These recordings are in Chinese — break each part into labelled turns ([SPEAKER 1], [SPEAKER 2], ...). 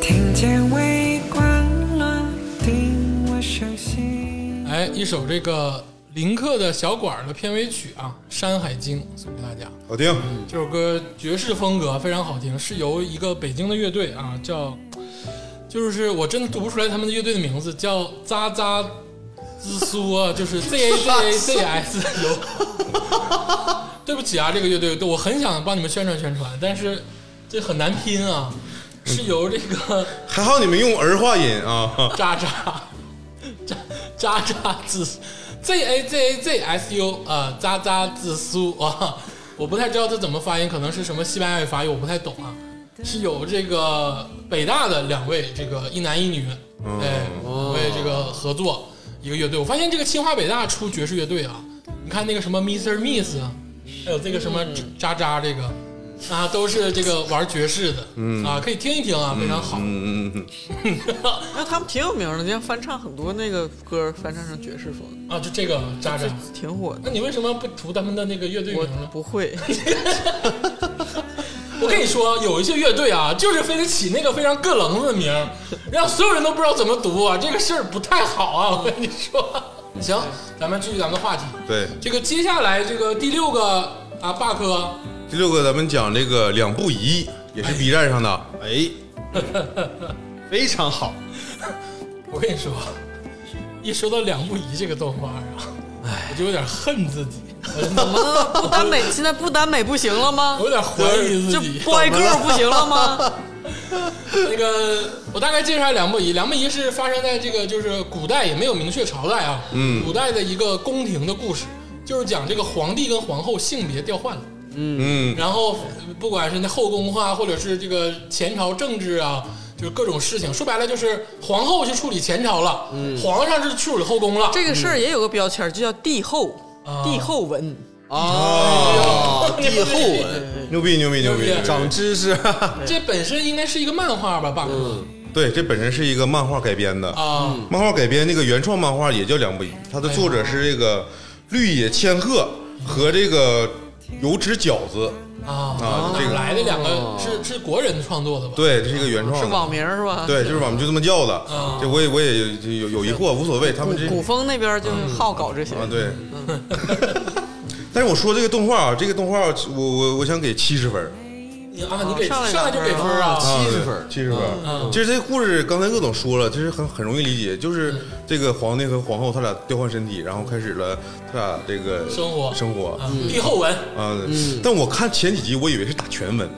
[SPEAKER 1] 听见微光落定，我熟悉。
[SPEAKER 2] 哎，一首这个林克的小馆儿的片尾曲啊，《山海经》送给大家。
[SPEAKER 3] 好听，
[SPEAKER 2] 这首歌爵士风格非常好听，是由一个北京的乐队啊，叫，就是我真的读不出来他们的乐队的名字，叫扎扎兹苏啊， 就是 Z A Z A Z S 有。对不起啊，这个乐队我很想帮你们宣传宣传，但是这很难拼啊，是由这个
[SPEAKER 3] 还好你们用儿化音啊。
[SPEAKER 2] 渣渣 渣渣渣自 Z A Z A Z S U 啊，渣渣自苏啊，我不太知道它怎么发音，可能是什么西班牙语法语，我不太懂啊。是有这个北大的两位这个一男一女，哎，为这个合作一个乐队。我发现这个清华北大出爵士乐队啊，你看那个什么 Mr. Miss，啊还有这个什么渣渣这个。啊，都是这个玩爵士的，啊，可以听一听啊，非常好。
[SPEAKER 3] 嗯嗯嗯
[SPEAKER 4] 那他们挺有名的，像翻唱很多那个歌翻唱成爵士风，
[SPEAKER 2] 啊，就这个渣渣，
[SPEAKER 4] 挺火的。
[SPEAKER 2] 那你为什么不涂他们的那个乐队名
[SPEAKER 4] 我
[SPEAKER 2] 呢？
[SPEAKER 4] 不 会，
[SPEAKER 2] 我跟你说，有一些乐队啊，就是非得起那个非常个棱子的名儿，让所有人都不知道怎么读啊，这个事儿不太好啊。我跟你说，行，咱们继续咱们的话题。
[SPEAKER 3] 嗯，对，
[SPEAKER 2] 这个接下来这个第六个啊，霸哥，
[SPEAKER 3] 第六个咱们讲这个两不疑，也是 B 站上的。
[SPEAKER 5] 哎， 非常好，
[SPEAKER 2] 我跟你说，一说到两不疑这个动画啊，我就有点恨自己， 我真的
[SPEAKER 4] 不耽美现在不耽美不行了吗
[SPEAKER 2] 我？有点怀疑
[SPEAKER 4] 就
[SPEAKER 2] 自己。
[SPEAKER 4] 不挨个儿不行了 吗？
[SPEAKER 2] 那个，我大概介绍一下梁不疑。梁不疑是发生在这个就是古代也没有明确朝代啊，嗯，古代的一个宫廷的故事，就是讲这个皇帝跟皇后性别调换了，
[SPEAKER 3] 嗯，
[SPEAKER 2] 然后呃不管是那后宫啊，或者是这个前朝政治啊，就是各种事情，说白了就是皇后去处理前朝了，皇上是处理后宫了，
[SPEAKER 4] 这个事儿也有个标签儿，就叫帝后，帝后文。
[SPEAKER 5] 哦，
[SPEAKER 2] 哎呦
[SPEAKER 5] 帝后文，
[SPEAKER 3] 牛逼牛逼牛逼
[SPEAKER 2] 牛！逼
[SPEAKER 5] 长知识，
[SPEAKER 2] 这本身应该是一个漫画吧，爸哥
[SPEAKER 3] 对，这本身是一个漫画改编的。
[SPEAKER 2] 啊，
[SPEAKER 3] 漫画改编那个原创漫画也叫两不疑，它的作者是这
[SPEAKER 5] 哎
[SPEAKER 3] 个绿野千鹤和这个油纸饺子
[SPEAKER 2] 啊
[SPEAKER 3] 啊，这个
[SPEAKER 2] 来的两个是是国人创作的吧？
[SPEAKER 3] 对，这是一个原创的，
[SPEAKER 4] 是网名儿是吧？
[SPEAKER 3] 对，就是网名就这么叫的
[SPEAKER 5] 嗯
[SPEAKER 2] 啊。
[SPEAKER 3] 这我也我也有有有疑惑，无所谓，他们这
[SPEAKER 4] 古风那边就是好搞这些。
[SPEAKER 3] 啊，对。但是我说这个动画啊，这个动画我我我想给七十分儿，
[SPEAKER 2] 你啊，你给
[SPEAKER 4] 上来
[SPEAKER 2] 上来就给分儿啊
[SPEAKER 4] 啊
[SPEAKER 5] 七十分，
[SPEAKER 3] 七十分儿。
[SPEAKER 2] 嗯
[SPEAKER 3] 其实这故事刚才鄂总说了，其实很很容易理解，
[SPEAKER 2] 嗯
[SPEAKER 3] 就是这个皇帝和皇后他俩调换身体，然后开始了他俩这个
[SPEAKER 2] 生活嗯
[SPEAKER 3] 生活
[SPEAKER 2] 啊，帝后文
[SPEAKER 3] 啊。但我看前几集，我以为是打全文，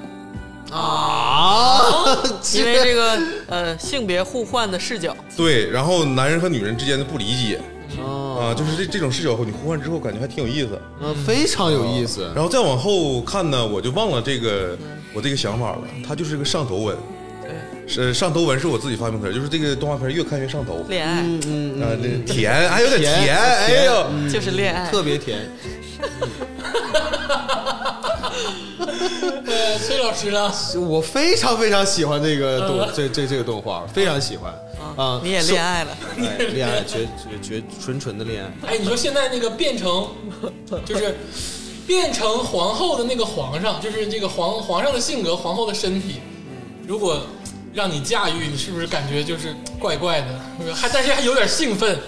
[SPEAKER 5] 啊，
[SPEAKER 4] 哦 因为这个呃性别互换的视角，
[SPEAKER 3] 对，然后男人和女人之间的不理解
[SPEAKER 5] 啊，
[SPEAKER 3] 啊，
[SPEAKER 2] 嗯
[SPEAKER 3] 就是这这种视角，你互换之后感觉还挺有意思。
[SPEAKER 5] 呃非常有意思，
[SPEAKER 4] 哦
[SPEAKER 3] 然后再往后看呢，我就忘了这个我这个想法了，它就是个上头文。是上头文是我自己发明词儿，就是这个动画片越看越上头，
[SPEAKER 4] 恋爱
[SPEAKER 5] 嗯
[SPEAKER 3] 啊，这甜，还有点
[SPEAKER 5] 甜
[SPEAKER 3] 甜，哎呦，
[SPEAKER 4] 就是恋爱。
[SPEAKER 5] 特别甜，
[SPEAKER 2] 呃，崔老师呢？
[SPEAKER 5] 我非常非常喜欢这个动这这这个动画，非常喜欢啊！
[SPEAKER 4] 嗯哦你也恋爱了，
[SPEAKER 5] 爱，恋爱绝绝绝纯纯的恋爱，
[SPEAKER 2] 哎，你说现在那个变成，就是变成皇后的那个皇上，就是这个皇皇上的性格，皇后的身体，如果让你驾驭，你是不是感觉就是怪怪的？还但是还有点兴奋，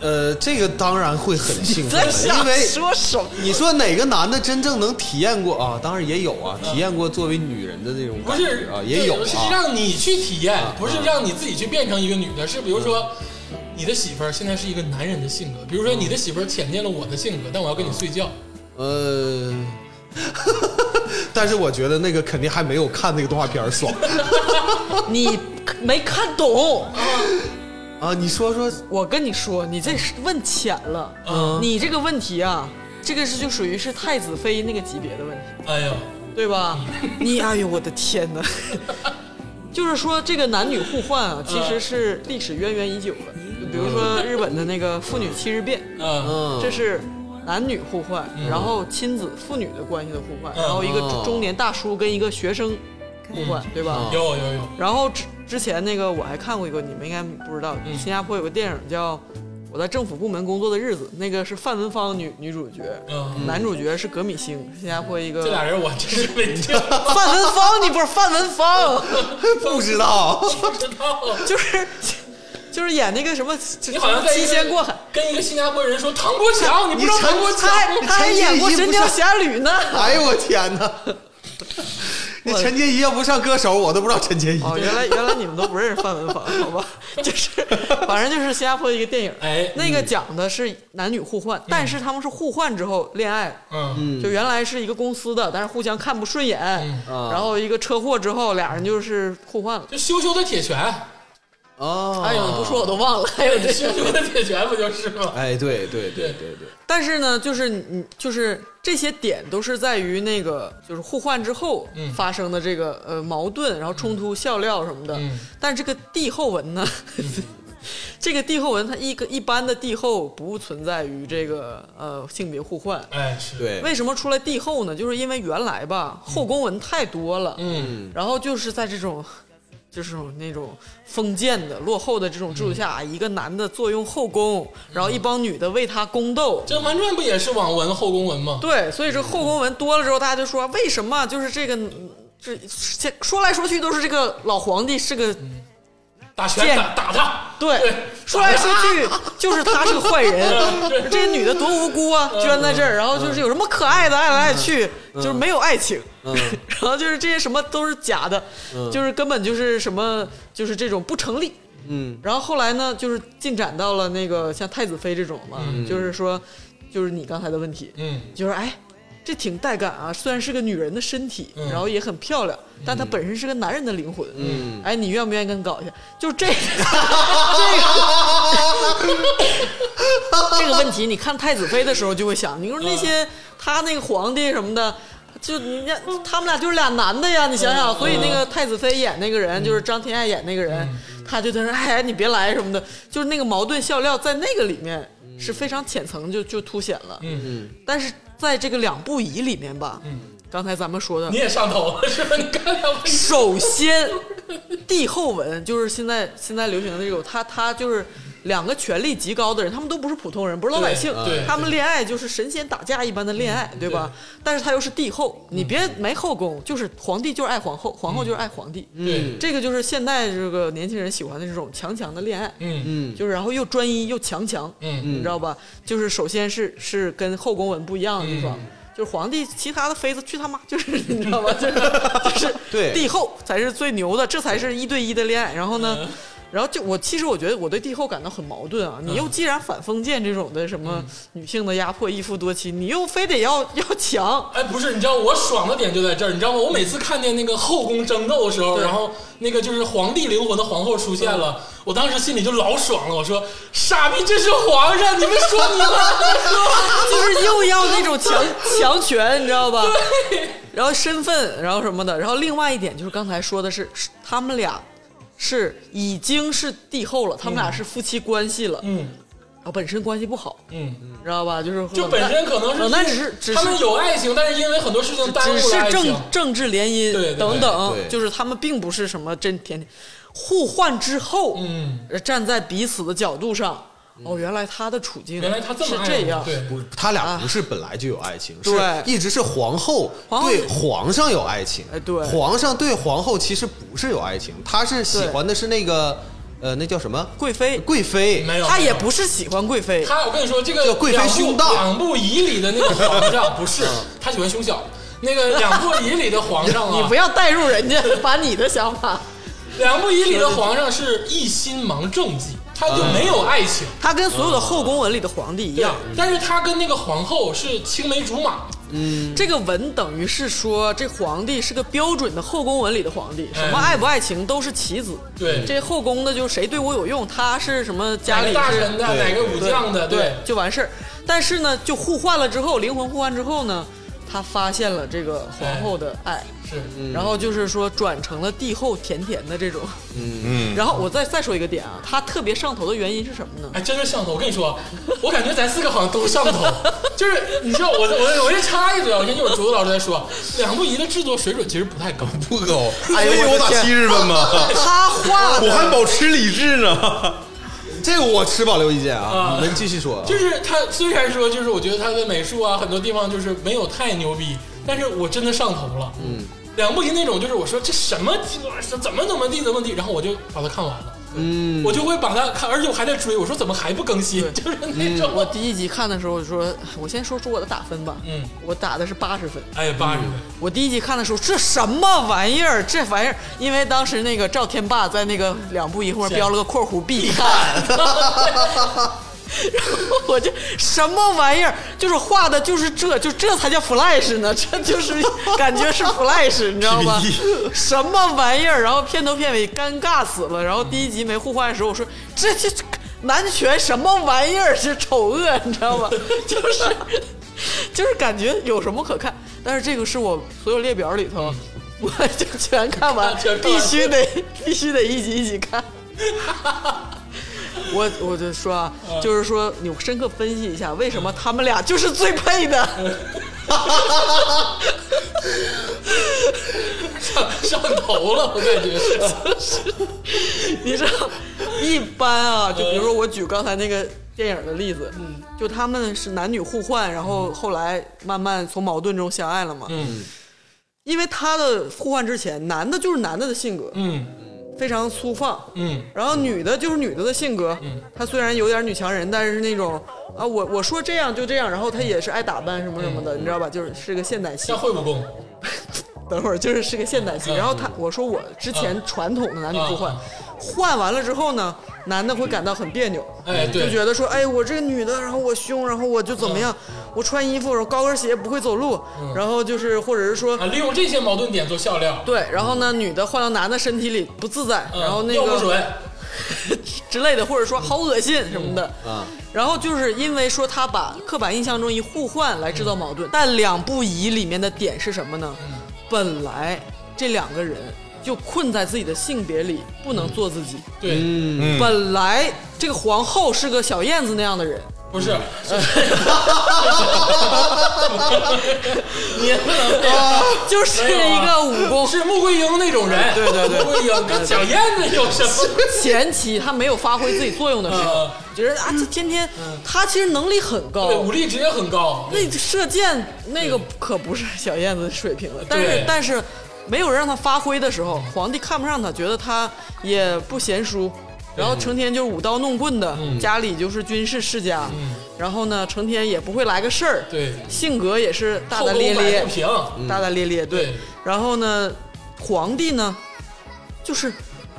[SPEAKER 5] 呃，这个当然会很兴奋
[SPEAKER 4] 在
[SPEAKER 5] 的，因
[SPEAKER 4] 想
[SPEAKER 5] 为
[SPEAKER 4] 说什么？
[SPEAKER 5] 你说哪个男的真正能体验过啊？当然也有啊，
[SPEAKER 4] 嗯
[SPEAKER 5] 体验过作为女人的这种
[SPEAKER 2] 不
[SPEAKER 5] 感
[SPEAKER 2] 是
[SPEAKER 5] 觉啊，也有
[SPEAKER 2] 是
[SPEAKER 5] 啊。
[SPEAKER 2] 让你去体验，不是让你自己去变成一个女的，是比如说。你的媳妇儿现在是一个男人的性格，比如说你的媳妇儿潜见了我的性格，但我要跟你睡觉，
[SPEAKER 5] 呃， 但是我觉得那个肯定还没有看那个动画片儿爽
[SPEAKER 4] 你没看懂。
[SPEAKER 5] 啊！你说说，
[SPEAKER 4] 我跟你说，你这是问浅了。
[SPEAKER 2] 嗯
[SPEAKER 4] 你这个问题啊，这个是就属于是太子妃那个级别的问题，
[SPEAKER 2] 哎呦，
[SPEAKER 4] 对 吧？你哎呦，我的天哪！ 就是说，这个男女互换
[SPEAKER 5] 嗯
[SPEAKER 4] 啊，其实是历史渊源已久的。就比如说日本的那个妇女七日变，
[SPEAKER 2] 嗯
[SPEAKER 5] 嗯，
[SPEAKER 4] 这是男女互换，然后亲子父女的关系的互换，
[SPEAKER 2] 嗯
[SPEAKER 4] 然后一个
[SPEAKER 5] 哦
[SPEAKER 4] 中年大叔跟一个学生互换，对吧？
[SPEAKER 5] 嗯
[SPEAKER 2] 有有有，
[SPEAKER 4] 嗯然后之之前那个我还看过一个，你们应该不知道，新加坡有个电影叫《我在政府部门工作的日子，那个是范文芳女女主角，
[SPEAKER 2] 嗯
[SPEAKER 4] 男主角是葛米星，新加坡一个
[SPEAKER 2] 这俩人我真是没听过
[SPEAKER 4] 范文芳，你不是范文芳，
[SPEAKER 5] 不知 道，
[SPEAKER 2] 不知道。
[SPEAKER 4] 就是就是演那个什么，就
[SPEAKER 2] 你好像在一
[SPEAKER 4] 七
[SPEAKER 2] 个
[SPEAKER 4] 仙过海，
[SPEAKER 2] 跟一个新加坡人说唐国强，你不知道
[SPEAKER 5] 你
[SPEAKER 2] 唐国
[SPEAKER 5] 陈
[SPEAKER 2] 强
[SPEAKER 4] 他还他还演过《神雕侠侣》呢。
[SPEAKER 5] 哎呦我天哪！那陈洁仪要不上歌手，我都不知道陈洁仪。
[SPEAKER 4] 哦，原来原来你们都不认识范文芳，好吧？就是反正就是新加坡的一个电影，
[SPEAKER 2] 哎
[SPEAKER 4] 那个讲的是男女互换，但是他们是互换之后恋爱，
[SPEAKER 2] 嗯，嗯
[SPEAKER 4] 就原来是一个公司的，但是互相看不顺眼，
[SPEAKER 5] 啊
[SPEAKER 4] 然后一个车祸之后，俩人就是互换了。
[SPEAKER 2] 就羞羞的铁拳，
[SPEAKER 5] 哦，
[SPEAKER 4] 哎呦，
[SPEAKER 2] 啊
[SPEAKER 4] 你不说我都忘了。还有这，
[SPEAKER 2] 羞羞的铁拳不就是吗？
[SPEAKER 5] 哎，对对对对对，
[SPEAKER 4] 但是呢，就是你就是这些点都是在于那个就是互换之后
[SPEAKER 2] 嗯
[SPEAKER 4] 发生的这个、呃矛盾，然后冲突、笑料什么的。
[SPEAKER 2] 嗯
[SPEAKER 4] 但是这个帝后文呢， 这个帝后文它一个一般的帝后不存在于这个呃性别互换。
[SPEAKER 2] 哎，是，
[SPEAKER 5] 对，
[SPEAKER 4] 为什么出来帝后呢？就是因为原来吧后宫文太多了，
[SPEAKER 2] 嗯
[SPEAKER 4] 然后就是在这种，就是那种封建的、落后的这种制度下，一个男的坐拥后宫，然后一帮女的为他宫斗
[SPEAKER 2] 《。甄嬛传》不也是网文后宫文吗？
[SPEAKER 4] 对，所以这后宫文多了之后，大家就说为什么就是这个，这这说来说去都是这个老皇帝是个
[SPEAKER 2] 打拳
[SPEAKER 4] 见
[SPEAKER 2] 打打他，
[SPEAKER 4] 对，说来说去就是他是个坏人，这个女的多无辜啊，居然在这儿，然后就是有什么可爱的爱来爱去，就是没有爱情， 然后就是这些什么都是假的，就是根本就是什么就是这种不成立。
[SPEAKER 5] 嗯，
[SPEAKER 4] 然后后来呢，就是进展到了那个像太子妃这种嘛，就是说，就是你刚才的问题，
[SPEAKER 2] 嗯
[SPEAKER 4] 就是哎，这挺带感啊，虽然是个女人的身体，
[SPEAKER 2] 嗯
[SPEAKER 4] 然后也很漂亮，但她本身是个男人的灵魂。嗯，哎，你愿不愿意跟搞一下？就是这个 这个这个问题，你看太子妃的时候就会想，你说那些
[SPEAKER 2] 嗯
[SPEAKER 4] 他那个皇帝什么的。就人家他们俩就是俩男的
[SPEAKER 2] 嗯
[SPEAKER 4] 呀，你想想，所以那个太子妃演那个人，就是张天爱演那个人，
[SPEAKER 2] 嗯
[SPEAKER 4] 他就在那儿哎，你别来什么的，就是那个矛盾笑料在那个里面是非常浅层就就凸显了。
[SPEAKER 2] 嗯，
[SPEAKER 4] 但是在这个两不疑里面吧，刚才咱们说的
[SPEAKER 2] 你，也上头了是吧？你刚才不是
[SPEAKER 4] 首先帝后文就是现在现在流行的这种，他他就是两个权力极高的人，他们都不是普通人，不是老百姓，
[SPEAKER 2] 对对
[SPEAKER 4] 他们恋爱就是神仙打架一般的恋爱，对吧？但是他又是帝后，你别没后宫，就是皇帝就是爱皇后，皇后就是爱皇帝，
[SPEAKER 2] 对，
[SPEAKER 5] 嗯
[SPEAKER 4] 这个就是现代这个年轻人喜欢的这种强强的恋爱，
[SPEAKER 2] 嗯
[SPEAKER 5] 嗯
[SPEAKER 4] 就是然后又专一又强强，
[SPEAKER 2] 嗯
[SPEAKER 4] 你知道吧？就是首先是是跟后宫文不一样的地方，
[SPEAKER 2] 嗯
[SPEAKER 4] 就是皇帝其他的妃子去他妈，就是 你知道吧？就是 就是
[SPEAKER 5] 对
[SPEAKER 4] 帝后才是最牛的，这才是一对一的恋爱。然后呢，
[SPEAKER 2] 嗯
[SPEAKER 4] 然后就我其实我觉得我对帝后感到很矛盾啊！你又
[SPEAKER 2] 嗯
[SPEAKER 4] 既然反封建这种的什么女性的压迫、一夫多妻，你又非得要要强。
[SPEAKER 2] 哎，不是，你知道我爽的点就在这儿，你知道吗？我每次看见那个后宫争斗的时候，
[SPEAKER 4] 对嗯
[SPEAKER 2] 然后那个就是皇帝灵魂的皇后出现了，我当时心里就老爽了。我说：“傻逼，这是皇上，你们说你 呢？
[SPEAKER 4] 就是又要那 种强强权，你知道吧？然后身份，然后什么的，然后另外一点就是刚才说的是，是他们俩是已经是帝后了，他们俩是夫妻关系了，
[SPEAKER 2] 嗯
[SPEAKER 4] 然后本身关系不好，
[SPEAKER 2] 嗯，
[SPEAKER 4] 你知道吧？就是
[SPEAKER 2] 就本身可能是
[SPEAKER 4] 冷淡只
[SPEAKER 2] 因为
[SPEAKER 4] 是哦只
[SPEAKER 2] 他们
[SPEAKER 4] 是
[SPEAKER 2] 有爱情，但是因为很多事情耽误
[SPEAKER 4] 只是
[SPEAKER 2] 了爱情
[SPEAKER 4] 政。政治联
[SPEAKER 2] 对
[SPEAKER 4] 姻
[SPEAKER 2] 对对
[SPEAKER 4] 等等
[SPEAKER 5] 对，
[SPEAKER 4] 就是他们并不是什么真甜甜互换之后，呃
[SPEAKER 2] 嗯，
[SPEAKER 4] 站在彼此的角度上，哦，原来他的处境
[SPEAKER 2] 原来他这么
[SPEAKER 4] 是
[SPEAKER 2] 爱
[SPEAKER 4] 这
[SPEAKER 2] 我
[SPEAKER 4] 样，
[SPEAKER 2] 对，
[SPEAKER 5] 不，他俩不是本来就有爱情，
[SPEAKER 4] 啊对
[SPEAKER 5] 是一直是皇后
[SPEAKER 4] 皇后
[SPEAKER 5] 对皇上有爱情，
[SPEAKER 4] 哎对
[SPEAKER 5] 皇上对皇后其实不是有爱情，他是喜欢的是那个呃，那叫什么
[SPEAKER 4] 贵妃。
[SPEAKER 5] 贵妃，
[SPEAKER 2] 没有，
[SPEAKER 4] 他也
[SPEAKER 2] 没有
[SPEAKER 4] 不是喜欢贵妃，
[SPEAKER 2] 他，我跟你说，这个
[SPEAKER 5] 叫贵妃
[SPEAKER 2] 两部
[SPEAKER 5] 胸大
[SPEAKER 2] 两部仪里的那个皇 上不是，他喜欢胸小。那个两部仪里的皇上啊，
[SPEAKER 4] 你不要带入人家，把你的 想法。
[SPEAKER 2] 两部仪里的皇上是一心忙政绩，他就没有爱情。
[SPEAKER 4] 他跟所有的后宫文里的皇帝一
[SPEAKER 2] 嗯对嗯
[SPEAKER 4] 样，，
[SPEAKER 2] 但是他跟那个皇后是青梅竹马，
[SPEAKER 4] 这个文等于是说，这皇帝是个标准的后宫文里的皇帝，什么爱不爱情都是棋子。
[SPEAKER 2] 对
[SPEAKER 4] 这后宫的就是谁对我有用，他是什么家
[SPEAKER 2] 哪个
[SPEAKER 4] 里
[SPEAKER 2] 大
[SPEAKER 4] 是
[SPEAKER 2] 臣的，哪个武将的，对，
[SPEAKER 4] 就完事儿。但是呢，就互换了之后，灵魂互换之后呢，他发现了这个皇后的爱，
[SPEAKER 2] 是，
[SPEAKER 4] 然后就是说转成了帝后甜甜的这种。
[SPEAKER 3] 嗯，
[SPEAKER 4] 然后我再再说一个点啊，他特别上头的原因是什么呢？
[SPEAKER 2] 哎，真是上头。我跟你说，我感觉咱四个好像都上头，就是你知道我我我这插一嘴啊，我跟一会儿竹子老师在说，两部仪的制作水准其实不太高，
[SPEAKER 3] 不高，
[SPEAKER 5] 哎呦
[SPEAKER 3] 所以
[SPEAKER 5] 我
[SPEAKER 3] 我
[SPEAKER 5] 的
[SPEAKER 3] 打
[SPEAKER 5] 天
[SPEAKER 3] 七十分吗？
[SPEAKER 4] 他画
[SPEAKER 3] 我
[SPEAKER 4] 的
[SPEAKER 3] 还保持理智呢。
[SPEAKER 5] 这个我持保留意见啊
[SPEAKER 2] 啊，
[SPEAKER 5] 你们继续说。
[SPEAKER 2] 就是他虽然说，就是我觉得他的美术啊，很多地方就是没有太牛逼，但是我真的上头了。嗯，两部题那种，就是我说这什么鸡巴，怎么怎么地怎么地，然后我就把它看完了。嗯，我就会把它看，而且我还在追，我说怎么还不更新？就是那种，
[SPEAKER 4] 我第一集看的时候，我就说，哎我先说出我的打分吧。
[SPEAKER 2] 嗯，
[SPEAKER 4] 我打的是八十分。
[SPEAKER 2] 哎，八十分，
[SPEAKER 4] 我第一集看的时候，这什么玩意儿？这玩意儿，因为当时那个赵天霸在那个两部一会儿标了个括弧必看， 然后我这什么玩意儿？就是画的，就是这就这才叫 Flash 呢，这就是感觉是 Flash，你知道吗？ 什么玩意儿？然后片头片尾尴尬死了。然后第一集没互换的时候，我说这这这男权什么玩意儿？这丑恶，你知道吗？ 就是。就是感觉有什么可看，但是这个是我所有列表里头，我就全看完
[SPEAKER 2] 嗯全，看完
[SPEAKER 4] 必须得必须得一集一集看。我我就说啊，就是说你深刻分析一下，为什么他们俩就是最配的？
[SPEAKER 2] 上上头了，我感觉是。
[SPEAKER 4] 你知道，一般啊，就比如说我举刚才那个电影的例子，嗯，就他们是男女互换，然后后来慢慢从矛盾中相爱了嘛，
[SPEAKER 2] 嗯
[SPEAKER 4] 因为他的互换之前，男的就是男的的性格，
[SPEAKER 2] 嗯
[SPEAKER 4] 非常粗放，
[SPEAKER 2] 嗯
[SPEAKER 4] 然后女的就是女的的性格，她虽然有点女强人，但是那种啊，我我说这样就这样，然后她也是爱打扮什么什么的，你知道吧？就是是个现代戏
[SPEAKER 2] 像。会武功，
[SPEAKER 4] 等会儿就是是个现代戏。然后她我说我之前传统的男女互换
[SPEAKER 2] 嗯，
[SPEAKER 4] 换完了之后呢，男的会感到很别扭，
[SPEAKER 2] 哎，
[SPEAKER 4] 就
[SPEAKER 2] 对，嗯
[SPEAKER 4] 觉得说，哎，我这个女的，然后我凶，然后我就怎么样，我穿衣服，然后高跟鞋不会走路，然后就是或者是说
[SPEAKER 2] 啊，利用这些矛盾点做笑料，
[SPEAKER 4] 对，然后呢，女的换到男的身体里不自在，
[SPEAKER 2] 嗯
[SPEAKER 4] 然后那
[SPEAKER 2] 尿不
[SPEAKER 4] 个
[SPEAKER 2] 准，
[SPEAKER 4] 之类的，或者说好恶心什么的。
[SPEAKER 2] 嗯
[SPEAKER 5] 啊，
[SPEAKER 4] 然后就是因为说他把刻板印象中一互换来制造矛盾，但两不疑里面的点是什么呢？
[SPEAKER 2] 嗯
[SPEAKER 4] 本来这两个人就困在自己的性别里，不能做自己。
[SPEAKER 2] 对，
[SPEAKER 3] 嗯
[SPEAKER 4] 本来这个皇后是个小燕子那样的人，
[SPEAKER 2] 不是，你也不能这样。
[SPEAKER 4] 就是
[SPEAKER 2] 没有
[SPEAKER 4] 一
[SPEAKER 2] 啊
[SPEAKER 4] 个武 功。
[SPEAKER 2] 是穆桂英那种人，对
[SPEAKER 4] 对对
[SPEAKER 2] 穆桂英跟小燕子有什 么？
[SPEAKER 4] 前期他没有发挥自己作用的时候
[SPEAKER 2] 嗯，
[SPEAKER 4] 觉得啊，这天天他其实能力很高，
[SPEAKER 2] 对，武力值也很高，
[SPEAKER 4] 那射箭那个可不是小燕子水平了，但是
[SPEAKER 2] 对
[SPEAKER 4] 但是没有人让他发挥的时候，皇帝看不上他，觉得他也不贤淑，然后成天就是舞刀弄棍的，
[SPEAKER 2] 嗯
[SPEAKER 4] 家里就是军事世家，然后呢，成天也不会来个事儿，
[SPEAKER 2] 对
[SPEAKER 4] 性格也是大
[SPEAKER 2] 后
[SPEAKER 4] 大
[SPEAKER 2] 宫
[SPEAKER 4] 咧
[SPEAKER 2] 摆
[SPEAKER 4] 咧
[SPEAKER 2] 不，平，嗯
[SPEAKER 4] 大大咧咧，
[SPEAKER 2] 对
[SPEAKER 4] 然后呢，皇帝呢，就是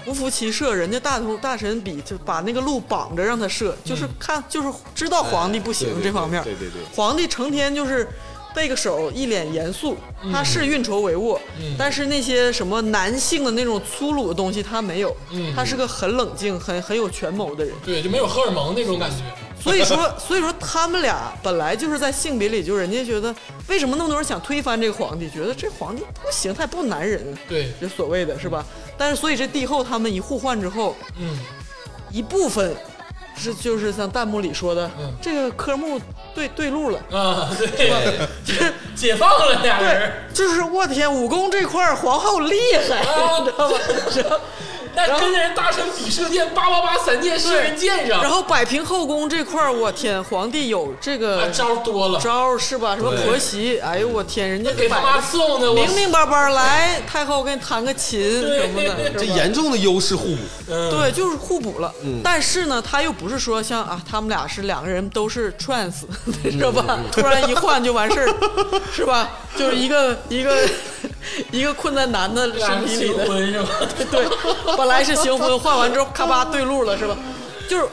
[SPEAKER 4] 不服骑射，人家大头大臣比就把那个鹿绑着让他射，就是看就是知道皇帝不
[SPEAKER 5] 哎
[SPEAKER 4] 行
[SPEAKER 5] 嗯对对
[SPEAKER 4] 这方面，
[SPEAKER 5] 对对对
[SPEAKER 4] 皇帝成天就是。背个手，一脸严肃，
[SPEAKER 5] 嗯
[SPEAKER 4] 他是运筹帷幄，但是那些什么男性的那种粗鲁的东西他没有，
[SPEAKER 5] 嗯
[SPEAKER 4] 他是个很冷静、很很有权谋的人。
[SPEAKER 2] 对，就没有荷尔蒙那种感觉。
[SPEAKER 4] 所以 说，所以说他们俩本来就是在性别里，就人家觉得为什么那么多人想推翻这个皇帝，觉得这皇帝不行，太不男人了，啊
[SPEAKER 2] 对，
[SPEAKER 4] 就所谓的是吧？但是所以这帝后他们一互换之后，
[SPEAKER 2] 嗯，
[SPEAKER 4] 一部分是就是像弹幕里说的，
[SPEAKER 2] 嗯
[SPEAKER 4] 这个科目对对路了。
[SPEAKER 2] 啊，对，解放了俩
[SPEAKER 4] 对
[SPEAKER 2] 人，，
[SPEAKER 4] 就是我天，武功这块儿皇后厉害，
[SPEAKER 2] 啊
[SPEAKER 4] 你知道吗？ 然后
[SPEAKER 2] 那跟人大神比射箭，八八八散箭射人箭上，
[SPEAKER 4] 然后摆平后宫这块儿，我天，皇帝有这
[SPEAKER 2] 啊
[SPEAKER 4] 个
[SPEAKER 2] 招多了，
[SPEAKER 4] 招儿是吧？什么婆媳，哎呦我天，人家
[SPEAKER 2] 给他
[SPEAKER 4] 摆
[SPEAKER 2] 妈
[SPEAKER 4] 得
[SPEAKER 2] 送的我
[SPEAKER 4] 明，明白白来，太后给你弹个琴什 么的，
[SPEAKER 5] 这
[SPEAKER 4] 是吧
[SPEAKER 5] 严重的优 势互补。
[SPEAKER 2] 嗯，
[SPEAKER 4] 对，就是互补了。但是呢，他又不是说像啊，他们俩是两个人都是 trans，是
[SPEAKER 2] 嗯
[SPEAKER 4] 吧？突然一换就完事儿，是吧？就是一个一个一个困在男的
[SPEAKER 2] 俩人
[SPEAKER 4] 身体里
[SPEAKER 2] 新
[SPEAKER 4] 的，
[SPEAKER 2] 婚是吧？
[SPEAKER 4] 对，本来是行婚，换完之后咔吧对路了，是吧？就是。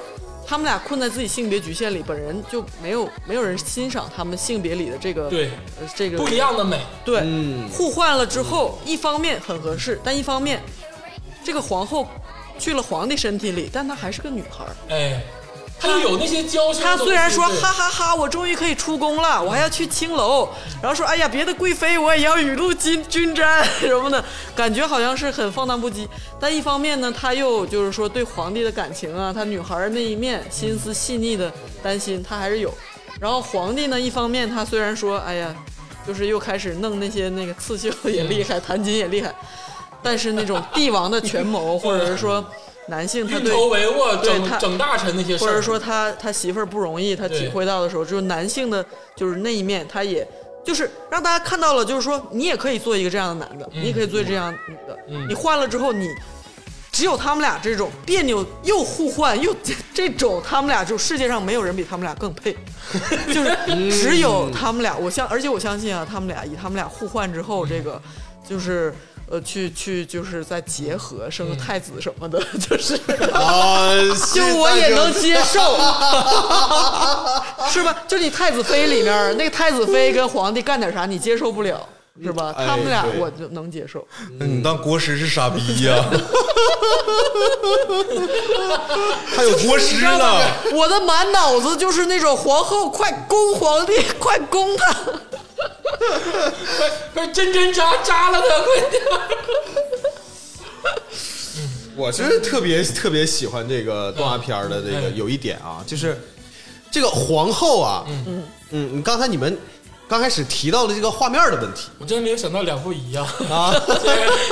[SPEAKER 4] 他们俩困在自己性别局限里，本人就没有没有人欣赏他们性别里的这个
[SPEAKER 2] 对
[SPEAKER 4] 呃这个
[SPEAKER 2] 不一样的美，
[SPEAKER 4] 对，互换了之后，一方面很合适，但一方面，这个皇后去了皇帝身体里，但她还是个女孩儿。
[SPEAKER 2] 哎，他就有那些娇羞的东西。
[SPEAKER 4] 她虽然说
[SPEAKER 2] 对
[SPEAKER 4] 哈哈哈我终于可以出宫了，我还要去青楼，然后说哎呀，别的贵妃我也要雨露均均沾什么的，感觉好像是很放荡不羁。但一方面呢，她又就是说对皇帝的感情啊，她女孩儿那一面心思细腻的担心，她还是有。然后皇帝呢，一方面他虽然说哎呀，就是又开始弄那些那个刺绣也厉害，弹琴也厉害，但是那种帝王的权谋，或者是说男性他
[SPEAKER 2] 运
[SPEAKER 4] 对，
[SPEAKER 2] 筹帷幄，
[SPEAKER 4] 对
[SPEAKER 2] 整
[SPEAKER 4] 他
[SPEAKER 2] 整大臣那些事
[SPEAKER 4] 或
[SPEAKER 2] 儿，
[SPEAKER 4] 者说他他媳妇儿不容易，他
[SPEAKER 2] 对
[SPEAKER 4] 体会到的时候，就是男性的就是那一面，他也就是让大家看到了，就是说你也可以做一个这样的男的，你也可以做这样女的，
[SPEAKER 2] 嗯
[SPEAKER 4] 你换了之后你。只有他们俩这种别扭又互换又这种，他们俩就世界上没有人比他们俩更 配，就是只
[SPEAKER 2] 嗯
[SPEAKER 4] 有他们俩。我相而且我相信啊，他们俩以他们俩互换之后，这个就是呃去去就是再结合生个
[SPEAKER 2] 嗯
[SPEAKER 4] 太子什么的， 就是
[SPEAKER 5] 啊，
[SPEAKER 4] 就我也能接受， 是吧？就你太子妃里面儿那个太子妃跟皇帝干点啥，你接受不了。是吧？
[SPEAKER 5] 哎
[SPEAKER 4] 他们俩
[SPEAKER 5] 对
[SPEAKER 4] 我就能接受，
[SPEAKER 3] 那嗯你当国师是傻逼呀、还有国师呢，
[SPEAKER 4] 我的满脑子就是那种皇后快攻皇帝， 快攻他！
[SPEAKER 2] 快快针针扎扎了他，快点！
[SPEAKER 5] 我其实特别特别喜欢这个动画片儿的这个
[SPEAKER 2] 嗯
[SPEAKER 5] 有一点啊，就是这个皇后啊，嗯嗯，刚才你们刚开始提到了这个画面的问题
[SPEAKER 2] 我真没有想到两不一样，
[SPEAKER 5] 啊，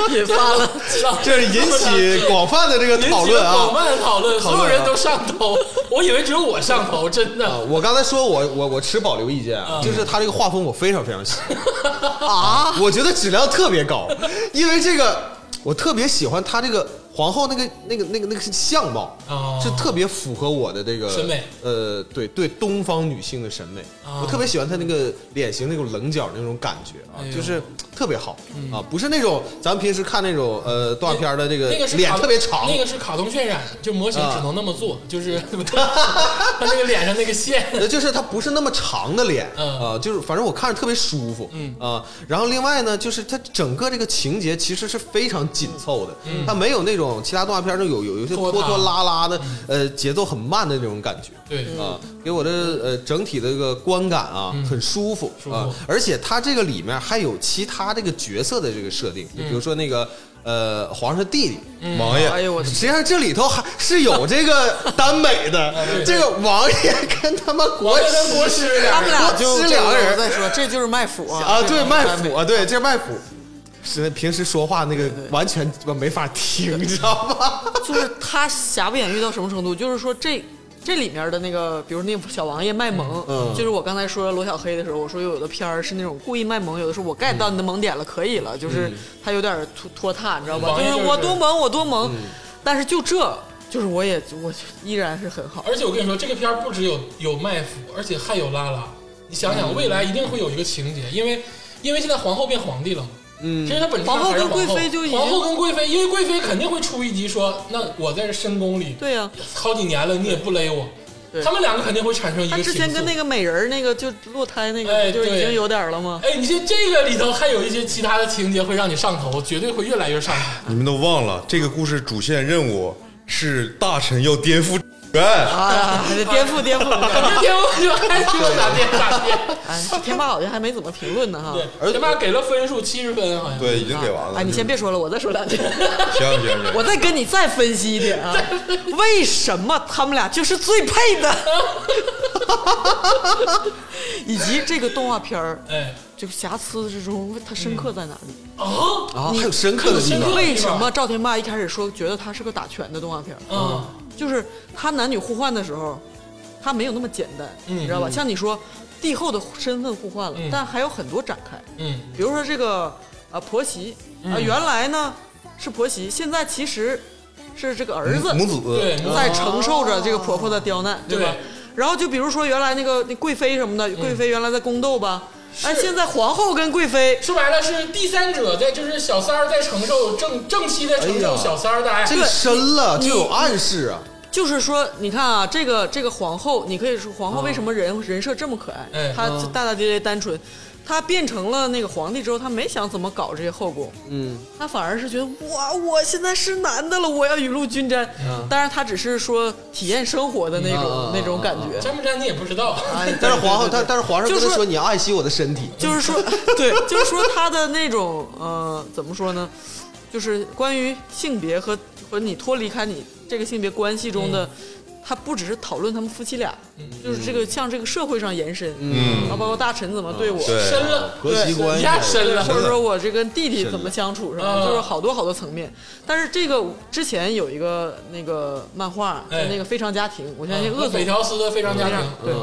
[SPEAKER 2] 引发了，
[SPEAKER 5] 这是引起广泛的这个
[SPEAKER 2] 引起
[SPEAKER 5] 讨论
[SPEAKER 2] 了广
[SPEAKER 5] 啊。
[SPEAKER 2] 泛的讨论，
[SPEAKER 5] 讨
[SPEAKER 2] 所
[SPEAKER 5] 论啊
[SPEAKER 2] 有人都上头，我以为只有我上头，真
[SPEAKER 5] 啊
[SPEAKER 2] 的。
[SPEAKER 5] 我刚才说我我我持保留意见
[SPEAKER 2] 嗯
[SPEAKER 5] 啊，就是他这个画风我非常非常喜 啊，我觉得质量特别高，因为这个我特别喜欢他这个皇后那个那个那个那个相貌
[SPEAKER 2] 哦，
[SPEAKER 5] 是特别符合我的这个
[SPEAKER 2] 审美
[SPEAKER 5] 呃，对对，东方女性的审美，
[SPEAKER 2] 哦
[SPEAKER 5] 我特别喜欢她那个脸型那种棱角那种感觉啊
[SPEAKER 2] 哎，呦嗯
[SPEAKER 5] 就是特别好啊，不是那种咱们平时看那种呃动画片的这个
[SPEAKER 2] 那个是
[SPEAKER 5] 脸
[SPEAKER 2] 卡
[SPEAKER 5] 特别长
[SPEAKER 2] 那，个是卡通渲染，就模型
[SPEAKER 5] 啊
[SPEAKER 2] 只能那么做，就是 他那个脸上那个线，
[SPEAKER 5] 呃，就是它不是那么长的脸，
[SPEAKER 2] 嗯
[SPEAKER 5] 啊，就是反正我看着特别舒服，
[SPEAKER 2] 嗯
[SPEAKER 5] 啊，然后另外呢，就是它整个这个情节其实是非常紧凑的，它没有那种其他动画片儿中有有有一些
[SPEAKER 2] 嗯拖
[SPEAKER 5] 拖
[SPEAKER 2] 沓嗯
[SPEAKER 5] 拖拉拉的，呃，节奏很慢的那种感觉。
[SPEAKER 2] 对，
[SPEAKER 5] 啊，给我的呃整体的这个观感啊，很舒服
[SPEAKER 2] 嗯舒服
[SPEAKER 5] 啊，而且它这个里面还有其他这个角色的这个设定，
[SPEAKER 2] 嗯
[SPEAKER 5] 就比如说那个呃皇上的弟弟，
[SPEAKER 3] 王
[SPEAKER 4] 哎
[SPEAKER 3] 爷，
[SPEAKER 4] 呦我的
[SPEAKER 5] 实际上这里头还是有这个耽 美的
[SPEAKER 2] 啊对，
[SPEAKER 5] 这个王爷跟他妈国
[SPEAKER 2] 王爷跟国师
[SPEAKER 5] 俩
[SPEAKER 4] 他们俩就
[SPEAKER 5] 国师
[SPEAKER 4] 这
[SPEAKER 5] 两个
[SPEAKER 4] 我
[SPEAKER 5] 人
[SPEAKER 4] 再说，这就是卖腐啊！
[SPEAKER 5] 啊，对卖
[SPEAKER 4] 耽美
[SPEAKER 5] 腐啊，对这卖腐，是平时说话那个完全没法听，你知道 吗？
[SPEAKER 4] 就是他瑕不掩瑜到什么程度？就是说这这里面的那个，比如那小王爷卖萌，
[SPEAKER 5] 嗯
[SPEAKER 4] 就是我刚才说罗小黑的时候，我说有的片儿是那种故意卖萌，有的是我 get 到你的萌点了，可以了，就是他有点拖拖沓，你知道吧？
[SPEAKER 2] 王爷
[SPEAKER 4] 就
[SPEAKER 2] 就是
[SPEAKER 4] 是我多萌，我多萌，但是就这。就是我也我依然是很好，
[SPEAKER 2] 而且我跟你说，这个片儿不只有有卖腐，而且还有拉拉。你想想，未来一定会有一个情节，因为因为现在皇后变皇帝了嘛。嗯，其实她本质上
[SPEAKER 4] 皇后
[SPEAKER 2] 还是
[SPEAKER 4] 跟贵妃就已经
[SPEAKER 2] 皇后跟贵妃，因为贵妃肯定会出一集说，那我在这深宫里
[SPEAKER 4] 对呀、啊
[SPEAKER 2] 好几年了，你也不勒我
[SPEAKER 4] 对，
[SPEAKER 2] 他们两个肯定会产生一个
[SPEAKER 4] 他
[SPEAKER 2] 情愫。
[SPEAKER 4] 之前跟那个美人儿那个就落胎那
[SPEAKER 2] 哎
[SPEAKER 4] 个，就是已
[SPEAKER 2] 对
[SPEAKER 4] 经有点了吗？
[SPEAKER 2] 哎，你这这个里头还有一些其他的情节会让你上头，绝对会越来越上头。
[SPEAKER 3] 你们都忘了这个故事主线任务是大臣要颠覆哎，
[SPEAKER 4] 啊，颠覆颠覆！
[SPEAKER 2] 这天我就还听我咋颠咋颠。
[SPEAKER 4] 哎，天霸好像还没怎么评论呢哈。
[SPEAKER 2] 对，他妈给了分数七十分，好像。
[SPEAKER 3] 对，已经给完了。嗯
[SPEAKER 4] 哎，你先别说了，我再说两句。
[SPEAKER 3] 行行行，
[SPEAKER 4] 我再跟你再分析一点啊，为什么他们俩就是最配的？ 以及这个动画片儿
[SPEAKER 2] 哎，
[SPEAKER 4] 这个瑕疵之中，它深刻在哪里？
[SPEAKER 2] 啊，
[SPEAKER 5] 啊，还有深刻的地
[SPEAKER 2] 还有深刻
[SPEAKER 5] 方
[SPEAKER 2] 的，
[SPEAKER 4] 为什么赵天霸一开始说觉得它是个打拳的动画片儿？
[SPEAKER 2] 嗯。
[SPEAKER 4] 就是他男女互换的时候，他没有那么简单，
[SPEAKER 2] 嗯
[SPEAKER 4] 你知道吧？像你说帝后的身份互换了，
[SPEAKER 2] 嗯
[SPEAKER 4] 但还有很多展开，
[SPEAKER 2] 嗯
[SPEAKER 4] 比如说这个啊婆媳啊、
[SPEAKER 2] 嗯
[SPEAKER 4] 原来呢是婆媳，现在其实是这个儿子
[SPEAKER 3] 嗯母子
[SPEAKER 2] 对母
[SPEAKER 4] 在承受着这个婆婆的刁难，
[SPEAKER 2] 对
[SPEAKER 4] 吧？然后就比如说原来那个那贵妃什么的，贵妃原来在宫斗吧，哎，现在皇后跟贵妃。
[SPEAKER 2] 说白了是第三者在，就是小三儿在承受正正妻在承受
[SPEAKER 5] 哎呀
[SPEAKER 2] 小三儿的爱，
[SPEAKER 5] 这个深了
[SPEAKER 4] 你
[SPEAKER 5] 就有暗示啊，
[SPEAKER 4] 就是说，你看啊，这个这个皇后，你可以说皇后为什么人、人设这么可爱？
[SPEAKER 2] 哎
[SPEAKER 4] 她
[SPEAKER 5] 嗯
[SPEAKER 4] 大大咧咧、单纯。她变成了那个皇帝之后，她没想怎么搞这些后宫，
[SPEAKER 5] 嗯，
[SPEAKER 4] 她反而是觉得哇，我现在是男的了，我要雨露均沾。当然，她只是说体验生活的那种、
[SPEAKER 5] 嗯嗯嗯
[SPEAKER 4] 那种感觉。
[SPEAKER 2] 沾不沾你也不知道。
[SPEAKER 4] 哎
[SPEAKER 5] 但是皇后，
[SPEAKER 4] 对对
[SPEAKER 5] 但
[SPEAKER 4] 对
[SPEAKER 5] 但是皇上
[SPEAKER 4] 就
[SPEAKER 5] 跟他
[SPEAKER 4] 说
[SPEAKER 5] 说你要爱惜我的身体，
[SPEAKER 4] 就 是说，对，就是说他的那种呃，怎么说呢？
[SPEAKER 2] 嗯
[SPEAKER 4] 就是关于性别和和你脱离开你这个性别关系中的，他不只是讨论他们夫妻俩，就是这个向这个社会上延伸，嗯，包括大臣怎么对我，
[SPEAKER 3] 对
[SPEAKER 2] 深了，嗯
[SPEAKER 5] 婆媳关
[SPEAKER 2] 一
[SPEAKER 5] 系
[SPEAKER 3] 哎
[SPEAKER 2] 下哦深
[SPEAKER 4] 或
[SPEAKER 2] 了，
[SPEAKER 4] 者说我这跟弟弟怎么相处是吧？
[SPEAKER 2] 嗯
[SPEAKER 4] 就是好多好多层面。但是这个之前有一个那个漫画，
[SPEAKER 2] 哎嗯
[SPEAKER 4] 那个《非常家庭》，我相信哎恶
[SPEAKER 2] 和
[SPEAKER 4] 总
[SPEAKER 2] 北条司的非常家庭，
[SPEAKER 4] 对，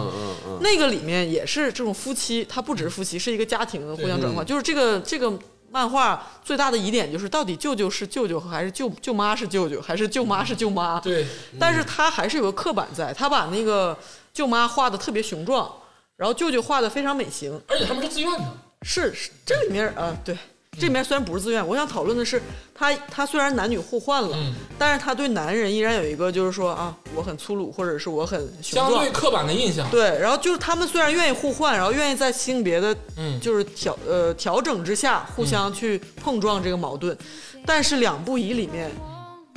[SPEAKER 4] 那个里面也是这种夫妻，它不只是夫妻，是一个家庭的互相转
[SPEAKER 2] 嗯
[SPEAKER 4] 化。就是这个这个漫画最大的疑点就是，到底舅舅是舅舅还是舅舅妈是舅舅，还是舅妈是舅妈？
[SPEAKER 2] 对，
[SPEAKER 4] 但是他还是有个刻板在，他把那个舅妈画的特别雄壮，然后舅舅画的非常美型。
[SPEAKER 2] 而且他们是自愿的，
[SPEAKER 4] 是是这里面啊、呃对，这里面虽然不是自愿，我想讨论的是，他他虽然男女互换了，
[SPEAKER 2] 嗯
[SPEAKER 4] 但是他对男人依然有一个就是说啊，我很粗鲁，或者是我很雄
[SPEAKER 2] 相
[SPEAKER 4] 壮，
[SPEAKER 2] 对刻板的印象，
[SPEAKER 4] 对，然后就是他们虽然愿意互换，然后愿意在性别的
[SPEAKER 2] 嗯
[SPEAKER 4] 就是调呃调整之下互相去碰撞这个矛盾，
[SPEAKER 2] 嗯
[SPEAKER 4] 但是两不疑里面，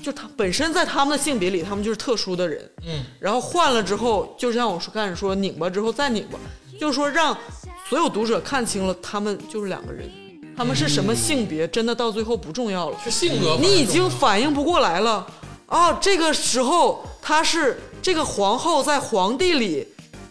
[SPEAKER 4] 就他本身在他们的性别里，他们就是特殊的人，
[SPEAKER 2] 嗯，
[SPEAKER 4] 然后换了之后，就像我说开始说拧巴之后再拧巴，就是说让所有读者看清了他们就是两个人，他们是什么性别，真的到最后不重要了。
[SPEAKER 2] 是性格，
[SPEAKER 4] 你已经反应不过来了啊！这个时候她是这个皇后在皇帝里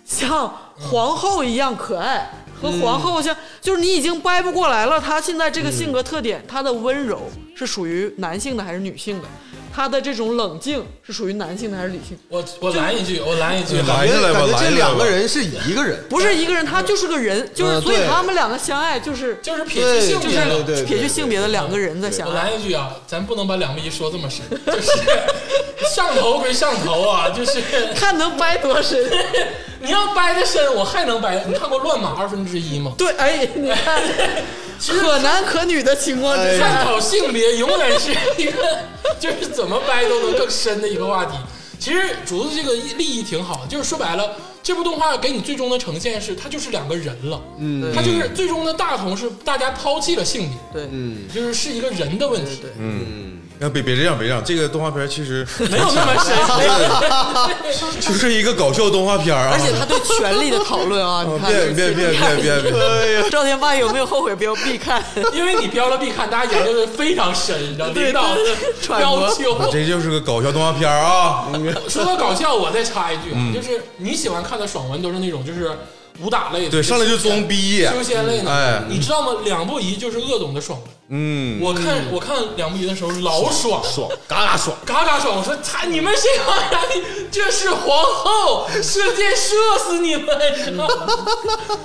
[SPEAKER 4] 像皇后一样可爱，和皇后像就是你已经掰不过来了。她现在这个性格特点，她的温柔是属于男性的还是女性的？她的这种冷静是属于男性的还是女性？
[SPEAKER 2] 我我拦一句，我拦一句，啊
[SPEAKER 3] 拦下来吧
[SPEAKER 5] 感
[SPEAKER 3] 拦下来
[SPEAKER 5] 觉
[SPEAKER 3] 吧
[SPEAKER 5] 这两个人是一个人，
[SPEAKER 4] 不是一个人，她就是个人，就是
[SPEAKER 5] 嗯
[SPEAKER 4] 所以
[SPEAKER 5] 对
[SPEAKER 4] 他们两个相爱就是
[SPEAKER 2] 就是撇去性别
[SPEAKER 4] 就是
[SPEAKER 5] 对
[SPEAKER 2] 了
[SPEAKER 5] 对。对
[SPEAKER 4] 撇去性别的两个人在相
[SPEAKER 2] 我
[SPEAKER 4] 爱。
[SPEAKER 2] 来一句啊，咱不能把两不一说这么深，就是 上头归上头啊，就是
[SPEAKER 4] 看能掰多深，
[SPEAKER 2] 你要掰的深，我还能掰。你看过《乱马二分之一》吗？
[SPEAKER 4] 对，哎，你看， 可男可女的情况 之下，
[SPEAKER 2] 探讨性别永远是一个，就是怎么掰都能更深的一个话题。其实竹子这个立意挺好的，就是说白了，这部动画给你最终的呈现是，它就是两个人了，嗯，它就是最终的大同是大家抛弃了性别，
[SPEAKER 4] 对，
[SPEAKER 2] 就是是一个人的问题，
[SPEAKER 3] 啊别别这样，别这样，这个动画片其实
[SPEAKER 2] 没有那么
[SPEAKER 3] 哎
[SPEAKER 2] 深。
[SPEAKER 3] 就是一个搞笑动画片啊。
[SPEAKER 4] 而且他对权力的讨论啊，你
[SPEAKER 3] 啊
[SPEAKER 4] 看，
[SPEAKER 3] 别别别别别别，
[SPEAKER 4] 赵天霸有没有后悔不要必看？
[SPEAKER 2] 因为你标了必看，大家研究的非常深，你知道吗？领导的
[SPEAKER 4] 揣摩
[SPEAKER 2] 要求。
[SPEAKER 3] 啊这就是个搞笑动画片啊。
[SPEAKER 2] 说到搞笑，我再插一句，啊
[SPEAKER 3] 嗯
[SPEAKER 2] 就是你喜欢看的爽文都是那种就是武打类的，
[SPEAKER 3] 对，上来就装逼，
[SPEAKER 2] 修仙类的，
[SPEAKER 3] 哎
[SPEAKER 2] 你知道吗？两不疑就是恶总的爽文。
[SPEAKER 3] 嗯，
[SPEAKER 2] 我看我看两不疑的时候老爽，
[SPEAKER 5] 爽，嘎嘎爽。
[SPEAKER 2] 嘎嘎爽！我说擦，你们谁玩呀？你这是皇后，射箭射死你们！ 你知道吗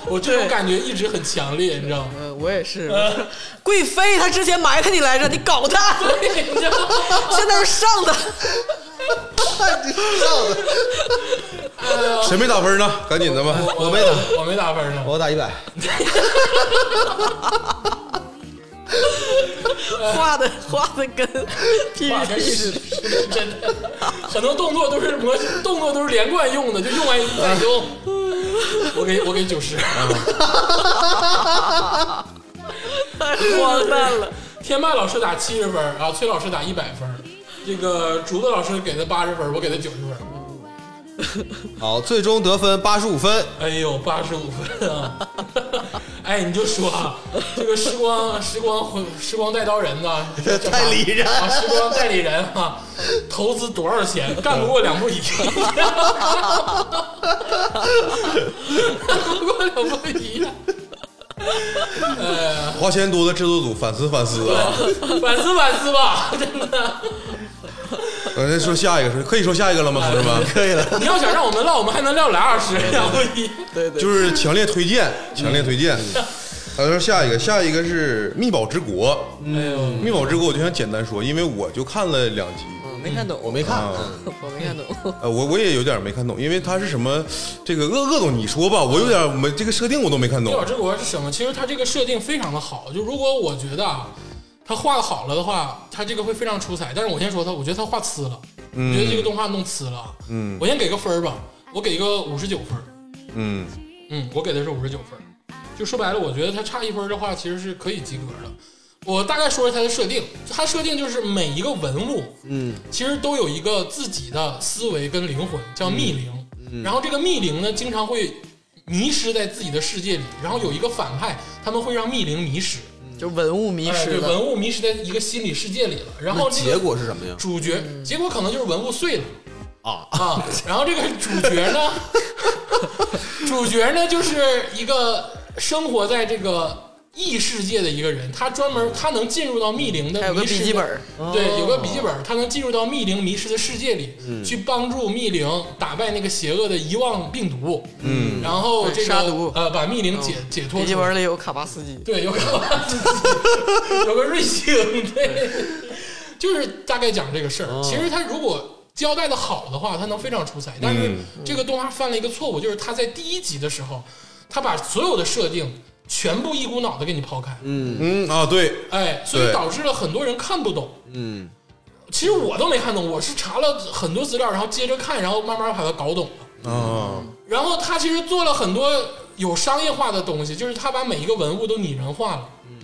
[SPEAKER 2] 我这种感觉一直很强烈，你知道吗？
[SPEAKER 4] 呃，我也是， 贵妃她之前埋汰你来着，你搞她，
[SPEAKER 2] 你知道吗？
[SPEAKER 4] 现在是上她，
[SPEAKER 3] 谁没打分呢？赶紧的吧。
[SPEAKER 2] 我没打，我没打分呢。
[SPEAKER 5] 我打一百，
[SPEAKER 4] 画的画的跟
[SPEAKER 2] 真
[SPEAKER 4] PPT 似
[SPEAKER 2] 是
[SPEAKER 4] 的。
[SPEAKER 2] 真的，很多动作都是模动作都是连贯用的，就用完一再用。我给我给九十，
[SPEAKER 4] 太荒诞了。
[SPEAKER 2] 天霸老师打七十分儿啊，崔老师打一百分儿，这个竹子老师给他八十分儿，我给他九十分儿。
[SPEAKER 5] 好，最终得分八十五分，
[SPEAKER 2] 哎呦，八十五分啊！ 哎，你就说啊，这个时光时光回时光带刀人呐、 代理人啊，时光代理人啊，投资多少钱干不过两 步一，干不过两步一。
[SPEAKER 3] 花钱多的制作组反思反思啊。
[SPEAKER 2] 反思反思吧，真的。
[SPEAKER 3] 呃，再说下一个，可以说下一个了吗，同志们？
[SPEAKER 5] 可以了。
[SPEAKER 2] 你要想让我们唠，我们还能唠俩小时，两步一。
[SPEAKER 3] 就是强烈推荐，强烈推荐。咱说下一个，下一个是《密宝之国》。
[SPEAKER 2] 哎呦，
[SPEAKER 3] 《密宝之国》我就想简单说，因为我就看了两集，
[SPEAKER 4] 我没看懂，我
[SPEAKER 5] 没看，
[SPEAKER 3] 啊
[SPEAKER 4] 我没看懂。
[SPEAKER 3] 呃，我我也有点没看懂，因为它是什么，这个恶恶总你说吧，我有点没这个设定我都没看
[SPEAKER 2] 《密
[SPEAKER 3] 懂
[SPEAKER 2] 宝。之国》是什么？其实它这个设定非常的好，就如果我觉得啊，它画好了的话，它这个会非常出彩。但是我先说它，我觉得它画呲了，我觉得这个动画弄呲了。嗯，我先给个分儿吧，我给一个五十九分儿。
[SPEAKER 3] 嗯，
[SPEAKER 2] 嗯，我给的是五十九分儿。就说白了，我觉得它差一分儿的话，其实是可以及格的。我大概说一下它的设定，它设定就是每一个文物，嗯，其实都有一个自己的思维跟灵魂，叫
[SPEAKER 4] 嗯
[SPEAKER 2] 密灵。然后这个密灵呢，经常会迷失在自己的世界里，然后有一个反派，他们会让密灵迷失，
[SPEAKER 4] 嗯就文物迷
[SPEAKER 2] 哎
[SPEAKER 4] 失
[SPEAKER 2] 对，
[SPEAKER 4] 了，
[SPEAKER 2] 文物迷失在一个心理世界里了。然后
[SPEAKER 5] 那
[SPEAKER 2] 这个
[SPEAKER 5] 结果是什么呀？
[SPEAKER 4] 嗯
[SPEAKER 2] 主角，结果可能就是文物碎了，
[SPEAKER 5] 啊，
[SPEAKER 2] 啊，然后这个主角呢，主角呢就是一个生活在这个异世界的一个人，他专门他能进入到密林的
[SPEAKER 4] 还有个
[SPEAKER 2] 迷失
[SPEAKER 4] 笔
[SPEAKER 2] 的
[SPEAKER 4] 记本儿，
[SPEAKER 2] 对，有个笔记本儿，他能进入到密林迷失的世界里，去帮助密林打败那个邪恶的遗忘病毒，嗯，然后这
[SPEAKER 4] 对杀毒
[SPEAKER 2] 个呃把密林解解脱
[SPEAKER 4] 笔记
[SPEAKER 2] 出来
[SPEAKER 4] 本里有卡巴斯基，
[SPEAKER 2] 对，有个万斯基，有个瑞幸，对，就是大概讲这个事儿。
[SPEAKER 3] 哦
[SPEAKER 2] 其实他如果交代的好的话，他能非常出彩。但是
[SPEAKER 3] 嗯
[SPEAKER 2] 这个动画犯了一个错误，就是他在第一集的时候，他把所有的设定全部一股脑的给你抛开，
[SPEAKER 3] 嗯啊，对，
[SPEAKER 2] 哎，所以
[SPEAKER 3] 对
[SPEAKER 2] 导致了很多人看不懂。嗯，其实我都没看懂，我是查了很多资料，然后接着看，然后慢慢把它搞懂了。
[SPEAKER 3] 啊，
[SPEAKER 2] 然后他其实做了很多有商业化的东西，就是他把每一个文物都拟人化了。嗯，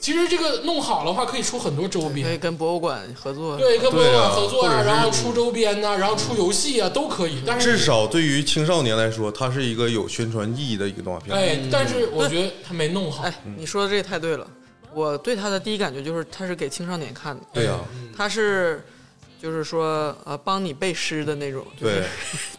[SPEAKER 2] 其实这个弄好的话，可以出很多周
[SPEAKER 4] 可以
[SPEAKER 2] 边，
[SPEAKER 4] 跟博物馆合作。
[SPEAKER 2] 对，跟博物
[SPEAKER 3] 对
[SPEAKER 2] 馆
[SPEAKER 3] 啊
[SPEAKER 2] 合作啊，
[SPEAKER 3] 或者是
[SPEAKER 2] 然后出周边呐、然后出游戏啊，都可以。但
[SPEAKER 3] 至
[SPEAKER 2] 是，
[SPEAKER 3] 少对于青少年来说，它是一个有宣传意义的一个动画片。
[SPEAKER 2] 哎，但是我觉得他没弄好
[SPEAKER 4] 嗯哎。，你说的这个太对了。我对他的第一感觉就是，他是给青少年看的，哎
[SPEAKER 3] 对啊呀、
[SPEAKER 4] 他是就是说呃帮你背诗的那种。
[SPEAKER 3] 对，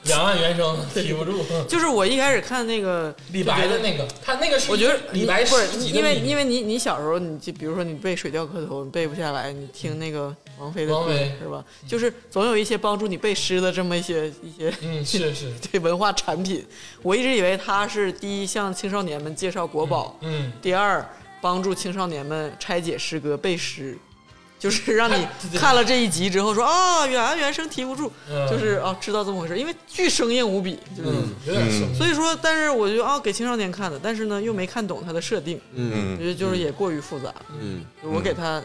[SPEAKER 2] 两岸猿声 提不住，
[SPEAKER 4] 就是我一开始看那个
[SPEAKER 2] 李白的，那个，他那个是
[SPEAKER 4] 我觉得
[SPEAKER 2] 李白
[SPEAKER 4] 不
[SPEAKER 2] 诗
[SPEAKER 4] 是
[SPEAKER 2] 集的
[SPEAKER 4] 因为
[SPEAKER 2] 名字
[SPEAKER 4] 因为你你小时候你就比如说你背《水调歌头》，你背不下来，你听那个王菲的
[SPEAKER 2] 王
[SPEAKER 4] 歌
[SPEAKER 2] 菲
[SPEAKER 4] 是吧？就是总有一些帮助你背诗的这么一些一些
[SPEAKER 2] 嗯是是
[SPEAKER 4] 对文化产品。我一直以为它是第一向青少年们介绍国宝，
[SPEAKER 2] 嗯，
[SPEAKER 4] 第二，帮助青少年们拆解诗歌、背诗， 就是让你
[SPEAKER 2] 对
[SPEAKER 4] 看了这一集之后说啊，原来原声提不住，
[SPEAKER 2] 嗯
[SPEAKER 4] 就是啊，知道这么回事，因为巨生硬无比，就是。
[SPEAKER 2] 嗯有点生
[SPEAKER 4] 所以说，但是我觉得啊，给青少年看的，但是呢又没看懂它的设定，我
[SPEAKER 3] 嗯
[SPEAKER 4] 觉得就是也过于复杂。嗯，我给他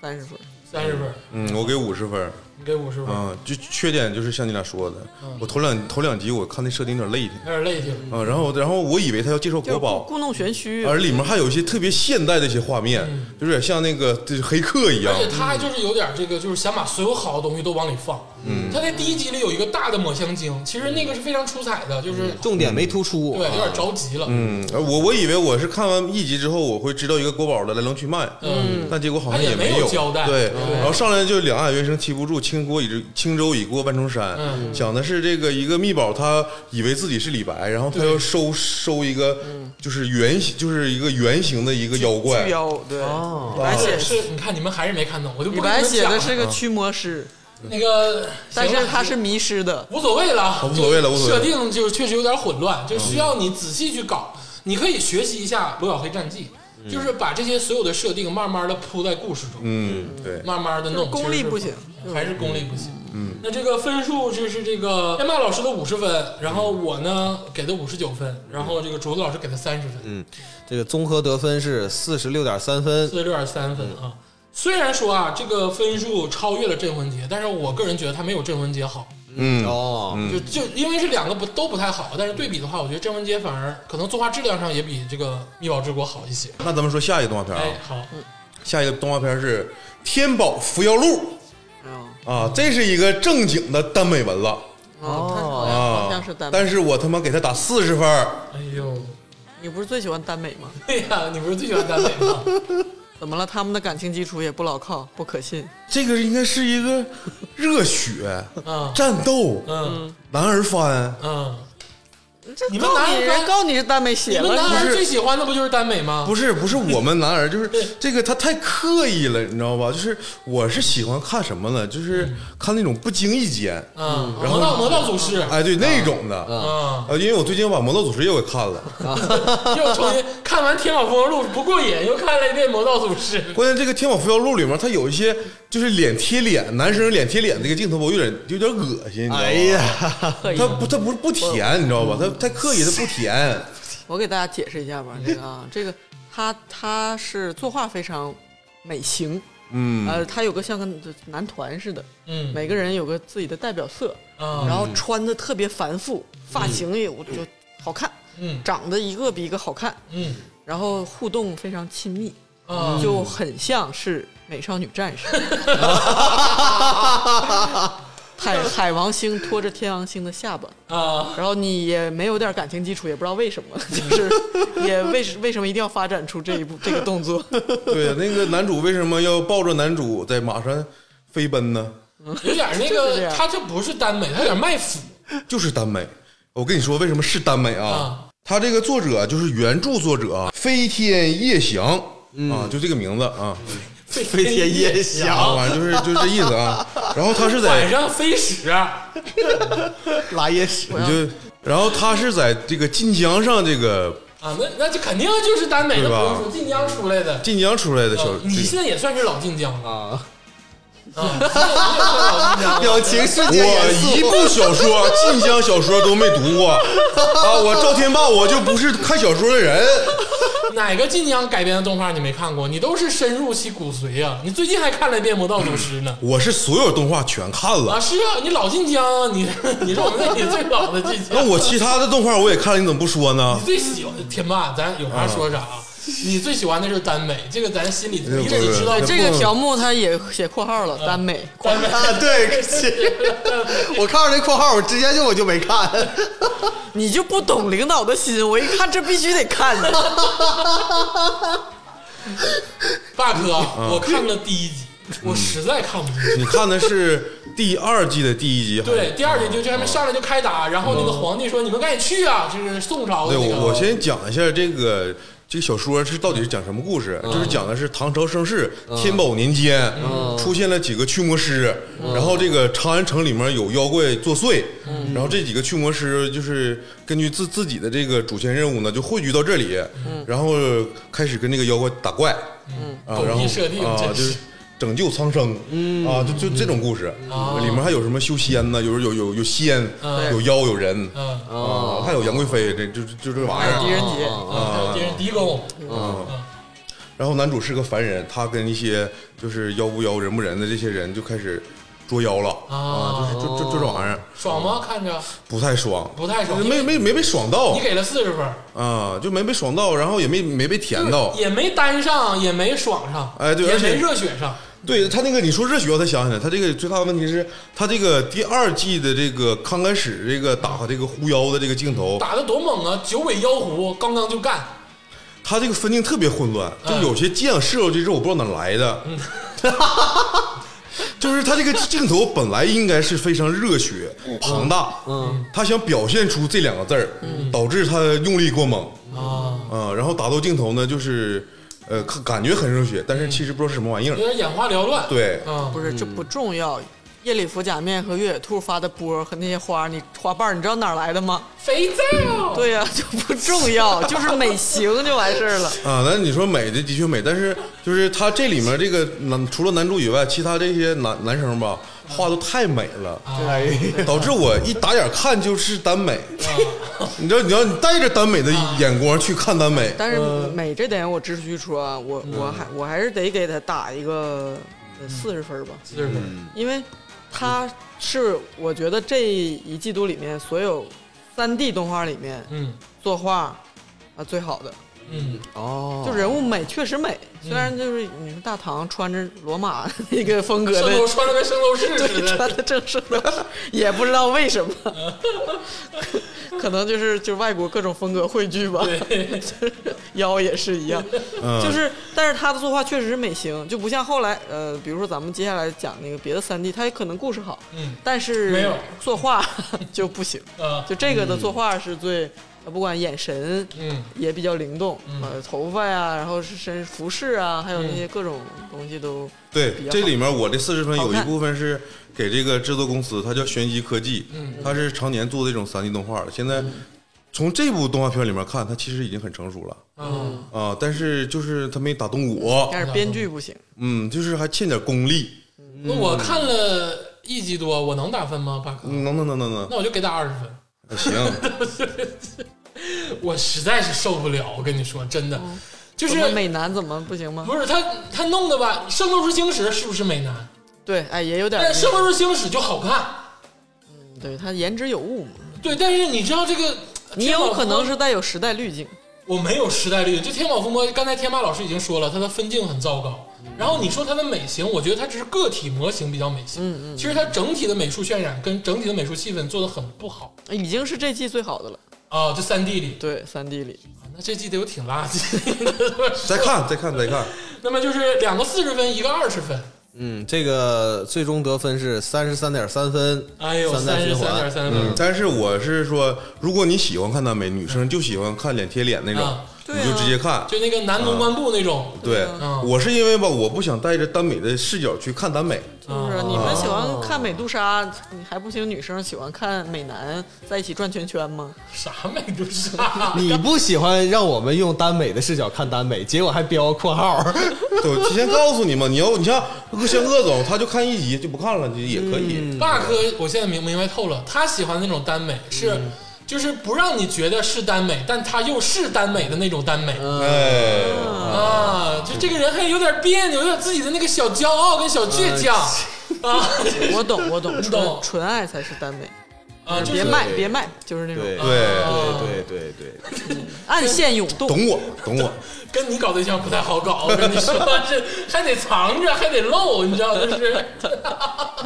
[SPEAKER 4] 三十分，
[SPEAKER 2] 三十分，
[SPEAKER 3] 嗯，我给五十分儿
[SPEAKER 2] 你给五十分，
[SPEAKER 3] 啊。就缺点就是像你俩说的，我头两头两集我看那设定有点累挺
[SPEAKER 2] 有点累挺。
[SPEAKER 3] 啊，然后然后我以为他要介绍
[SPEAKER 4] 就是
[SPEAKER 3] 国
[SPEAKER 4] 故
[SPEAKER 3] 宝，
[SPEAKER 4] 故弄玄虚。
[SPEAKER 3] 而里面还有一些特别现代的一些画面，就是有点像那个就是黑客一样
[SPEAKER 2] 而。且他就是有点这个，就是想把所有好的东西都往里放。嗯，他在第一集里有一个大的抹香鲸，其实那个是非常出彩的，就是
[SPEAKER 5] 重点没突出。
[SPEAKER 2] 对，有点着急了。
[SPEAKER 3] 嗯，而我我以为我是看完一集之后我会知道一个国宝的来龙去脉，
[SPEAKER 2] 嗯，
[SPEAKER 3] 但结果好像
[SPEAKER 2] 它也
[SPEAKER 3] 没
[SPEAKER 2] 没有交代嗯
[SPEAKER 3] 对，
[SPEAKER 2] 对
[SPEAKER 3] 然后上来就两岸猿声啼不住，轻国已至轻舟已过万重山，
[SPEAKER 2] 嗯
[SPEAKER 3] 讲的是这个一个密宝，他以为自己是李白，然后他
[SPEAKER 2] 对嗯
[SPEAKER 3] 要收收一个就是圆形，就是一个圆形的一个妖怪
[SPEAKER 4] 巨，妖对，李白
[SPEAKER 2] 是
[SPEAKER 4] 写
[SPEAKER 2] 是，你看你们还是没看懂，我就
[SPEAKER 4] 李
[SPEAKER 2] 不跟你
[SPEAKER 4] 白
[SPEAKER 2] 们
[SPEAKER 4] 写
[SPEAKER 2] 讲
[SPEAKER 4] 的
[SPEAKER 2] 了
[SPEAKER 4] 是个驱魔师，
[SPEAKER 2] 那个，
[SPEAKER 4] 但
[SPEAKER 2] 行
[SPEAKER 4] 是
[SPEAKER 2] 了
[SPEAKER 4] 他是迷失的。
[SPEAKER 2] 无所谓了，
[SPEAKER 3] 无所谓了无所谓了嗯
[SPEAKER 2] 设定就确实有点混乱，就需要你仔细去搞。你可以学习一下《罗小黑战记》，就是把这些所有的设定慢慢的铺在故事中。
[SPEAKER 3] 嗯，对，
[SPEAKER 2] 慢慢的弄，
[SPEAKER 4] 功
[SPEAKER 2] 其
[SPEAKER 4] 力
[SPEAKER 2] 实是
[SPEAKER 4] 不行，
[SPEAKER 2] 还是功力不行。嗯，那这个分数就是这个天霸老师的五十分，然后我呢给的五十九分，然后这个竹子老师给的三十分，
[SPEAKER 5] 嗯，这个综合得分是四十六点三分
[SPEAKER 2] 四，十六点三分啊。虽然说啊，这个分数超越了《镇魂街》，但是我个人觉得它没有《镇魂街》好，
[SPEAKER 3] 嗯，
[SPEAKER 5] 哦，
[SPEAKER 2] 就就因为是两个不都不太好，但是对比的话，我觉得《镇魂街》反而可能作画质量上也比这个《密宝之国》好一些。
[SPEAKER 3] 那咱们说下一个动画片
[SPEAKER 2] 哎
[SPEAKER 3] 啊，，
[SPEAKER 2] 好，
[SPEAKER 3] 下一个动画片是《天宝伏妖录
[SPEAKER 2] 哦
[SPEAKER 4] 嗯》
[SPEAKER 3] 啊，这是一个正经的耽美文了
[SPEAKER 4] 哦，他好像
[SPEAKER 3] 啊
[SPEAKER 4] 好像是耽美。
[SPEAKER 3] 但是我他妈给他打四十分儿，
[SPEAKER 2] 哎呦，
[SPEAKER 4] 你不是最喜欢耽美吗？
[SPEAKER 2] 对呀、你不是最喜欢耽美吗？
[SPEAKER 4] 怎么了？他们的感情基础也不牢靠，不可信。
[SPEAKER 3] 这个应该是一个热血
[SPEAKER 2] 啊，
[SPEAKER 3] 战斗
[SPEAKER 2] 嗯
[SPEAKER 3] 男儿番。
[SPEAKER 2] 嗯。
[SPEAKER 4] 这
[SPEAKER 2] 你们
[SPEAKER 4] 告
[SPEAKER 2] 男
[SPEAKER 4] 你
[SPEAKER 2] 人
[SPEAKER 4] 人告你是耽美写
[SPEAKER 2] 你们
[SPEAKER 4] 了，
[SPEAKER 2] 男
[SPEAKER 4] 是不
[SPEAKER 2] 孩
[SPEAKER 4] 是
[SPEAKER 2] 最喜欢的不就是耽美吗？
[SPEAKER 3] 不是不是我们男儿，就是
[SPEAKER 2] 对
[SPEAKER 3] 这个他太刻意了，你知道吧？就是我是喜欢看什么呢？就是看那种不经意间，
[SPEAKER 2] 嗯，
[SPEAKER 3] 然后
[SPEAKER 2] 魔道魔道祖师，
[SPEAKER 3] 哎，对那种的啊，
[SPEAKER 2] 嗯，
[SPEAKER 3] 因为我最近把《魔道祖师》又给看了，
[SPEAKER 2] 又重新看完《天宝风录》不过瘾，又看了一遍《魔道祖师》。
[SPEAKER 3] 关键这个《天网伏妖录》里面，它有一些就是脸贴脸，男生脸贴脸这个镜头，我有点有点恶心，你知道吗？
[SPEAKER 5] 哎呀，
[SPEAKER 4] 刻意
[SPEAKER 3] 他不他不是不甜，你知道吧？他太刻意，他不甜。
[SPEAKER 4] 我给大家解释一 下吧，这个啊，这个他他是作画非常美型，
[SPEAKER 3] 嗯
[SPEAKER 4] 呃，他有个像个男团似的，
[SPEAKER 2] 嗯
[SPEAKER 4] 每个人有个自己的代表色，
[SPEAKER 2] 啊
[SPEAKER 4] 然后穿的特别繁复，发型也我就好看，
[SPEAKER 2] 嗯
[SPEAKER 4] 长得一个比一个好看，
[SPEAKER 2] 嗯
[SPEAKER 4] 然后互动非常亲密，
[SPEAKER 2] 啊，
[SPEAKER 4] 就很像是美少女战 士。海海王星拖着天王星的下巴，
[SPEAKER 2] 啊，
[SPEAKER 4] 然后你也没有点感情基础，也不知道为什 么，就是也为什为什么一定要发展出这一步这个 动作？
[SPEAKER 3] 对，那个男主为什么要抱着男主在马上飞奔呢？
[SPEAKER 2] 有点那
[SPEAKER 4] 就是这
[SPEAKER 2] 个，
[SPEAKER 4] 样
[SPEAKER 2] 他这不是耽美，他有点卖腐
[SPEAKER 3] 就是耽美。我跟你说，为什么是耽美啊
[SPEAKER 2] 啊？
[SPEAKER 3] 他这个作者就是原著作者啊，飞天夜翔
[SPEAKER 2] 嗯
[SPEAKER 3] 啊，就这个名字啊，
[SPEAKER 5] 飞天夜
[SPEAKER 3] 啊，
[SPEAKER 5] 翔
[SPEAKER 3] 反正就是就是这意思啊。然后他是在
[SPEAKER 2] 晚上飞屎，啊
[SPEAKER 5] 拉夜屎，
[SPEAKER 3] 你就，然后他是在这个晋江上这个
[SPEAKER 2] 啊，那那就肯定就是耽美的，
[SPEAKER 3] 对
[SPEAKER 2] 不
[SPEAKER 3] 吧
[SPEAKER 2] 用说晋江出来的。
[SPEAKER 3] 晋江出来的小
[SPEAKER 2] 呃，你
[SPEAKER 3] 这
[SPEAKER 2] 现在也算是老晋江了
[SPEAKER 5] 啊，
[SPEAKER 2] 啊，你也算老晋江了。
[SPEAKER 5] 表情瞬
[SPEAKER 3] 我
[SPEAKER 5] 间严肃。
[SPEAKER 3] 一部小说，晋江小说都没读过啊！我赵天霸，我就不是看小说的人。
[SPEAKER 2] 哪个晋江改编的动画你没看过？你都是深入其骨髓啊！你最近还看了一遍《魔道祖师》呢。
[SPEAKER 3] 我是所有动画全看
[SPEAKER 2] 啊，
[SPEAKER 3] 了，
[SPEAKER 2] 是啊，你老晋江啊，你你是我们那里最老的晋江。
[SPEAKER 3] 那我其他的动画我也看了，你怎么不说呢
[SPEAKER 2] 你？最喜欢天霸，咱有啥说啥啊。你最喜欢的就是耽美，这个咱心里一直知道
[SPEAKER 3] 哎。
[SPEAKER 4] 这个条目嗯他也写括号了，耽美。
[SPEAKER 2] 耽美，
[SPEAKER 5] 啊，对， 我看到那括号，我直接就我就没看。
[SPEAKER 4] 你就不懂领导的心，我一看这必须得 看。
[SPEAKER 2] 霸哥，
[SPEAKER 3] 啊
[SPEAKER 2] 我看了第一集，我实在看不进去。
[SPEAKER 3] 你看的是第二季的第一集，
[SPEAKER 2] 对，第二集就这还没上来就开打，然后那个皇帝说：“你们赶紧去啊！”就是宋朝的
[SPEAKER 3] 嗯对，
[SPEAKER 2] 那个。
[SPEAKER 3] 我我先讲一下这个这个小说是到底是讲什么故事，
[SPEAKER 2] 嗯
[SPEAKER 3] 就是讲的是唐朝盛世天宝年间
[SPEAKER 2] 嗯
[SPEAKER 3] 出现了几个驱魔师，然后这个长安城里面有妖怪作祟，
[SPEAKER 2] 嗯
[SPEAKER 3] 然后这几个驱魔师就是根据自自己的这个主线任务呢，就汇聚到这里，
[SPEAKER 2] 嗯
[SPEAKER 3] 然后开始跟这个妖怪打怪，啊，
[SPEAKER 2] 狗屁
[SPEAKER 3] 然后
[SPEAKER 2] 嗯设定嗯
[SPEAKER 3] 啊
[SPEAKER 2] 真是
[SPEAKER 3] 就是。拯救苍生，啊，就就这种故事，
[SPEAKER 2] 哦
[SPEAKER 3] 里面还有什么修仙呢？有有有有仙，
[SPEAKER 2] 嗯
[SPEAKER 3] 有妖，有人，
[SPEAKER 2] 嗯，
[SPEAKER 3] 啊，还有杨贵妃，这就就就这玩意
[SPEAKER 4] 还
[SPEAKER 3] 儿啊
[SPEAKER 4] 有狄。仁杰，
[SPEAKER 2] 嗯敌人狄公，
[SPEAKER 3] 然后男主是个凡人，他跟一些就是妖不妖、人不人的这些人就开始捉妖了
[SPEAKER 2] 啊
[SPEAKER 3] 啊，就是哦就就就这玩意儿
[SPEAKER 2] 爽吗？看着
[SPEAKER 3] 不太爽，
[SPEAKER 2] 不太爽
[SPEAKER 3] 就是没没没被爽到
[SPEAKER 2] 你给了四十分，
[SPEAKER 3] 啊，就没被爽到，然后也没没被甜到。
[SPEAKER 2] 也没单上，也没爽上，
[SPEAKER 3] 哎对
[SPEAKER 2] 也
[SPEAKER 3] 而且
[SPEAKER 2] 没热血上，
[SPEAKER 3] 对他那个你说热血，我才想起来，他这个最大的问题是，他这个第二季的这个刚开始这个打这个狐妖的这个镜头，
[SPEAKER 2] 打的多猛啊！九尾妖狐刚刚就干，
[SPEAKER 3] 他这个分镜特别混乱，就有些技想射出去之后，我不知道哪来的。就是他这个镜头本来应该是非常热血庞大，嗯，他想表现出这两个字儿，导致他用力过猛
[SPEAKER 2] 啊，
[SPEAKER 3] 啊、然后打斗镜头呢，就是呃看感觉很热血，但是其实不知道是什么玩意儿
[SPEAKER 2] 有。点眼花缭乱。，
[SPEAKER 3] 对，
[SPEAKER 2] 嗯，
[SPEAKER 4] 不是这不重要。夜里服假面和越野兔发的波和那些花，你花瓣儿你知道哪儿来的吗？
[SPEAKER 2] 肥皂，
[SPEAKER 4] 对呀、就不重 要，就是美型就完事儿了。
[SPEAKER 3] 啊，那你说美的的确美，但是就是他这里面这个男除了男主以外，其他这些男男生吧，画都太美了，
[SPEAKER 5] 哎，
[SPEAKER 3] 导致我一打眼看就是耽美， 你知道，你要你带着耽美的
[SPEAKER 4] 啊
[SPEAKER 3] 眼光去看耽美，
[SPEAKER 4] 但是
[SPEAKER 2] 嗯
[SPEAKER 4] 美这点我直须说啊，我我还我还是得给他打一个
[SPEAKER 2] 嗯
[SPEAKER 4] 四十分儿吧，
[SPEAKER 2] 四十分，
[SPEAKER 4] 因为他是我觉得这一季度里面所有三 D 动画里面
[SPEAKER 2] 嗯
[SPEAKER 4] 作画啊最好的，
[SPEAKER 2] 嗯，
[SPEAKER 5] 哦
[SPEAKER 4] 就人物美确实美，虽然就是你说大唐穿着罗马 那个风格
[SPEAKER 2] 圣
[SPEAKER 4] 的
[SPEAKER 2] 斗穿的跟圣斗士似
[SPEAKER 4] 对，
[SPEAKER 2] 的，
[SPEAKER 4] 穿的正式 的，也不知道为什么，可能就是就外国各种风格汇聚吧，就是 腰也是一样，
[SPEAKER 3] 嗯
[SPEAKER 4] 就是但是他的作画确实是美型，就不像后来呃，比如说咱们接下来讲那个别的三 D，他也可能故事好，
[SPEAKER 2] 嗯，
[SPEAKER 4] 但是
[SPEAKER 2] 没有
[SPEAKER 4] 作画 就不行，
[SPEAKER 2] 啊，
[SPEAKER 4] 就这个的作画是最。呃不管眼神，
[SPEAKER 2] 嗯，
[SPEAKER 4] 也比较灵动，呃，头发呀、然后是身服饰啊，还有
[SPEAKER 2] 嗯
[SPEAKER 4] 那些各种东西都，
[SPEAKER 3] 对
[SPEAKER 4] 比较，好
[SPEAKER 3] 这里面我这四十分有一
[SPEAKER 4] 好看
[SPEAKER 3] 部分是给这个制作公司，它叫玄机科技，
[SPEAKER 4] 嗯
[SPEAKER 3] 它是常年做这种三 D 动画的。现在从这部动画片里面看，它其实已经很成熟了
[SPEAKER 2] 嗯，
[SPEAKER 3] 啊、但是就是它没打动我，
[SPEAKER 4] 但是编剧不行，
[SPEAKER 3] 嗯，就是还欠点功力。
[SPEAKER 2] 那我看了一集多，我能打分吗，八哥？
[SPEAKER 3] 嗯能能能能能
[SPEAKER 2] 那我就给打二十分。，
[SPEAKER 3] 行，
[SPEAKER 2] 我实在是受不了，我跟你说，真的，就
[SPEAKER 4] 嗯怎么
[SPEAKER 2] 是
[SPEAKER 4] 美男怎么不行吗？
[SPEAKER 2] 不是他他弄的吧，《圣斗士星矢》是不是美男？
[SPEAKER 4] 对，哎，也有点
[SPEAKER 2] 但
[SPEAKER 4] 那
[SPEAKER 2] 《圣
[SPEAKER 4] 个，
[SPEAKER 2] 斗士星矢》就好看，
[SPEAKER 4] 对他言之有物嘛。
[SPEAKER 2] 对，但是你知道这个，
[SPEAKER 4] 你
[SPEAKER 2] 天马
[SPEAKER 4] 有
[SPEAKER 2] 风
[SPEAKER 4] 可能是带有时代滤镜，
[SPEAKER 2] 我没有时代力，就《天网风波》，刚才天霸老师已经说了，它的分镜很糟糕。然后你说它的美型，我觉得它只是个体模型比较美型，嗯嗯，其实它整体的美术渲染跟整体的美术气氛做的很不好
[SPEAKER 4] 已经是这季最好的了。
[SPEAKER 2] 啊，这三 D 里，啊
[SPEAKER 4] 对，三 D 里，
[SPEAKER 2] 那这季得有挺垃圾的。
[SPEAKER 3] 再看再看再看，
[SPEAKER 2] 那么就是两个四十分，一个二十分，
[SPEAKER 5] 嗯，这个最终得分是三十三点三分，
[SPEAKER 2] 哎呦，
[SPEAKER 5] 三代嗯
[SPEAKER 2] 三
[SPEAKER 5] 循
[SPEAKER 2] 十三
[SPEAKER 5] 环
[SPEAKER 2] 点。三
[SPEAKER 4] 嗯
[SPEAKER 2] 分，
[SPEAKER 3] 嗯但是我是说，如果你喜欢看耽美，女生就喜欢看脸贴脸那种
[SPEAKER 2] 啊，
[SPEAKER 4] 对啊
[SPEAKER 3] 你就直接看。
[SPEAKER 2] 就那个男公关部那
[SPEAKER 5] 啊
[SPEAKER 2] 种，
[SPEAKER 3] 对
[SPEAKER 2] 嗯，
[SPEAKER 3] 我是因为吧，我不想带着耽美的视角去看耽美，
[SPEAKER 4] 就是啊你们喜欢看美杜莎，你还不行？女生喜欢看美男在一起转圈圈吗？
[SPEAKER 2] 啥美杜莎？
[SPEAKER 5] 你不喜欢让我们用耽美的视角看耽美，结果还标括号，
[SPEAKER 3] 对，我提前告诉你嘛，你要你像像鄂总，他就看一集就不看了，就也可以。
[SPEAKER 2] 大哥，我现在明明白透了，他喜欢那种耽美是。
[SPEAKER 5] 嗯
[SPEAKER 2] 就是不让你觉得是耽美，但他又是耽美的那种耽美、
[SPEAKER 3] 哎，
[SPEAKER 2] 啊！就这个人还有点别扭，有点自己的那个小骄傲跟小倔强啊
[SPEAKER 4] 我懂，我懂，
[SPEAKER 2] 懂
[SPEAKER 4] 纯纯爱才是耽美，
[SPEAKER 2] 啊！就是
[SPEAKER 4] 别卖，别卖，就是那种
[SPEAKER 5] 啊
[SPEAKER 3] 对，
[SPEAKER 5] 对对对 对，
[SPEAKER 4] 暗线涌动。
[SPEAKER 3] 懂我，懂我。
[SPEAKER 2] 跟你搞对象不太好搞，我跟你说，这还得藏着，还得露，你知道就是。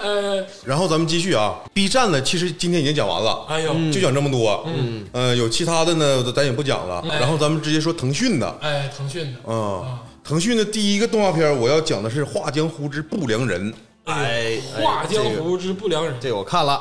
[SPEAKER 2] 呃，
[SPEAKER 3] 然后咱们继续啊，B 站呢，其实今天已经讲完了，
[SPEAKER 2] 哎呦，
[SPEAKER 3] 就讲这么多。嗯，呃，有其他的呢，咱也不讲了。
[SPEAKER 2] 哎
[SPEAKER 3] 然后咱们直接说腾讯的，
[SPEAKER 2] 哎，腾讯的，
[SPEAKER 3] 嗯，腾讯的第一个动画片，我要讲的是《画江湖之不良人》。
[SPEAKER 5] 哎，哎
[SPEAKER 2] 画江
[SPEAKER 5] 这个
[SPEAKER 2] 湖之不良人，
[SPEAKER 5] 这个我看了，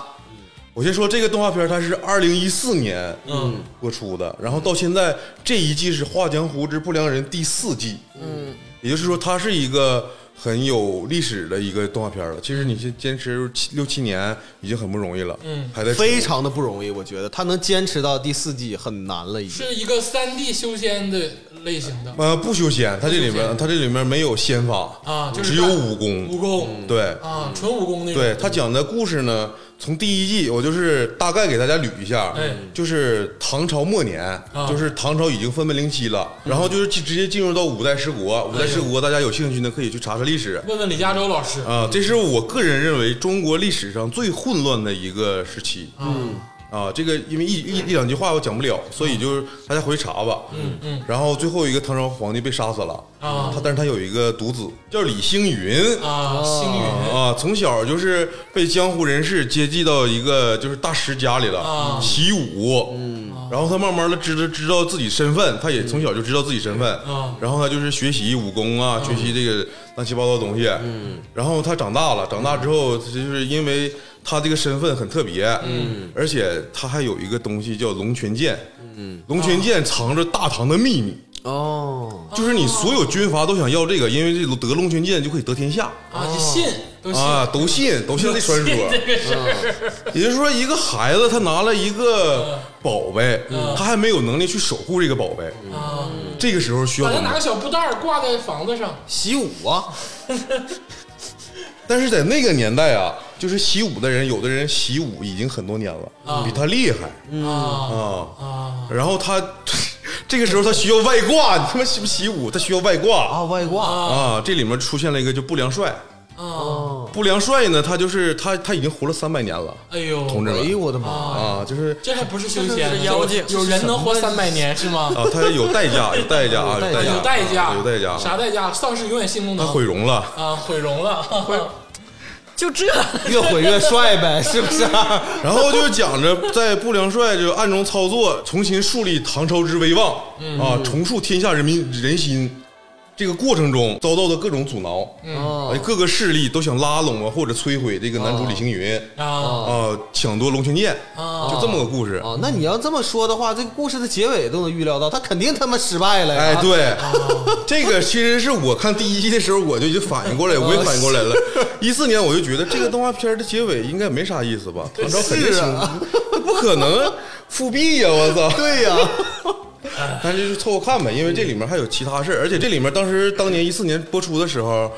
[SPEAKER 3] 我先说这个动画片，它是二零一四年
[SPEAKER 2] 嗯
[SPEAKER 3] 播出的，然后到现在这一季是《画江湖之不良人》第四季，嗯，也就是说它是一个很有历史的一个动画片了。其实你是坚持七六七年已经很不容易了，
[SPEAKER 2] 嗯
[SPEAKER 3] 还在出
[SPEAKER 5] 非常的不容易，我觉得他能坚持到第四季很难了，已经。
[SPEAKER 2] 是一个三 D 修仙的类型的
[SPEAKER 3] 呃不修仙，它这里
[SPEAKER 2] 不修
[SPEAKER 3] 面
[SPEAKER 2] 仙
[SPEAKER 3] 它这里面没有仙法
[SPEAKER 2] 啊就是
[SPEAKER 3] 只有武功，
[SPEAKER 2] 武功，
[SPEAKER 3] 对。
[SPEAKER 2] 啊，纯武功那种，
[SPEAKER 3] 嗯对他讲的故事呢，从第一季我就是大概给大家捋一下，
[SPEAKER 2] 哎啊
[SPEAKER 3] 就是唐朝末年，就是唐朝已经分崩离析了，然后就是直接进入到五代十
[SPEAKER 2] 哎
[SPEAKER 3] 国。五代十国，大家有兴趣呢可以去查查历史
[SPEAKER 2] 问问李嘉洲老师，
[SPEAKER 3] 啊。这是我个人认为中国历史上最混乱的一个时期。嗯。啊，这个因为一一一两句话我讲不了，所以就是大家回去查吧。嗯嗯。然后最后一个唐朝皇帝被杀死了
[SPEAKER 2] 啊
[SPEAKER 3] 他但是他有一个独子叫李星云
[SPEAKER 2] 啊，星云
[SPEAKER 3] 啊，从小就是被江湖人士接济到一个就是大师家里了，
[SPEAKER 2] 啊
[SPEAKER 3] 习武，嗯，然后他慢慢的知道知道自己身份，他也从小就知道自己身份，
[SPEAKER 2] 啊
[SPEAKER 3] 然后他就是学习武功啊，学习这个乱七八糟的东西，嗯，然后他长大了，长大之后就是因为他这个身份很特别，嗯，而且他还有一个东西叫龙泉剑，嗯，龙泉剑藏着大唐的秘密。
[SPEAKER 5] 哦，
[SPEAKER 3] 就是你所有军阀都想要这个，因为这得龙泉剑就可以得天下。
[SPEAKER 2] 啊，你信都信
[SPEAKER 3] 啊，都信都信这传说，
[SPEAKER 2] 这个事儿
[SPEAKER 3] 啊也就是说，一个孩子他拿了一个宝贝，
[SPEAKER 2] 嗯
[SPEAKER 3] 他还没有能力去守护这个宝贝，
[SPEAKER 2] 啊，
[SPEAKER 3] 这个时候需要
[SPEAKER 2] 把他
[SPEAKER 3] 我
[SPEAKER 2] 拿
[SPEAKER 3] 们
[SPEAKER 2] 个。小布袋儿挂在房子上，
[SPEAKER 5] 习武啊，
[SPEAKER 3] 但是在那个年代啊，就是习武的人，有的人习武已经很多年了，比他厉害
[SPEAKER 2] 啊
[SPEAKER 3] 啊。
[SPEAKER 2] 啊，
[SPEAKER 3] 然后他这个时候他需要外挂，你他妈习不习武？他需要外挂
[SPEAKER 5] 啊，外挂，
[SPEAKER 3] 啊！这里面出现了一个就不良帅，
[SPEAKER 2] 哦
[SPEAKER 3] 不良帅呢，他就是他他已经活了三百年了，
[SPEAKER 2] 哎呦，
[SPEAKER 3] 同志
[SPEAKER 5] 哎
[SPEAKER 3] 们
[SPEAKER 5] 呦我的妈！
[SPEAKER 3] 啊，就是
[SPEAKER 2] 这还不是修仙，
[SPEAKER 4] 这是妖精
[SPEAKER 2] 有有人能活三百年是吗？
[SPEAKER 3] 啊，他有代价，有代价啊，有代价，
[SPEAKER 2] 有代价，
[SPEAKER 3] 有代价，啊
[SPEAKER 2] 啥代价？丧失永远性功
[SPEAKER 3] 他
[SPEAKER 2] 能，
[SPEAKER 3] 毁容了。
[SPEAKER 2] 啊，毁容了，
[SPEAKER 4] 就这，
[SPEAKER 5] 越毁越帅呗，是不是？
[SPEAKER 3] 然后就讲着在不良帅就暗中操作，重新树立唐朝之威望、
[SPEAKER 2] 嗯
[SPEAKER 3] 啊，重塑天下人民人心。这个过程中遭到的各种阻挠，
[SPEAKER 2] 嗯
[SPEAKER 5] 哦
[SPEAKER 3] 哎，各个势力都想拉拢啊，或者摧毁这个男主李星云、
[SPEAKER 2] 啊
[SPEAKER 3] 啊，抢夺龙泉剑，
[SPEAKER 2] 啊
[SPEAKER 3] 就这么个故事。
[SPEAKER 5] 哦，那你要这么说的话，这个故事的结尾都能预料到，他肯定他妈失败了呀！
[SPEAKER 3] 哎，对， 这个其实是我看第一季的时候我就已经反应过
[SPEAKER 5] 哦
[SPEAKER 3] 来，我也反应过来了。一四年我就觉得这个动画片的结尾应该没啥意思吧？唐朝肯定
[SPEAKER 5] 是
[SPEAKER 3] 行
[SPEAKER 5] 啊，
[SPEAKER 3] 不可能复辟呀！我操！
[SPEAKER 5] 对呀、
[SPEAKER 3] 但是就凑合看呗，因为这里面还有其他事儿，而且这里面当时当年一四年播出的时候，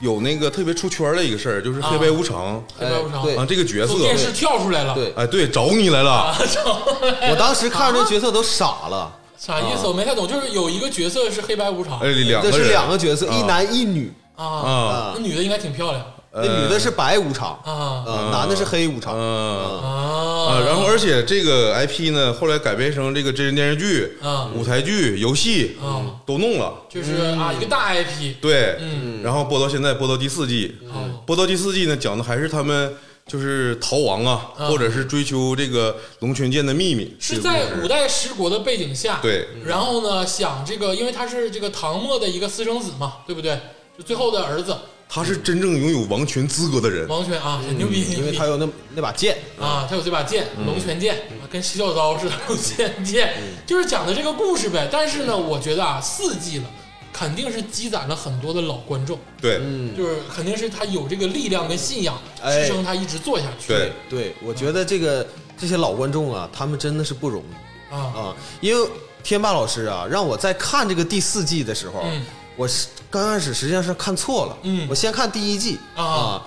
[SPEAKER 3] 有那个特别出圈的一个事儿，就是黑白无常
[SPEAKER 2] 黑白无常
[SPEAKER 5] 哎对
[SPEAKER 3] 啊这个角色
[SPEAKER 2] 从，电视跳出来了，
[SPEAKER 5] 对
[SPEAKER 3] 哎对，找你来
[SPEAKER 5] 啊
[SPEAKER 3] 了，
[SPEAKER 5] 我当时看着这角色都傻了，
[SPEAKER 2] 啥意思？我没太懂，就是有一个角色是黑白无常
[SPEAKER 3] 啊哎两个
[SPEAKER 5] 这
[SPEAKER 3] 人
[SPEAKER 5] 是两个角色，
[SPEAKER 3] 啊
[SPEAKER 5] 一男一女，
[SPEAKER 2] 啊，
[SPEAKER 3] 啊，
[SPEAKER 2] 那女的应该挺漂亮
[SPEAKER 5] 那女的是白无常，
[SPEAKER 2] 啊
[SPEAKER 5] 呃男的是黑无常，
[SPEAKER 3] 嗯啊，
[SPEAKER 2] 啊，
[SPEAKER 3] 然后而且这个 IP 呢，后来改编成这个真人电视剧
[SPEAKER 2] 啊、
[SPEAKER 3] 舞台剧、游戏
[SPEAKER 2] 啊
[SPEAKER 3] 都弄了，
[SPEAKER 2] 就是啊一个大 IP
[SPEAKER 3] 对，
[SPEAKER 2] 嗯
[SPEAKER 3] 然后播到现在，播到第四季，
[SPEAKER 2] 哦
[SPEAKER 3] 播到第四季呢，讲的还是他们就是逃亡啊，
[SPEAKER 2] 啊
[SPEAKER 3] 或者是追求这个龙泉剑的秘密，
[SPEAKER 2] 是在嗯五代十国的背景下，
[SPEAKER 3] 对
[SPEAKER 2] 然后呢，想这个，因为他是这个唐末的一个私生子嘛，对不对？就最后的儿子
[SPEAKER 3] 他是真正拥有王权资格的人。
[SPEAKER 2] 王权啊，很牛逼，
[SPEAKER 5] 嗯因
[SPEAKER 2] 牛
[SPEAKER 5] 为嗯
[SPEAKER 2] 逼
[SPEAKER 5] 他有那那把剑，
[SPEAKER 2] 啊，他有这把剑，龙泉剑，啊跟洗脚刀 似的龙泉剑，
[SPEAKER 5] 嗯
[SPEAKER 2] 就是讲的这个故事呗。但是呢，我觉得啊，四季了，肯定是积攒了很多的老观众，
[SPEAKER 3] 对，
[SPEAKER 2] 就是肯定是他有这个力量跟信仰
[SPEAKER 5] 嗯哎
[SPEAKER 2] 支撑他一直做下去。
[SPEAKER 3] 对
[SPEAKER 5] 对，我觉得这个这些老观众啊，他们真的是不容易
[SPEAKER 2] 啊，
[SPEAKER 5] 啊，因为天霸老师啊，让我在看这个第四季的时候，
[SPEAKER 2] 嗯
[SPEAKER 5] 我是刚开始实际上是看错了，
[SPEAKER 2] 嗯
[SPEAKER 5] 我先看第一季
[SPEAKER 2] 啊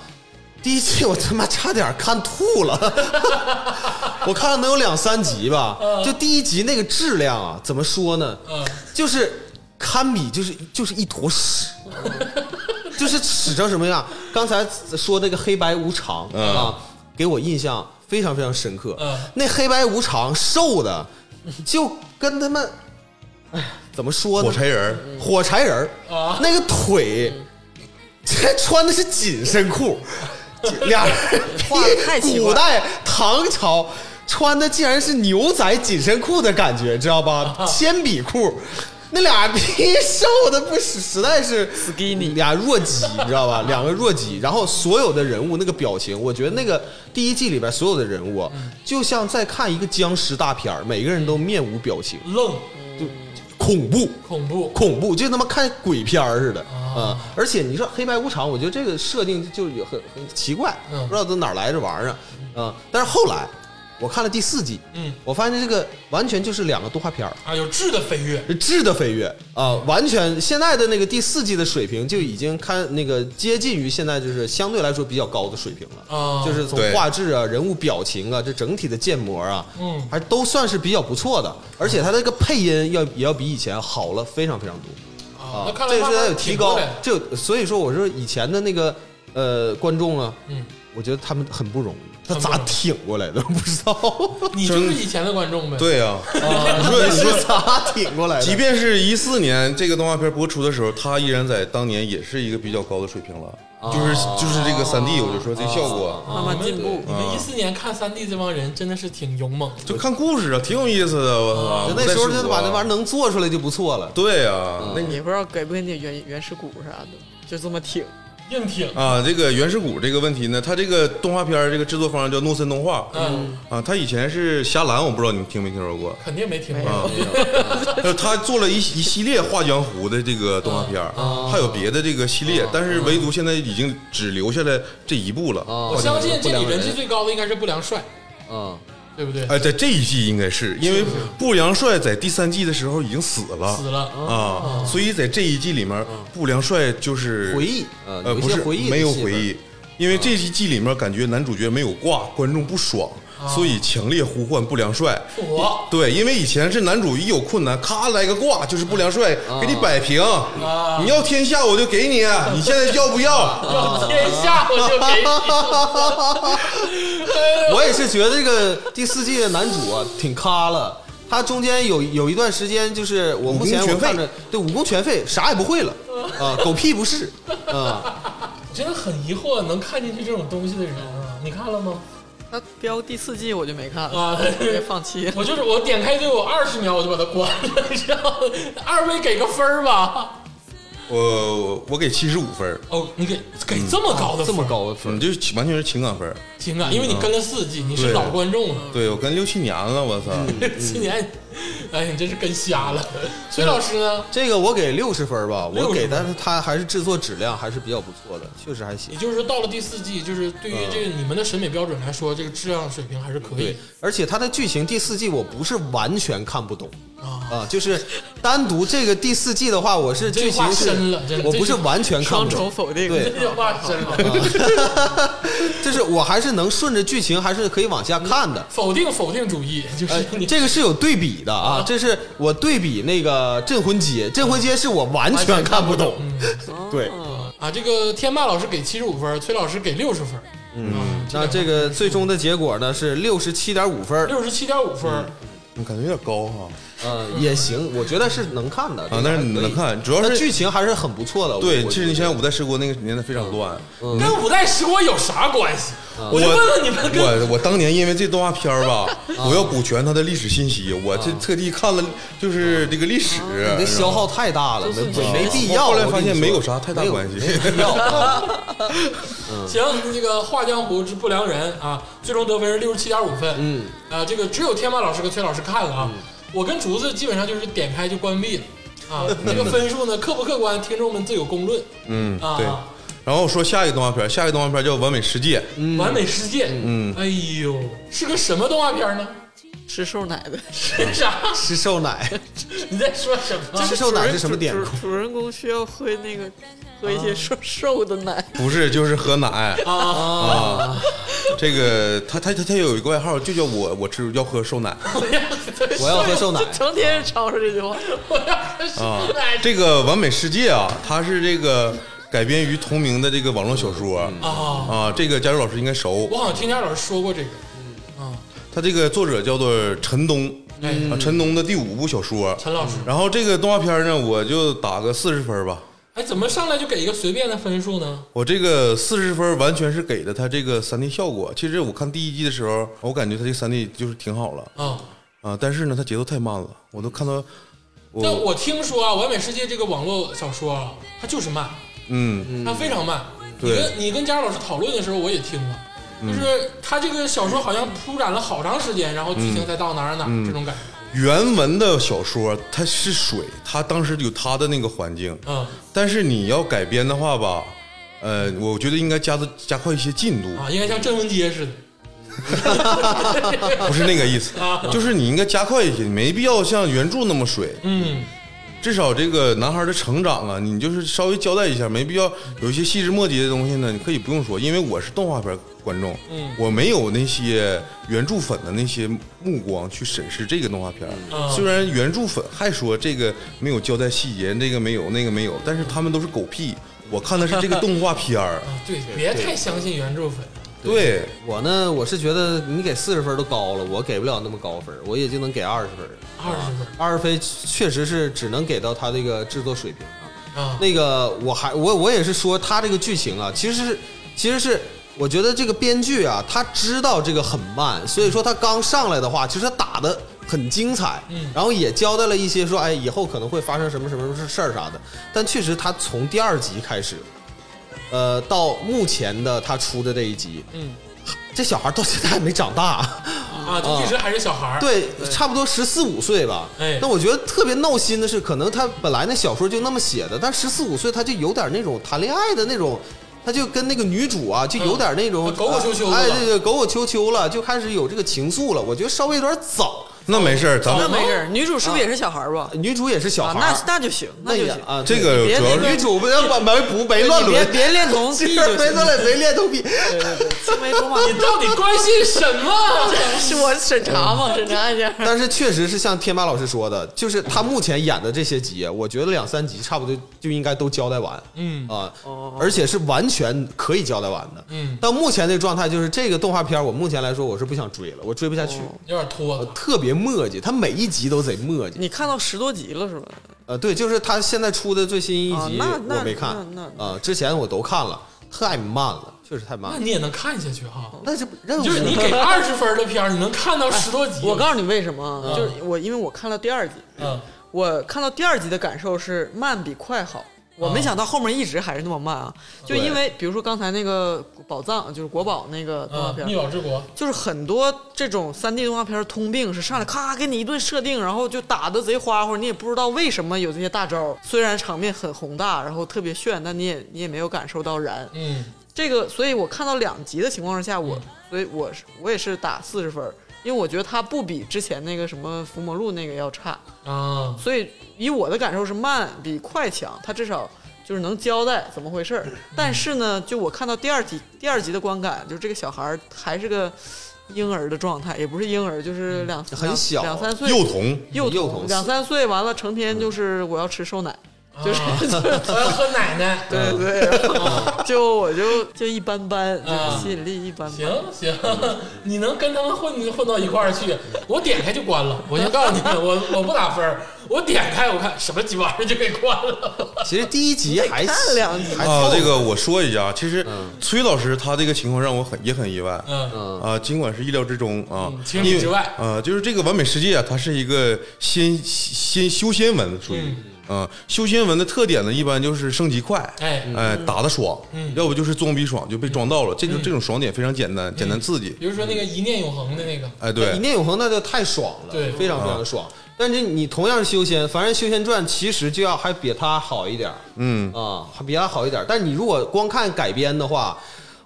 [SPEAKER 5] 第一季我他妈差点看吐了，我看了 能有两三集吧，
[SPEAKER 3] 啊
[SPEAKER 5] 就第一集那个质量啊，怎么说呢？
[SPEAKER 2] 嗯
[SPEAKER 5] 就是堪比就是就是一 坨屎，就是屎成什么样？刚才说那个黑白无常、
[SPEAKER 3] 嗯
[SPEAKER 5] 啊，给我印象非常非常深刻。
[SPEAKER 2] 嗯
[SPEAKER 5] 那黑白无常瘦的就跟他们，哎，怎么说呢？
[SPEAKER 3] 火柴人儿
[SPEAKER 5] 火柴人儿
[SPEAKER 2] 啊
[SPEAKER 5] 那个腿，这穿的是紧身裤，俩人
[SPEAKER 4] 画得太奇怪了
[SPEAKER 5] 古代唐朝穿的竟然是牛仔紧身裤的感觉，知道吧？铅笔裤。那俩逼瘦的不实实在是
[SPEAKER 4] Skinny
[SPEAKER 5] 俩弱鸡，你知道吧？两个弱鸡，然后所有的人物那个表情，我觉得那个第一季里边所有的人物啊，就像在看一个僵尸大片儿每个人都面无表情，
[SPEAKER 2] 愣
[SPEAKER 5] 恐怖。
[SPEAKER 2] 恐怖，
[SPEAKER 5] 恐怖，就他妈看鬼片儿似的啊、而且你说黑白无常，我觉得这个设定就有很很奇怪，
[SPEAKER 2] 嗯
[SPEAKER 5] 不知道从哪儿来这玩意儿啊、但是后来我看了第四季，
[SPEAKER 2] 嗯
[SPEAKER 5] 我发现这个完全就是两个动画片儿。
[SPEAKER 2] 啊，有质的飞跃，
[SPEAKER 5] 质的飞跃啊、完全现在的那个第四季的水平就已经看那个接近于现在就是相对来说比较高的水平了，
[SPEAKER 2] 啊
[SPEAKER 5] 就是从
[SPEAKER 3] 对
[SPEAKER 5] 画质啊、人物表情啊、这整体的建模啊，
[SPEAKER 2] 嗯
[SPEAKER 5] 还都算是比较不错的，而且它这个配音要也要比以前好了非常非常多。
[SPEAKER 2] 啊，那看来
[SPEAKER 5] 这
[SPEAKER 2] 慢
[SPEAKER 5] 是它
[SPEAKER 2] 慢
[SPEAKER 5] 有提
[SPEAKER 2] 挺过
[SPEAKER 5] 高
[SPEAKER 2] 来了，
[SPEAKER 5] 这有所以说我说以前的那个呃观众啊，
[SPEAKER 2] 嗯，
[SPEAKER 5] 我觉得他们很不容易，他
[SPEAKER 2] 很不
[SPEAKER 5] 咋
[SPEAKER 2] 容易啊
[SPEAKER 5] 挺过来的不 知道，
[SPEAKER 2] 你就是以前的观众呗。
[SPEAKER 3] 对啊呀、
[SPEAKER 2] 哦
[SPEAKER 3] 你说你说
[SPEAKER 5] 是咋挺过来
[SPEAKER 3] 即
[SPEAKER 5] 的？
[SPEAKER 3] 便是一四年这个动画片播出的时候，它依然在当年也是一个比较高的水平了，
[SPEAKER 5] 啊
[SPEAKER 3] 就是就是这个三 D，我就说这效果，
[SPEAKER 4] 慢慢进步
[SPEAKER 2] 你们一四年看三 D 这帮人真的是挺勇猛的，
[SPEAKER 3] 就看故事啊，挺有意思的。我
[SPEAKER 2] 啊
[SPEAKER 3] 操，
[SPEAKER 5] 就啊那时候
[SPEAKER 3] 就
[SPEAKER 5] 就把那玩意儿能做出来就不错了。
[SPEAKER 3] 对啊，那
[SPEAKER 4] 也不知道给不给你原原始股啥的，就这么挺。
[SPEAKER 2] 硬挺。
[SPEAKER 3] 啊，这个原始股这个问题呢，它这个动画片儿这个制作方叫诺森动画，
[SPEAKER 2] 嗯，
[SPEAKER 3] 啊，它以前是霞兰，我不知道你听没听说 过。
[SPEAKER 2] 肯定没听
[SPEAKER 4] 没
[SPEAKER 2] 过。
[SPEAKER 3] 啊，就是他做了一一系列画江湖的这个动画片儿，
[SPEAKER 5] 啊
[SPEAKER 3] 还有别的这个系列，但是唯独现在已经只留下来这一部了。
[SPEAKER 5] 啊
[SPEAKER 2] 我相信这里人气
[SPEAKER 5] 气
[SPEAKER 2] 最高的应该是不良帅，
[SPEAKER 5] 啊，
[SPEAKER 2] 对不对？
[SPEAKER 3] 哎，在这一季应该是因为不良帅在第三季的时候已经死了，
[SPEAKER 2] 死了，
[SPEAKER 3] 啊，所以在这一季里面，不良帅就是
[SPEAKER 5] 啊回忆啊
[SPEAKER 3] 呃，
[SPEAKER 5] 有一
[SPEAKER 3] 不
[SPEAKER 5] 些
[SPEAKER 3] 是
[SPEAKER 5] 回忆的
[SPEAKER 3] 没有
[SPEAKER 5] 戏
[SPEAKER 3] 回
[SPEAKER 5] 份
[SPEAKER 3] 忆，因为这一季里面感觉男主角没有挂，观众不爽，
[SPEAKER 5] 啊
[SPEAKER 3] 所以强烈呼唤不良帅。
[SPEAKER 5] 哦
[SPEAKER 2] 复活
[SPEAKER 3] 对，因为以前是男主一有困难，咔来个挂，就是不良帅
[SPEAKER 5] 啊
[SPEAKER 3] 给你摆平，你要天下我就给你，啊你现在要不
[SPEAKER 5] 啊
[SPEAKER 3] 要？
[SPEAKER 2] 要天下我就给你。哎呦
[SPEAKER 5] 我也是觉得这个第四季的男主啊挺咖了。他中间有有一段时间，就是我目前
[SPEAKER 3] 武功全
[SPEAKER 5] 我
[SPEAKER 3] 废
[SPEAKER 5] 看着对武功全废，啥也不会了啊，狗屁不是啊，
[SPEAKER 2] 真的很疑惑，能看进去这种东西的人啊，你看了吗？
[SPEAKER 4] 他标第四季我就没看
[SPEAKER 2] 啊
[SPEAKER 4] 了，也放弃了。
[SPEAKER 2] 我就是我点开就有二十秒，我就把它关了，你知道吗？ 二位给个分儿吧。
[SPEAKER 3] 我我给七十五分儿，
[SPEAKER 2] 哦，你给给啊这么高的分儿，
[SPEAKER 5] 这么高的分
[SPEAKER 3] 嗯，就是完全是情感分儿。
[SPEAKER 2] 情感，因为你跟了四季，你是
[SPEAKER 3] 对
[SPEAKER 2] 老观众了。
[SPEAKER 3] 对我跟六七年了，我操，
[SPEAKER 5] 嗯
[SPEAKER 2] 今年，哎，你真是跟瞎了。崔老师呢？
[SPEAKER 5] 这个我给六十分吧，
[SPEAKER 2] 60
[SPEAKER 5] 我给但是他还是制作质量还是比较不错的，确实还
[SPEAKER 2] 也
[SPEAKER 5] 行。
[SPEAKER 2] 就是说，到了第四季，就是对于这个你们的审美标准来说，这个质量水平还是可以
[SPEAKER 5] 对，而且它的剧情第四季我不是完全看不懂
[SPEAKER 2] 啊。
[SPEAKER 5] 啊，就是单独这个第四季的话，我是
[SPEAKER 2] 这
[SPEAKER 5] 剧
[SPEAKER 2] 话
[SPEAKER 5] 情是
[SPEAKER 2] 深了真的
[SPEAKER 5] 我
[SPEAKER 2] 这
[SPEAKER 5] 不是
[SPEAKER 2] 是
[SPEAKER 5] 完全看
[SPEAKER 4] 双
[SPEAKER 5] 不
[SPEAKER 4] 重
[SPEAKER 5] 懂，
[SPEAKER 4] 否定，
[SPEAKER 5] 对
[SPEAKER 2] 这话深了，
[SPEAKER 5] 就是我还是能顺着剧情还是可以往下看的。
[SPEAKER 2] 否定否定主义，就是
[SPEAKER 5] 呃
[SPEAKER 2] 你
[SPEAKER 5] 这个是有对比的啊，这是我对比那个《镇魂街》，《镇魂街》是我完全看不懂。嗯对，
[SPEAKER 2] 啊，这个天霸老师给七十五分，崔老师给六十分，嗯，
[SPEAKER 5] 那这个最终的结果呢是六十七点五分儿，
[SPEAKER 2] 六十七点五分，
[SPEAKER 3] 你感觉有点高哈
[SPEAKER 5] 嗯，也行，我觉得是能看的
[SPEAKER 3] 啊，但是你能。看，主
[SPEAKER 5] 主
[SPEAKER 3] 要
[SPEAKER 5] 要是
[SPEAKER 3] 是
[SPEAKER 5] 剧情还是很不错的，我
[SPEAKER 3] 对，
[SPEAKER 5] 我
[SPEAKER 3] 其实你
[SPEAKER 5] 觉
[SPEAKER 3] 想
[SPEAKER 5] 得
[SPEAKER 3] 嗯想五代十国那个年代非常乱，
[SPEAKER 2] 跟五代十国有啥关系？我就问问你们跟
[SPEAKER 3] 嗯我我当年因为这动画片儿吧，我要补全它的历史信息，我这特地看了就是这个历史，
[SPEAKER 5] 你的消耗太大了，
[SPEAKER 4] 就是你
[SPEAKER 5] 没没
[SPEAKER 4] 学习
[SPEAKER 5] 必要。
[SPEAKER 3] 后来
[SPEAKER 5] 我
[SPEAKER 3] 发
[SPEAKER 5] 跟你
[SPEAKER 3] 现
[SPEAKER 5] 说
[SPEAKER 3] 没有啥太大
[SPEAKER 5] 没有
[SPEAKER 3] 关系
[SPEAKER 5] 没有必 要。
[SPEAKER 3] 嗯
[SPEAKER 2] 行，那个《画江湖之不良人》啊，最终得分是六十七点五分。嗯，啊，这个只有天马老师和崔老师看了
[SPEAKER 3] 嗯
[SPEAKER 2] 啊，我跟竹子基本上就是点开就关闭了。啊，这个分数呢，客不客观，听众们自有公论。
[SPEAKER 3] 嗯，
[SPEAKER 2] 啊
[SPEAKER 3] 对。然后说下一个动画片，下一个动画片叫《完美世界》，
[SPEAKER 2] 完美世界，
[SPEAKER 3] 嗯
[SPEAKER 2] 哎呦，是个什么动画片呢？
[SPEAKER 4] 吃瘦奶呗，
[SPEAKER 2] 是啥？
[SPEAKER 5] 吃瘦奶，
[SPEAKER 2] 你在说什
[SPEAKER 4] 啊
[SPEAKER 2] 么？
[SPEAKER 5] 吃瘦奶是什么典
[SPEAKER 4] 主
[SPEAKER 5] 故？
[SPEAKER 4] 主人公需要喝那个喝一些瘦瘦的奶，
[SPEAKER 3] 不是就是喝奶
[SPEAKER 2] 啊，
[SPEAKER 3] 啊。这个他他他他有一个外号，就叫我我吃要喝瘦奶
[SPEAKER 5] 我要啊 喝瘦奶。
[SPEAKER 4] 成天吵吵这句话。
[SPEAKER 2] 我要是
[SPEAKER 3] 啊
[SPEAKER 2] 说奶。
[SPEAKER 3] 这个《完美世界》啊，它是这个改编于同名的这个网络小说
[SPEAKER 2] 啊，
[SPEAKER 3] 啊。这个佳茹老师应该熟
[SPEAKER 2] 我，好像听佳老师说过这个。
[SPEAKER 3] 他这个作者叫做陈东，
[SPEAKER 2] 哎
[SPEAKER 3] 啊，陈东的第五部小说。
[SPEAKER 2] 陈老师，
[SPEAKER 3] 然后这个动画片呢，我就打个四十分吧。
[SPEAKER 2] 哎，怎么上来就给一个随便的分数呢？
[SPEAKER 3] 我这个四十分完全是给了他这个三 D 效果。其实我看第一季的时候，我感觉他这三 D 就是挺好了
[SPEAKER 2] 啊，
[SPEAKER 3] 啊，但是呢，他节奏太慢了，我都看到
[SPEAKER 2] 但
[SPEAKER 3] 我
[SPEAKER 2] 我听说啊，《完美世界》这个网络小说啊，它就是慢，
[SPEAKER 3] 嗯
[SPEAKER 2] 它非常慢。你
[SPEAKER 3] 对
[SPEAKER 2] 跟你跟佳老师讨论的时候，我也听了，就是它这个小说好像铺展了好长时间，然后剧情才到哪儿哪儿这种感觉。
[SPEAKER 3] 原文的小说它是水，它当时有它的那个环境，
[SPEAKER 2] 嗯
[SPEAKER 3] 但是你要改编的话吧，呃，我觉得应该加的加快一些进度，
[SPEAKER 2] 啊，应该像郑文杰似的。
[SPEAKER 3] 不是那个意思，就是你应该加快一些，没必要像原著那么水，
[SPEAKER 2] 嗯，
[SPEAKER 3] 至少这个男孩的成长啊，你就是稍微交代一下，没必要有一些细枝末节的东西呢，你可以不用说，因为我是动画片观众，
[SPEAKER 2] 嗯
[SPEAKER 3] 我没有那些原著粉的那些目光去审视这个动画片。
[SPEAKER 2] 嗯
[SPEAKER 3] 虽然原著粉还说这个没有交代细节，这个没有那个没有，但是他们都是狗屁，我看的是这个动画片儿，
[SPEAKER 2] 啊对，别太相信原著粉。
[SPEAKER 3] 对。
[SPEAKER 5] 我呢，我是觉得你给四十分都高了，我给不了那么高分，我也就能给二十分。
[SPEAKER 2] 20分
[SPEAKER 5] 二十分确实是只能给到他这个制作水平啊。
[SPEAKER 2] 啊，
[SPEAKER 5] 那个我还我我也是说他这个剧情啊，其实是其实是我觉得这个编剧啊，他知道这个很慢，所以说他刚上来的话，其实他打的很精彩，
[SPEAKER 2] 嗯
[SPEAKER 5] 然后也交代了一些说，哎，以后可能会发生什么什么事儿啥的。但确实他从第二集开始，呃，到目前的他出的这一集，
[SPEAKER 2] 嗯
[SPEAKER 5] 这小孩到现在还没长大。
[SPEAKER 2] 啊，就一直还是小孩儿。
[SPEAKER 5] 对，差不多十四五岁吧。
[SPEAKER 2] 哎
[SPEAKER 5] 那我觉得特别闹心的是，可能他本来那小说就那么写的，但十四五岁他就有点那种谈恋爱的那种，他就跟那个女主啊，就有点那种、
[SPEAKER 2] 嗯狗狗秋秋的
[SPEAKER 5] 哎，
[SPEAKER 2] 了
[SPEAKER 5] 对对，狗狗秋秋了，就开始有这个情愫了。我觉得稍微有点早，
[SPEAKER 3] 那没事儿，咱
[SPEAKER 4] 那
[SPEAKER 3] 们
[SPEAKER 4] 没事儿，女主是不是也是小孩儿吧？
[SPEAKER 5] 女主也哦是小
[SPEAKER 4] 啊，
[SPEAKER 5] 孩儿，
[SPEAKER 4] 那那就行，那就
[SPEAKER 5] 也
[SPEAKER 4] 行。
[SPEAKER 5] 啊，
[SPEAKER 3] 这个
[SPEAKER 4] 别
[SPEAKER 3] 主要
[SPEAKER 4] 那个
[SPEAKER 5] 对女
[SPEAKER 3] 是
[SPEAKER 5] 主不要把没不没乱
[SPEAKER 4] 别
[SPEAKER 5] 伦，
[SPEAKER 4] 别恋童癖 就
[SPEAKER 5] 没
[SPEAKER 4] 行，
[SPEAKER 5] 乱伦，没恋童癖。
[SPEAKER 4] 青梅竹马。
[SPEAKER 2] 你到底关心什么？
[SPEAKER 4] 是我审查嘛，审查一下。
[SPEAKER 5] 但是确实是像天马老师说的，就是他目前演的这些集，我觉得两三集差不多就应该都交代完，
[SPEAKER 2] 嗯
[SPEAKER 5] 啊、
[SPEAKER 4] 哦
[SPEAKER 5] 而且是完全可以交代完的，
[SPEAKER 2] 嗯
[SPEAKER 5] 但目前这状态就是这个动画片，我目前来说我是不想追了，我追不下
[SPEAKER 4] 哦
[SPEAKER 5] 去，呃
[SPEAKER 2] 有点拖了。
[SPEAKER 5] 特别磨叽，他每一集都贼磨叽，
[SPEAKER 4] 你看到十多集了是吧？
[SPEAKER 5] 呃，对，就是他现在出的最新一集、
[SPEAKER 4] 啊那那
[SPEAKER 5] 我没看，啊
[SPEAKER 4] 那那、哦
[SPEAKER 5] 之前我都看了，太慢了，确实太
[SPEAKER 2] 那
[SPEAKER 5] 慢了，
[SPEAKER 2] 啊你也能看下去哈？
[SPEAKER 5] 那是任务
[SPEAKER 2] 就是你给二十分的片儿，你能看到十多集。
[SPEAKER 4] 我告诉你为什么啊，
[SPEAKER 2] 嗯
[SPEAKER 4] 就是我因为我看了第二集，
[SPEAKER 2] 嗯，
[SPEAKER 4] 我看到第二集的感受是慢比快好。我
[SPEAKER 5] 嗯
[SPEAKER 4] 没想到后面一直还是那么慢啊，就因为比如说刚才那个宝藏，就是国宝那个动画
[SPEAKER 2] 啊，
[SPEAKER 4] 片
[SPEAKER 5] 嗯
[SPEAKER 2] 《密，宝之国》
[SPEAKER 4] 就是很多这种三 D 动画片儿通病是上来咔给你一顿设定，然后就打的贼花花，你也不知道为什么有这些大招儿。虽然场面很宏大，然后特别炫，但你也你也没有感受到燃。
[SPEAKER 2] 嗯，
[SPEAKER 4] 这个，所以我看到两集的情况下，我所以我是我也是打四十分儿，因为我觉得它不比之前那个什么《伏魔录》那个要差，
[SPEAKER 2] 啊，
[SPEAKER 4] 所以以我的感受是慢比快强，它至少就是能交代怎么回事儿。但是呢，就我看到第二集第二集的观感，就是这个小孩儿还是个婴儿的状态，也不是婴儿，就是两
[SPEAKER 5] 很小
[SPEAKER 4] 两两三岁
[SPEAKER 3] 幼童，
[SPEAKER 4] 幼
[SPEAKER 5] 幼 童
[SPEAKER 4] 两三岁，完了成天就是我要吃瘦奶，
[SPEAKER 2] 啊
[SPEAKER 4] 就是 就是
[SPEAKER 2] 我要喝奶奶。
[SPEAKER 4] 对对，就我就就一般般，就是吸引力一般般。
[SPEAKER 2] 啊行行，你能跟他们混混到一块儿去，我点开就关了。我先告诉你们，我我不打分儿，我点开我看什么鸡巴玩意儿就给关 了。
[SPEAKER 5] 其实第一集还
[SPEAKER 4] 看两集
[SPEAKER 5] 还
[SPEAKER 3] 啊
[SPEAKER 2] 哦
[SPEAKER 5] 凑，合
[SPEAKER 3] 这个我说一下啊，其实崔老师他这个情况让我很也很意外，
[SPEAKER 2] 嗯，
[SPEAKER 3] 啊，尽管是意料之中啊
[SPEAKER 2] 嗯，情理
[SPEAKER 3] 因为
[SPEAKER 2] 之外
[SPEAKER 3] 啊，就是这个完美世界啊，它是一个先先修仙文，属于啊，修仙文的特点呢，一般就是升级快，
[SPEAKER 2] 嗯哎嗯
[SPEAKER 3] 哎，打的爽，要不就是装逼爽，就被装到了，这种这种爽点非常简单，简单刺激，
[SPEAKER 2] 比如说那个一念永恒的那个，
[SPEAKER 3] 哎，
[SPEAKER 5] 一
[SPEAKER 3] 对，啊
[SPEAKER 5] 念永恒那就太爽了，
[SPEAKER 2] 对
[SPEAKER 5] 非常非常爽。但是你同样是修仙，凡人修仙传其实就要还比它好一点儿
[SPEAKER 3] 嗯，
[SPEAKER 5] 啊，还比它好一点儿。但你如果光看改编的话，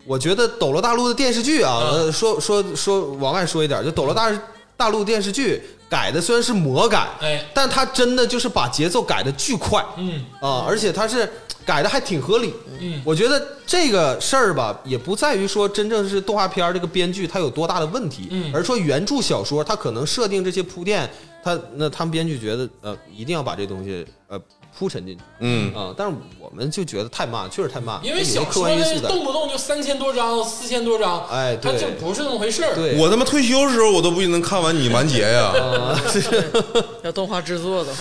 [SPEAKER 5] 我觉得抖落大陆的电视剧啊，呃说说说往外说一点儿，就抖落大大陆电视剧改的虽然是魔改，
[SPEAKER 2] 哎
[SPEAKER 5] 但它真的就是把节奏改的巨快，
[SPEAKER 2] 嗯
[SPEAKER 5] 啊，而且它是改的还挺合理。
[SPEAKER 2] 嗯
[SPEAKER 5] 我觉得这个事儿吧，也不在于说真正是动画片儿这个编剧他有多大的问题，
[SPEAKER 2] 嗯
[SPEAKER 5] 而说原著小说他可能设定这些铺垫，他那他们编剧觉得呃一定要把这东西呃铺陈进去，
[SPEAKER 3] 嗯
[SPEAKER 5] 啊、但是我们就觉得太慢，确实太慢，
[SPEAKER 2] 因为
[SPEAKER 5] 哎有
[SPEAKER 2] 小
[SPEAKER 5] 客
[SPEAKER 2] 说
[SPEAKER 5] 观因素
[SPEAKER 2] 那
[SPEAKER 5] 在。
[SPEAKER 2] 动不动就三千多章、四千多章，
[SPEAKER 5] 哎
[SPEAKER 2] 它
[SPEAKER 5] 对
[SPEAKER 2] 就不是那么回事儿。
[SPEAKER 5] 对，
[SPEAKER 3] 我他妈退休的时候我都不一定能看完你完结
[SPEAKER 5] 哦
[SPEAKER 3] 呀，
[SPEAKER 4] 要动画制作的话，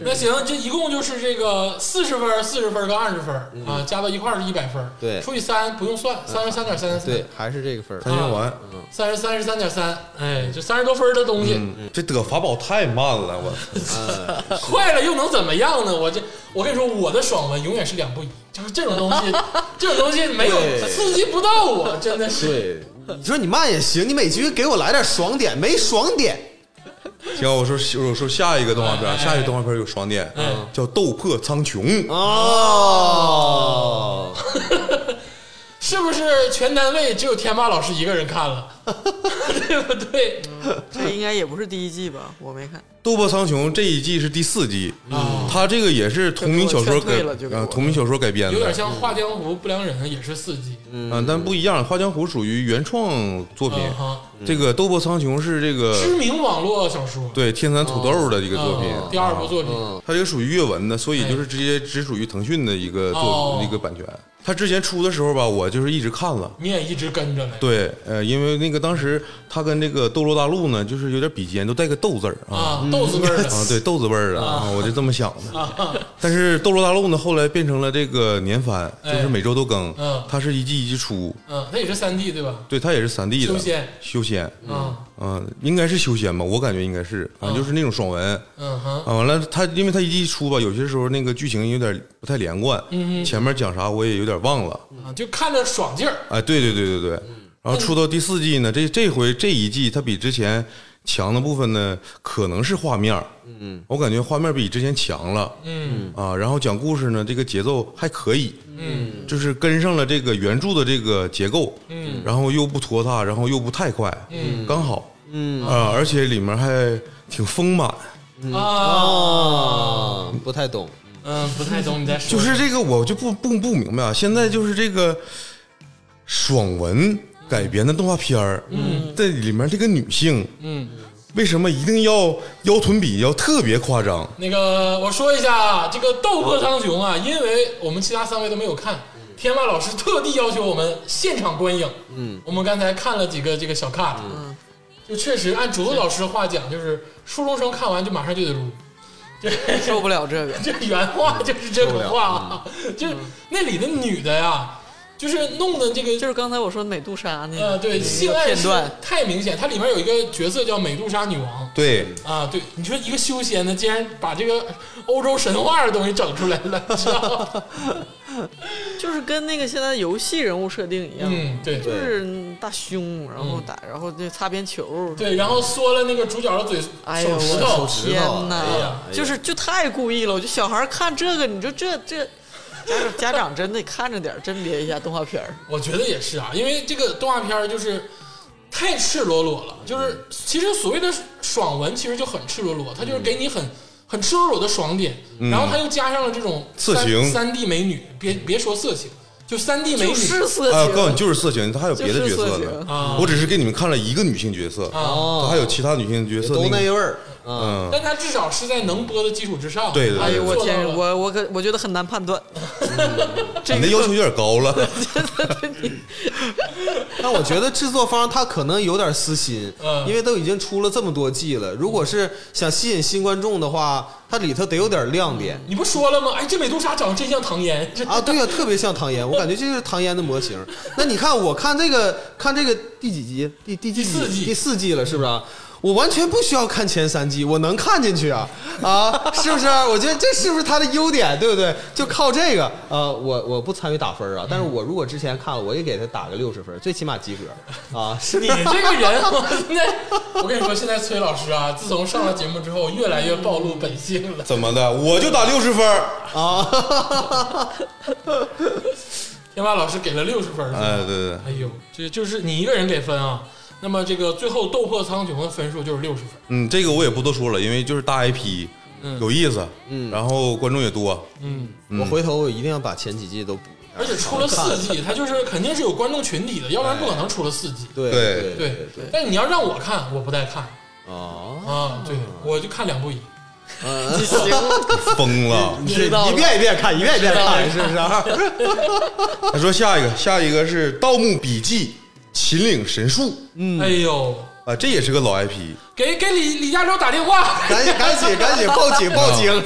[SPEAKER 2] 那行，这一共就是这个四十分儿、四十分儿跟二十分儿啊，加到一块儿是一百分儿，
[SPEAKER 5] 对
[SPEAKER 2] 除以三不用算，三十三点三三
[SPEAKER 5] 对，，还是这个分儿。啊
[SPEAKER 3] 三千完，
[SPEAKER 2] 三十三十三点三，哎，就三十多分儿的东西，
[SPEAKER 3] 嗯这得法宝太慢了，我
[SPEAKER 2] 坏了又能怎么样呢？我这我跟你说，我的爽文永远是两不一，就是这种东 西，这种东西没有
[SPEAKER 5] 对
[SPEAKER 2] 刺激不到我，真的是。
[SPEAKER 5] 对，你说你慢也行，你每局给我来点爽点，没爽点，
[SPEAKER 3] 行，我说我说下一个动画片
[SPEAKER 2] 哎哎
[SPEAKER 3] 儿，
[SPEAKER 2] 哎
[SPEAKER 3] 下一个动画片儿有爽点
[SPEAKER 2] 嗯，
[SPEAKER 3] 叫《斗破苍穹》
[SPEAKER 5] 嗯哦，
[SPEAKER 2] 是不是全单位只有天霸老师一个人看 了，对不对？
[SPEAKER 4] 这应该也不是第一季吧？我没看。
[SPEAKER 3] 《斗破苍穹》这一季是第四季，
[SPEAKER 2] 啊
[SPEAKER 3] 它这个也是同名小说
[SPEAKER 4] 就给我劝
[SPEAKER 3] 改
[SPEAKER 4] 退了就给我
[SPEAKER 3] 呃同名小说改编
[SPEAKER 2] 有点
[SPEAKER 3] 的，
[SPEAKER 2] 像《画江湖》不良人也是四季，
[SPEAKER 3] 嗯，但不一样，《花江湖》属于原创作品
[SPEAKER 2] 嗯哈，
[SPEAKER 3] 这个《斗破苍穹》是这个
[SPEAKER 2] 知名网络小说，
[SPEAKER 3] 对天蚕土豆的一个作品，
[SPEAKER 2] 嗯第二部作品，
[SPEAKER 3] 它这个属于阅文的，所以就是直接只属于腾讯的一个
[SPEAKER 2] 哦
[SPEAKER 3] 作一个版权。它之前出的时候吧，我就是一直看了。
[SPEAKER 2] 你也一直跟着嘞。
[SPEAKER 3] 对，呃，因为那个当时它跟这个《斗罗大陆》呢，就是有点比肩，都带个“斗”字儿啊
[SPEAKER 2] 啊，豆子味儿的 啊
[SPEAKER 3] 啊，对，豆子味儿的啊，我就这么想 的。但是《斗罗大陆》呢，后来变成了这个年番，就
[SPEAKER 2] 哎
[SPEAKER 3] 是每周都更
[SPEAKER 2] 嗯，
[SPEAKER 3] 它是一季一季出，
[SPEAKER 2] 嗯，那也是三 D 对吧？
[SPEAKER 3] 对，它也是三 D 的
[SPEAKER 2] 修仙
[SPEAKER 3] 修仙，
[SPEAKER 2] 嗯
[SPEAKER 3] 嗯，应该是修仙吧，我感觉应该是，反正就是那种爽文
[SPEAKER 2] 嗯哼，
[SPEAKER 3] 啊。完了，它因为它一季一出吧，有些时候那个剧情有点不太连贯，
[SPEAKER 2] 嗯
[SPEAKER 3] 前面讲啥我也有点忘了，
[SPEAKER 2] 啊就看着爽劲儿，
[SPEAKER 3] 哎，对对对对对。然后出到第四季呢，这这回这一季它比之前强的部分呢，可能是画面儿，嗯，我感觉画面比之前强了，
[SPEAKER 2] 嗯
[SPEAKER 3] 啊，然后讲故事呢，这个节奏还可以，嗯，就是跟上了这个原著的这个结构，
[SPEAKER 2] 嗯，
[SPEAKER 3] 然后又不拖沓，然后又不太快，嗯，刚好，嗯啊，而且里面还挺丰满，
[SPEAKER 4] 嗯哦
[SPEAKER 2] 啊，
[SPEAKER 5] 啊，不太懂。
[SPEAKER 2] 嗯，不太懂你在说，
[SPEAKER 3] 就是这个我就不不不明白啊，现在就是这个爽文改编的动画片儿，嗯，这里面这个女性
[SPEAKER 2] 嗯。
[SPEAKER 3] 为什么一定要腰臀比要特别夸张？
[SPEAKER 2] 那个，我说一下啊，这个《斗破苍穹》啊，因为我们其他三位都没有看，
[SPEAKER 4] 嗯
[SPEAKER 2] 天霸老师特地要求我们现场观影。嗯，我们刚才看了几个这个小 cut，嗯，就确实按竹子老师的话讲，就是初中生看完就马上就得撸，
[SPEAKER 4] 受不了这个，
[SPEAKER 2] 这原话就是这个话啊，
[SPEAKER 4] 嗯
[SPEAKER 2] 就是那里的女的呀，就是弄的这个
[SPEAKER 4] 就是刚才我说美杜莎那
[SPEAKER 2] 呃，
[SPEAKER 4] 个
[SPEAKER 2] 对，性爱
[SPEAKER 4] 片
[SPEAKER 2] 是
[SPEAKER 4] 段，
[SPEAKER 2] 太明显，它里面有一个角色叫美杜莎女王。
[SPEAKER 3] 对，
[SPEAKER 2] 啊，对，你说一个修仙的，竟然把这个欧洲神话的东西整出来了，你知道吗？
[SPEAKER 4] 就是跟那个现在游戏人物设定一样，
[SPEAKER 2] 嗯，对
[SPEAKER 4] 就
[SPEAKER 2] 对嗯
[SPEAKER 4] 是大胸，然后打，然后就擦边球。
[SPEAKER 2] 然后缩了那个主角的嘴
[SPEAKER 4] 哎呦，
[SPEAKER 2] 手指
[SPEAKER 4] 我
[SPEAKER 2] 头
[SPEAKER 4] 的，天哪！
[SPEAKER 2] 哎呀
[SPEAKER 4] 就是就太故意了，我就小孩儿看这个，你说这这家长家长真得看着点儿，甄别一下动画片儿。
[SPEAKER 2] 我觉得也是啊，因为这个动画片儿就是太赤裸裸了，就是其实所谓的爽文其实就很赤裸裸，它就是给你很。很赤裸裸的爽点，然后它又加上了这种
[SPEAKER 3] 色
[SPEAKER 2] 三
[SPEAKER 3] 情
[SPEAKER 2] 三 D 美女，别别说色情，就三 D 美女
[SPEAKER 4] 就是色
[SPEAKER 3] 哎，我告诉
[SPEAKER 4] 情，
[SPEAKER 3] 你，就是色情，他还有别的角色
[SPEAKER 4] 就是色
[SPEAKER 3] 呢
[SPEAKER 4] 情。
[SPEAKER 2] 啊
[SPEAKER 3] 我只是给你们看了一个女性角色，
[SPEAKER 2] 啊，
[SPEAKER 3] 他还有其他女性角色。
[SPEAKER 5] 都那
[SPEAKER 3] 那
[SPEAKER 5] 一
[SPEAKER 3] 个，
[SPEAKER 5] 味儿。嗯，
[SPEAKER 3] 嗯，
[SPEAKER 2] 但他至少是在能播的基础之上，
[SPEAKER 3] 对对
[SPEAKER 4] 哎呦我
[SPEAKER 2] 做到
[SPEAKER 4] 天，
[SPEAKER 2] 了嗯
[SPEAKER 4] 我我可我觉得很难判断，这
[SPEAKER 3] 你的
[SPEAKER 4] 个
[SPEAKER 3] 要求有点高了。
[SPEAKER 5] 但我觉得制作方他可能有点私心，
[SPEAKER 2] 嗯
[SPEAKER 5] 因为都已经出了这么多季了，如果是想吸引新观众的话，它里头得有点亮点。
[SPEAKER 2] 你不说了吗？哎，这美杜莎长得真像唐嫣，这
[SPEAKER 5] 啊，对呀、特别像唐嫣，我感觉这就是唐嫣的模型。那你看，我看这个，看这个第几集？第第几
[SPEAKER 2] 第四季
[SPEAKER 5] 第四季了，是不是啊？我完全不需要看前三季，我能看进去啊啊，是不是啊？我觉得这是不是他的优点，对不对？就靠这个，呃，我我不参与打分啊，但是我如果之前看了，我也给他打个六十分，最起码及格啊，是
[SPEAKER 2] 你这个 人，我那我跟你说，现在崔老师啊，自从上了节目之后，越来越暴露本性了。
[SPEAKER 3] 怎么的？我就打六十分儿。
[SPEAKER 2] 天霸老师给了六十分儿，是吧
[SPEAKER 3] 哎，对对对，
[SPEAKER 2] 哎呦，这就是你一个人给分啊。那么这个最后斗破苍穹的分数就是六十分，
[SPEAKER 3] 嗯，这个我也不多说了，因为就是大 IP，有意思，嗯，然后观众也多，
[SPEAKER 2] 嗯，
[SPEAKER 5] 我回头我一定要把前几季都补一下。
[SPEAKER 2] 而且出了四季，它就是肯定是有观众群体的，要不然不可能出了四季。
[SPEAKER 5] 对
[SPEAKER 3] 对
[SPEAKER 5] 对
[SPEAKER 2] 哎对
[SPEAKER 5] 对，
[SPEAKER 2] 但你要让我看，我不带看
[SPEAKER 5] 哦，
[SPEAKER 2] 啊，对，我就看两部一。
[SPEAKER 4] 你行，
[SPEAKER 2] 嗯
[SPEAKER 3] 疯了。
[SPEAKER 4] 知道了
[SPEAKER 5] 一遍一遍看，一遍一遍看，是不是啊？
[SPEAKER 3] 他说下一个，下一个是《盗墓笔记》《秦岭神树》
[SPEAKER 2] 哎呦，
[SPEAKER 3] 啊，这也是个老 IP。
[SPEAKER 2] 给给李李嘉诚打电话，
[SPEAKER 5] 赶紧赶紧赶紧报警报警！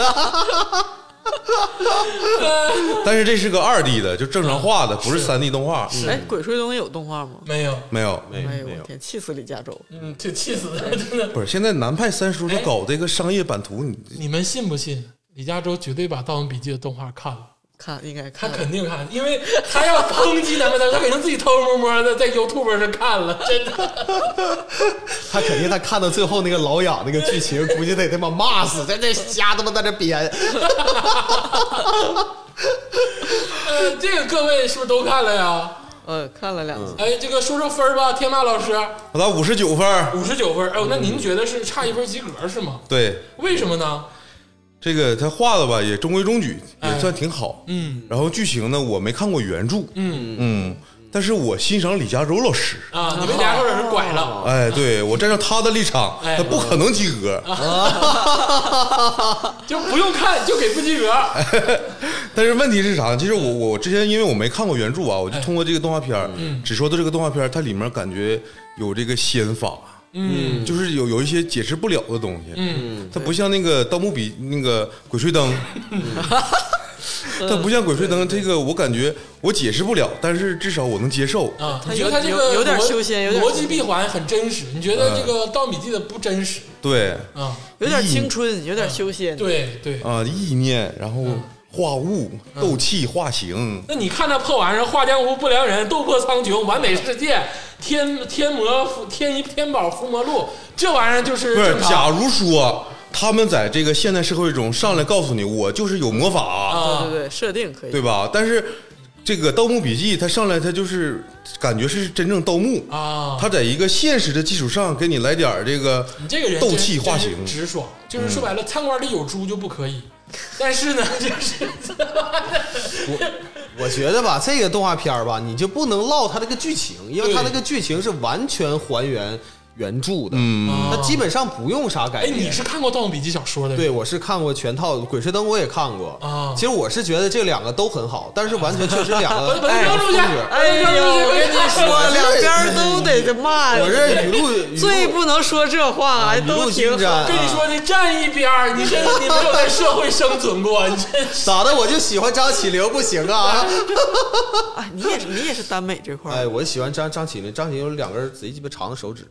[SPEAKER 3] 但是这是个二 D 的，就正常画的，不是
[SPEAKER 2] 是
[SPEAKER 3] 三 D 动画。
[SPEAKER 4] 哎，《鬼吹灯》有动画吗？
[SPEAKER 2] 没有，
[SPEAKER 3] 嗯没有，
[SPEAKER 5] 没
[SPEAKER 4] 哎呦我天，气死李嘉洲！
[SPEAKER 2] 嗯，这气死了，真的。
[SPEAKER 3] 不是。现在南派三叔他
[SPEAKER 2] 哎
[SPEAKER 3] 搞这个商业版图，你
[SPEAKER 2] 你们信不信？李嘉洲绝对把《盗墓笔记》的动画看了。
[SPEAKER 4] 看应该
[SPEAKER 2] 他
[SPEAKER 4] 看，
[SPEAKER 2] 肯定看，因为他要抨击咱们，他肯定自己偷偷摸摸的在 YouTube 上看了，真的。
[SPEAKER 5] 他肯定他看到最后那个老痒那个剧情，估计得他妈骂死，在这瞎他妈在这哎编。
[SPEAKER 2] 呃，这个各位是不是都看了呀？
[SPEAKER 4] 呃，看了两
[SPEAKER 3] 嗯
[SPEAKER 4] 集。
[SPEAKER 2] 哎，这个说说分儿吧，天霸老师
[SPEAKER 3] 我打五十九分儿。
[SPEAKER 2] 五十九分儿，哎呦，那您觉得是差一分及格是吗？
[SPEAKER 3] 对，
[SPEAKER 2] 为什么呢？
[SPEAKER 3] 这个他画的吧也中规中矩，
[SPEAKER 2] 哎
[SPEAKER 3] 也算挺好。
[SPEAKER 2] 嗯
[SPEAKER 3] 然后剧情呢，我没看过原著，
[SPEAKER 2] 嗯
[SPEAKER 3] 嗯，但是我欣赏李嘉洲老师。
[SPEAKER 2] 啊，哦你们俩或者是拐了，
[SPEAKER 3] 哎，对我站上他的立场，
[SPEAKER 2] 哎
[SPEAKER 3] 他不可能及格。
[SPEAKER 2] 就不用看就给不 及格。
[SPEAKER 3] 但是问题是啥呢？其实我我之前因为我没看过原
[SPEAKER 2] 哎
[SPEAKER 3] 著啊，我就通过这个动画片儿，
[SPEAKER 2] 嗯
[SPEAKER 3] 只说到这个动画片儿，它里面感觉有这个仙法，
[SPEAKER 2] 嗯
[SPEAKER 3] 就是有有一些解释不了的东西。
[SPEAKER 2] 嗯，
[SPEAKER 3] 它不像那个《盗墓笔》那个《鬼 吹灯》，它不像《鬼吹灯》这个，我感觉我解释不了，但是至少我能接受。
[SPEAKER 2] 啊，
[SPEAKER 4] 他
[SPEAKER 2] 你觉得
[SPEAKER 4] 有
[SPEAKER 2] 他这
[SPEAKER 4] 有
[SPEAKER 2] 个
[SPEAKER 4] 有点
[SPEAKER 2] 逻
[SPEAKER 4] 修仙有点
[SPEAKER 2] 逻辑闭环很真实，你觉得这个《盗墓笔记》的不真实
[SPEAKER 3] 对
[SPEAKER 2] 啊？
[SPEAKER 4] 有点青春，有点修
[SPEAKER 2] 嗯
[SPEAKER 4] 仙。，
[SPEAKER 2] 对对，
[SPEAKER 3] 啊，意念，然
[SPEAKER 2] 嗯
[SPEAKER 3] 后化物、斗气、化形，
[SPEAKER 2] 那你看那破玩意儿，画江湖不良人，斗破苍穹，完美世界，天天魔伏天一天宝伏魔录，这玩意儿就是
[SPEAKER 3] 不是
[SPEAKER 2] 正？
[SPEAKER 3] 假
[SPEAKER 2] 常
[SPEAKER 3] 如说他们在这个现代社会中上来告诉你，我就是有魔法。
[SPEAKER 4] 对
[SPEAKER 2] 啊
[SPEAKER 4] 对对，设定可以。
[SPEAKER 3] 对吧？但是这个《盗墓笔记》，它上来它就是感觉是真正盗墓，
[SPEAKER 2] 啊！
[SPEAKER 3] 它在一个现实的基础上给你来点儿这个
[SPEAKER 2] 你这个人真
[SPEAKER 3] 斗气化形
[SPEAKER 2] 真，
[SPEAKER 3] 嗯
[SPEAKER 2] 直爽，就是说白了，餐馆里有猪就不可以。但是呢，就是
[SPEAKER 5] 我觉得吧，这个动画片儿吧，你就不能唠它这个剧情，因为它那个剧情是完全还原原著的，
[SPEAKER 3] 嗯，
[SPEAKER 5] 它基本上不用啥改
[SPEAKER 2] 哎，
[SPEAKER 5] 编。
[SPEAKER 2] 你是看过《盗墓笔记》小说的
[SPEAKER 5] 对，
[SPEAKER 2] 人
[SPEAKER 5] 我是看过全套《鬼吹灯》，我也看过
[SPEAKER 2] 啊
[SPEAKER 5] 其实我是觉得这两个都很好，但是完全确实两
[SPEAKER 2] 把
[SPEAKER 5] 个
[SPEAKER 2] 把它扔出去，
[SPEAKER 5] 风格
[SPEAKER 2] 把它
[SPEAKER 4] 哎
[SPEAKER 2] 扔出
[SPEAKER 4] 呦，
[SPEAKER 2] 去
[SPEAKER 4] 我跟你说，两边儿都得骂。
[SPEAKER 5] 我这语录语录
[SPEAKER 4] 最不能说这话，哎
[SPEAKER 5] 语录
[SPEAKER 4] 都挺
[SPEAKER 5] 精湛
[SPEAKER 4] 好。
[SPEAKER 2] 跟你说，你站一边儿，你这你没有在社会生存过，你真是。
[SPEAKER 5] 咋的？我就喜欢张起灵不行啊？
[SPEAKER 4] 哎，你也是你也是耽美这块
[SPEAKER 5] 哎，
[SPEAKER 4] 儿，
[SPEAKER 5] 我喜欢张张起灵，张起灵有两根贼鸡巴长的手指，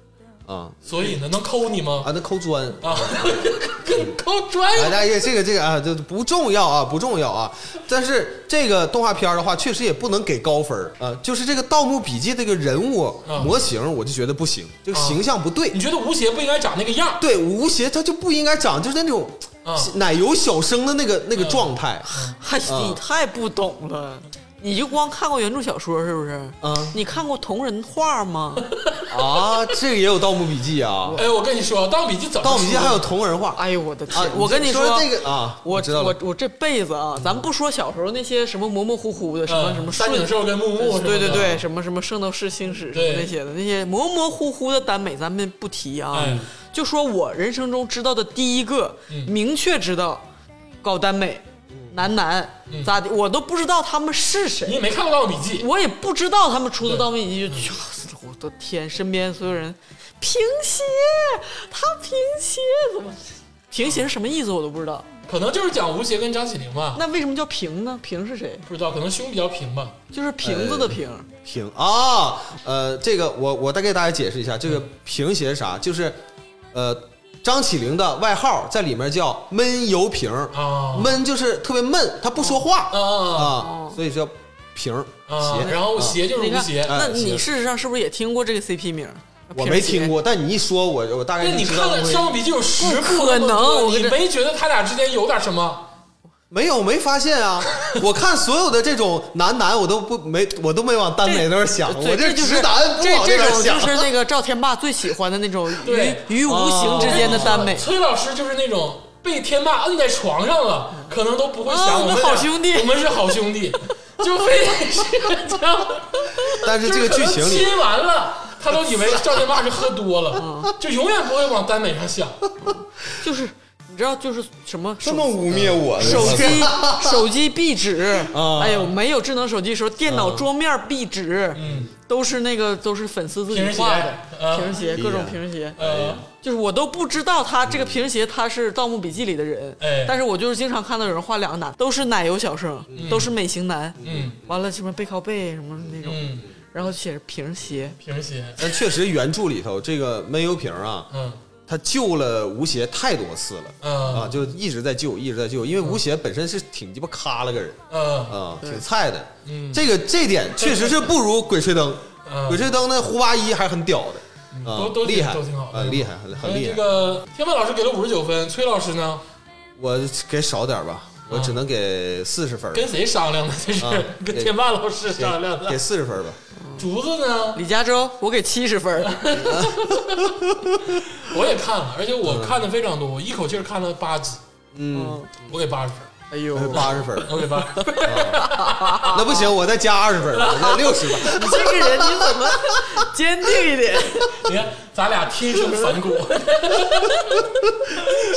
[SPEAKER 5] 啊
[SPEAKER 2] 所以呢，能抠你吗？
[SPEAKER 5] 啊，那抠砖。
[SPEAKER 2] 啊， 跟抠砖
[SPEAKER 5] 哎，大爷，这个这个啊，这不重要啊，不重要啊。但是这个动画片儿的话，确实也不能给高分儿啊。就是这个《盗墓笔记》这个人物
[SPEAKER 4] 嗯
[SPEAKER 2] 啊
[SPEAKER 5] 模型，我就觉得不行，这个
[SPEAKER 2] 啊
[SPEAKER 5] 形象不对
[SPEAKER 2] 你。觉得吴邪不应该长那个样儿？
[SPEAKER 5] 对，吴邪他就不应该长，就是那种
[SPEAKER 2] 啊
[SPEAKER 4] 嗯
[SPEAKER 5] 奶油小生的那个那个状态。
[SPEAKER 4] 哎，你太不懂了。你就光看过原著小说是不是？
[SPEAKER 5] 嗯
[SPEAKER 4] 你看过同人画吗？
[SPEAKER 5] 啊，这个也有《盗墓笔记》啊，
[SPEAKER 2] 哎，我跟你说，《盗墓笔记》怎么出的？
[SPEAKER 5] 《盗墓笔记》还有同人画。
[SPEAKER 4] 哎呦我的天！
[SPEAKER 5] 啊，
[SPEAKER 4] 我跟
[SPEAKER 5] 你
[SPEAKER 4] 你说
[SPEAKER 5] 这个啊，
[SPEAKER 4] 我
[SPEAKER 5] 知道
[SPEAKER 4] 我
[SPEAKER 5] 了。
[SPEAKER 4] 我这辈子啊，咱不说小时候那些什么模模糊糊的，什么
[SPEAKER 2] 嗯
[SPEAKER 4] 什么
[SPEAKER 2] 三
[SPEAKER 4] 顺
[SPEAKER 2] 井寿跟木木什么的嗯
[SPEAKER 4] 对对对，什么什么圣斗士星矢什么那些的，那些模模糊糊的耽美咱们不提啊
[SPEAKER 2] 哎，
[SPEAKER 4] 就说我人生中知道的第一个，
[SPEAKER 2] 嗯
[SPEAKER 4] 明确知道搞耽美男男
[SPEAKER 2] 嗯
[SPEAKER 4] 咋的，我都不知道他们是
[SPEAKER 2] 你
[SPEAKER 4] 谁，
[SPEAKER 2] 也没看过《盗墓笔记》，
[SPEAKER 4] 我也不知道他们出自《盗墓笔记》，就啊我的天，身边所有人平鞋，他平鞋怎么？平鞋是什么意思我都不知道。
[SPEAKER 2] 可能就是讲吴邪跟张起灵吧，
[SPEAKER 4] 那为什么叫平呢？平是谁？
[SPEAKER 2] 不知道，可能胸比较平吧。
[SPEAKER 4] 就是瓶子的瓶。
[SPEAKER 5] 平啊，呃，这个我我再给大家解释一下，这
[SPEAKER 4] 嗯
[SPEAKER 5] 个平鞋是啥？就是，呃，张起灵的外号在里面叫闷油瓶儿
[SPEAKER 4] 哦
[SPEAKER 2] 啊
[SPEAKER 5] 闷就是特别闷，他不说话
[SPEAKER 2] 啊啊
[SPEAKER 5] 啊，所以叫瓶儿
[SPEAKER 4] 哦
[SPEAKER 2] 啊！
[SPEAKER 5] 鞋。
[SPEAKER 2] 然后鞋就是
[SPEAKER 4] 你
[SPEAKER 2] 吴
[SPEAKER 4] 看，
[SPEAKER 2] 邪，
[SPEAKER 5] 哎
[SPEAKER 4] 那你
[SPEAKER 5] 行
[SPEAKER 4] 事实上是不是也听过这个 CP 名？
[SPEAKER 5] 我
[SPEAKER 4] 瓶
[SPEAKER 5] 没
[SPEAKER 4] 鞋
[SPEAKER 5] 听。过，但哎你一说，我我大概
[SPEAKER 2] 那
[SPEAKER 5] 就
[SPEAKER 2] 你
[SPEAKER 5] 知
[SPEAKER 2] 看
[SPEAKER 5] 道
[SPEAKER 2] 了《
[SPEAKER 5] 会
[SPEAKER 2] 盗墓笔记》有十部那
[SPEAKER 4] 不可
[SPEAKER 2] 么
[SPEAKER 4] 能
[SPEAKER 2] 多，
[SPEAKER 4] 我跟
[SPEAKER 2] 你
[SPEAKER 4] 这
[SPEAKER 2] 没觉得他俩之间有点什么？
[SPEAKER 5] 没有没发现 啊？我看所有的这种男男，我都不没我都没往耽美那边想，
[SPEAKER 4] 对，
[SPEAKER 5] 我
[SPEAKER 4] 这就是
[SPEAKER 5] 直男不
[SPEAKER 4] 这
[SPEAKER 5] 往
[SPEAKER 4] 这
[SPEAKER 5] 边
[SPEAKER 4] 种
[SPEAKER 5] 想
[SPEAKER 4] 就。是那个赵天霸最喜欢的那种
[SPEAKER 2] 对
[SPEAKER 4] 于于无形之间的耽
[SPEAKER 5] 哦
[SPEAKER 4] 美。
[SPEAKER 2] 啊崔老师就是那种被天霸摁在床上了，可能都不会
[SPEAKER 4] 啊
[SPEAKER 2] 想
[SPEAKER 4] 我们
[SPEAKER 2] 们俩
[SPEAKER 4] 好兄弟
[SPEAKER 2] 我们是好兄 弟，就非得是这样。
[SPEAKER 5] 但是这个剧情
[SPEAKER 2] 就是可能
[SPEAKER 5] 里，
[SPEAKER 2] 亲完了，他都以为赵天霸是喝多
[SPEAKER 4] 嗯
[SPEAKER 2] 了，就永远不会往耽美上想。
[SPEAKER 4] 就是你知道，就是什么
[SPEAKER 3] 这
[SPEAKER 4] 手
[SPEAKER 3] 么污
[SPEAKER 2] 嗯
[SPEAKER 3] 蔑我呢，
[SPEAKER 4] 手机手机壁纸
[SPEAKER 5] 啊，
[SPEAKER 4] 哎呦，没有智能手机的时候，电
[SPEAKER 5] 嗯
[SPEAKER 4] 脑桌面壁纸，
[SPEAKER 2] 嗯，
[SPEAKER 4] 都是那个都是粉丝自己画的
[SPEAKER 2] 平
[SPEAKER 4] 平
[SPEAKER 2] 时
[SPEAKER 4] 鞋，
[SPEAKER 5] 啊
[SPEAKER 4] 各种平鞋。
[SPEAKER 2] 呃，
[SPEAKER 4] 就是我都不知道他这个平鞋他是《盗墓笔记》里的人，
[SPEAKER 2] 哎
[SPEAKER 4] 但是我就是经常看到有人画两个男，都是奶油小生，都是美型男，
[SPEAKER 2] 嗯
[SPEAKER 4] 完了什么背靠背什么
[SPEAKER 5] 哎
[SPEAKER 4] 那种，
[SPEAKER 2] 嗯，
[SPEAKER 4] 然后写着平鞋，
[SPEAKER 2] 平鞋，
[SPEAKER 5] 但确实原著里头这个闷油瓶啊，
[SPEAKER 2] 嗯
[SPEAKER 5] 他救了吴邪太多次了。啊，
[SPEAKER 2] 嗯
[SPEAKER 5] 就一直在救，一直在救，因为吴邪本身是挺鸡巴咖了个人
[SPEAKER 2] 嗯
[SPEAKER 5] 啊，挺菜的。
[SPEAKER 2] 嗯
[SPEAKER 5] 这个这点确实是不如《鬼吹灯》，
[SPEAKER 2] 嗯
[SPEAKER 5] 《鬼吹灯》那胡八一还很屌的，啊
[SPEAKER 2] 都都，挺
[SPEAKER 5] 厉害，
[SPEAKER 2] 都挺好的
[SPEAKER 5] 啊，厉害，很很
[SPEAKER 2] 嗯，
[SPEAKER 5] 厉
[SPEAKER 2] 这
[SPEAKER 5] 害。
[SPEAKER 2] 个天霸老师给了五十九分，崔老师呢？
[SPEAKER 5] 我给少点吧，我只能给四十分儿，
[SPEAKER 2] 嗯跟谁商量的？这是
[SPEAKER 5] 啊
[SPEAKER 2] 跟
[SPEAKER 5] 给
[SPEAKER 2] 天霸老师商量
[SPEAKER 5] 给
[SPEAKER 2] 的。
[SPEAKER 5] 四十分儿吧。
[SPEAKER 2] 竹子呢？
[SPEAKER 4] 李嘉洲，我给七十分儿，
[SPEAKER 2] 我也看了，而且我看的非常多，我一口气儿看了八集，
[SPEAKER 5] 嗯，
[SPEAKER 2] 我给八十分，
[SPEAKER 4] 哎呦，
[SPEAKER 2] 嗯
[SPEAKER 5] 八十分儿，
[SPEAKER 2] 我给八 十分。
[SPEAKER 5] 那不行，我再加二十分儿吧，我再六十吧。
[SPEAKER 4] 你这个人你怎么坚定一点？
[SPEAKER 2] 你看，咱俩天生反 骨。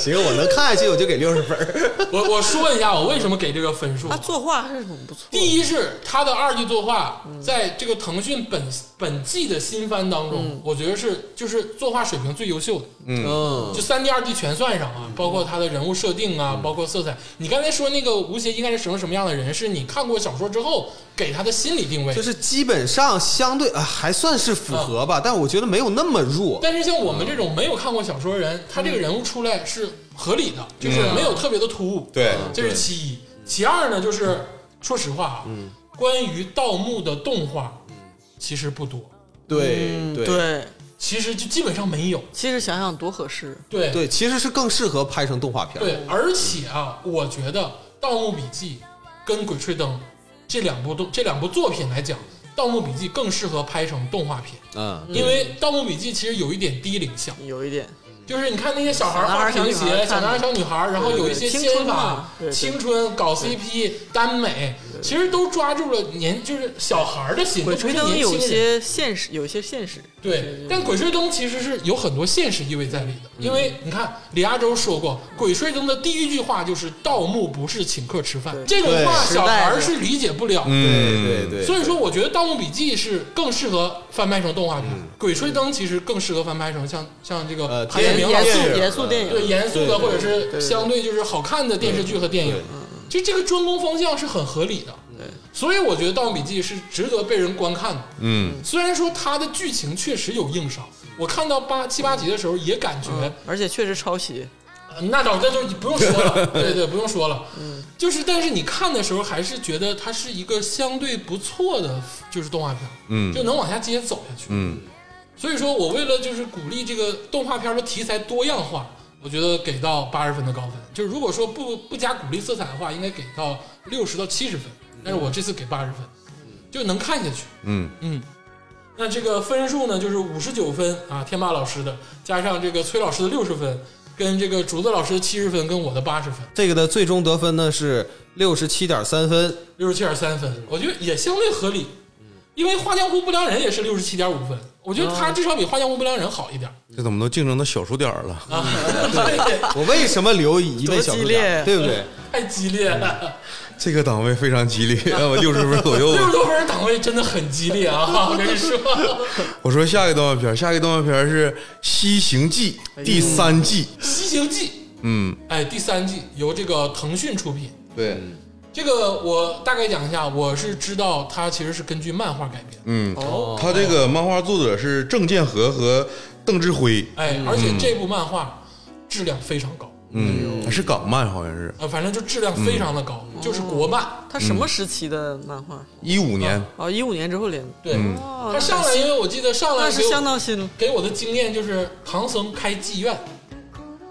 [SPEAKER 5] 行，我能看下去，我就给六十分儿。
[SPEAKER 2] 我我说一下，我为什么给这个分数
[SPEAKER 4] 他？
[SPEAKER 5] 啊
[SPEAKER 4] 作画还是很不错，
[SPEAKER 2] 第一是他的二季作画，
[SPEAKER 5] 嗯
[SPEAKER 2] 在这个腾讯本本季的新番当中，我觉得是就是作画水平最优秀的，
[SPEAKER 5] 嗯
[SPEAKER 2] 就三 D、二 D 全算上啊，包括他的人物设定啊，包括色彩。你刚才说那个吴邪应该是什么什么样的人，是你看过小说之后给他的心理定位
[SPEAKER 5] 就。是基本上相对啊，还算是符合吧，但我觉得没有那么弱。
[SPEAKER 2] 但是像我们这种没有看过小说的人，他这个人物出来是合理的，就是没有特别的突兀。
[SPEAKER 3] 对
[SPEAKER 2] 这是其一。其二呢，就是说实话啊，关于盗墓的动画其实不多，
[SPEAKER 5] 嗯对对
[SPEAKER 4] 嗯对，
[SPEAKER 2] 其实就基本上没有。
[SPEAKER 4] 其实想想多合适，
[SPEAKER 2] 对
[SPEAKER 5] 对，其实是更适合拍成动画片儿。
[SPEAKER 2] 对而且啊，我觉得《盗墓笔记》跟《鬼吹灯》这两部动这两部作品来讲，《盗墓笔记》更适合拍成动画片，
[SPEAKER 5] 嗯，
[SPEAKER 2] 因为《盗墓笔记》其实有一点低龄向，
[SPEAKER 4] 有一点
[SPEAKER 2] 就是你看那些小孩儿
[SPEAKER 4] 嗯小男
[SPEAKER 2] 画
[SPEAKER 4] 孩儿
[SPEAKER 2] 皮
[SPEAKER 4] 小女孩
[SPEAKER 2] 鞋，
[SPEAKER 4] 儿
[SPEAKER 2] 小男孩儿、小女孩儿，然后有一些
[SPEAKER 4] 青
[SPEAKER 2] 仙
[SPEAKER 4] 春
[SPEAKER 2] 法
[SPEAKER 4] 嘛、对对
[SPEAKER 2] 青春搞 CP、耽美，其实都抓住了年就是小孩儿的心，
[SPEAKER 4] 《
[SPEAKER 2] 都
[SPEAKER 4] 鬼
[SPEAKER 2] 不是
[SPEAKER 4] 吹
[SPEAKER 2] 年
[SPEAKER 4] 灯》有
[SPEAKER 2] 轻人。
[SPEAKER 4] 些现实，有些现实，
[SPEAKER 2] 对，但《鬼吹灯》其实是有很多现实意味在里的，因为你看李亚洲说过，《鬼吹灯》的第一句话就是“盗墓不是请客吃饭”，
[SPEAKER 4] 对
[SPEAKER 2] 这种话
[SPEAKER 4] 对
[SPEAKER 2] 小孩儿
[SPEAKER 4] 时代
[SPEAKER 2] 是理解不了的。
[SPEAKER 3] 嗯，
[SPEAKER 5] 对对，
[SPEAKER 2] 所以说，我觉得《盗墓笔记》是更适合翻拍成动画片，鬼吹灯》其实更适合翻拍成像像这个
[SPEAKER 5] 嗯呃
[SPEAKER 2] 谭咏麟
[SPEAKER 5] 电
[SPEAKER 2] 老
[SPEAKER 4] 严
[SPEAKER 2] 师
[SPEAKER 4] 肃
[SPEAKER 5] 电
[SPEAKER 4] 严肃电
[SPEAKER 5] 影
[SPEAKER 2] 对
[SPEAKER 4] 影，
[SPEAKER 2] 严肃的
[SPEAKER 5] 对对
[SPEAKER 2] 或者是相对就是好看的电视剧和电影
[SPEAKER 5] 对，嗯
[SPEAKER 2] 就这个专攻方向是很合理的。所以我觉得《盗墓笔记》是值得被人观看的。
[SPEAKER 3] 嗯，
[SPEAKER 2] 虽然说它的剧情确实有硬伤，我看到八七八集的时候也感觉，
[SPEAKER 5] 嗯
[SPEAKER 4] 而且确实抄袭。
[SPEAKER 2] 呃那倒这就不用说 了，对对，不用说了。就是但是你看的时候还是觉得它是一个相对不错的，就是动画片，
[SPEAKER 3] 嗯
[SPEAKER 2] 就能往下接走下去。
[SPEAKER 3] 嗯，
[SPEAKER 2] 所以说我为了就是鼓励这个动画片的题材多样化，我觉得给到八十分的高分。就是如果说不不加鼓励色彩的话，应该给到六十到七十分。但是我这次给八十分，就能看下去。
[SPEAKER 3] 嗯，
[SPEAKER 2] 那这个分数呢，就是五十九分啊，天霸老师的，加上这个崔老师的六十分，跟这个竹子老师的七十分，跟我的八十分，
[SPEAKER 5] 这个的最终得分呢是六十七点三分，
[SPEAKER 2] 六十七点三分，我觉得也相对合理。因为《画江湖不良人》也是六十七点五分，我觉得他至少比《画江湖不良人》好一点
[SPEAKER 3] 这怎么都竞争到小数点儿了？
[SPEAKER 2] 啊，对
[SPEAKER 5] 我为什么留一位小数
[SPEAKER 4] 多激烈
[SPEAKER 5] 点，对不对？
[SPEAKER 2] 太激烈了，
[SPEAKER 3] 这个档位非常激烈，六十分左右 啊
[SPEAKER 2] 六。十多分档位真的很激烈啊！我跟你说，
[SPEAKER 3] 我说下一个动画片儿，下一个动画片儿是《西行记》
[SPEAKER 2] 哎
[SPEAKER 3] 第三季。
[SPEAKER 2] 《西行记》
[SPEAKER 3] 嗯，
[SPEAKER 2] 哎，第三季由这个腾讯出品，
[SPEAKER 3] 对，
[SPEAKER 2] 这个我大概讲一下，我是知道它其实是根据漫画改编，
[SPEAKER 3] 嗯，
[SPEAKER 2] 哦
[SPEAKER 3] 他这个漫画作者是郑健和和邓志辉。
[SPEAKER 2] 哎，
[SPEAKER 5] 嗯
[SPEAKER 2] 而且这部漫画质量非常高，
[SPEAKER 3] 嗯，是港漫，好像是
[SPEAKER 2] 呃，反正就质量非常的高，
[SPEAKER 4] 嗯
[SPEAKER 2] 就是国漫。
[SPEAKER 4] 它
[SPEAKER 5] 嗯
[SPEAKER 4] 什么时期的漫画？
[SPEAKER 3] 一五年。
[SPEAKER 4] 哦，一五年之后连的，
[SPEAKER 2] 对，
[SPEAKER 5] 嗯
[SPEAKER 4] 哦
[SPEAKER 2] 它上来，因为我记得上来
[SPEAKER 4] 那
[SPEAKER 2] 给
[SPEAKER 4] 是
[SPEAKER 2] 我
[SPEAKER 4] 相当新了。
[SPEAKER 2] 给我的经验就是唐僧开妓院，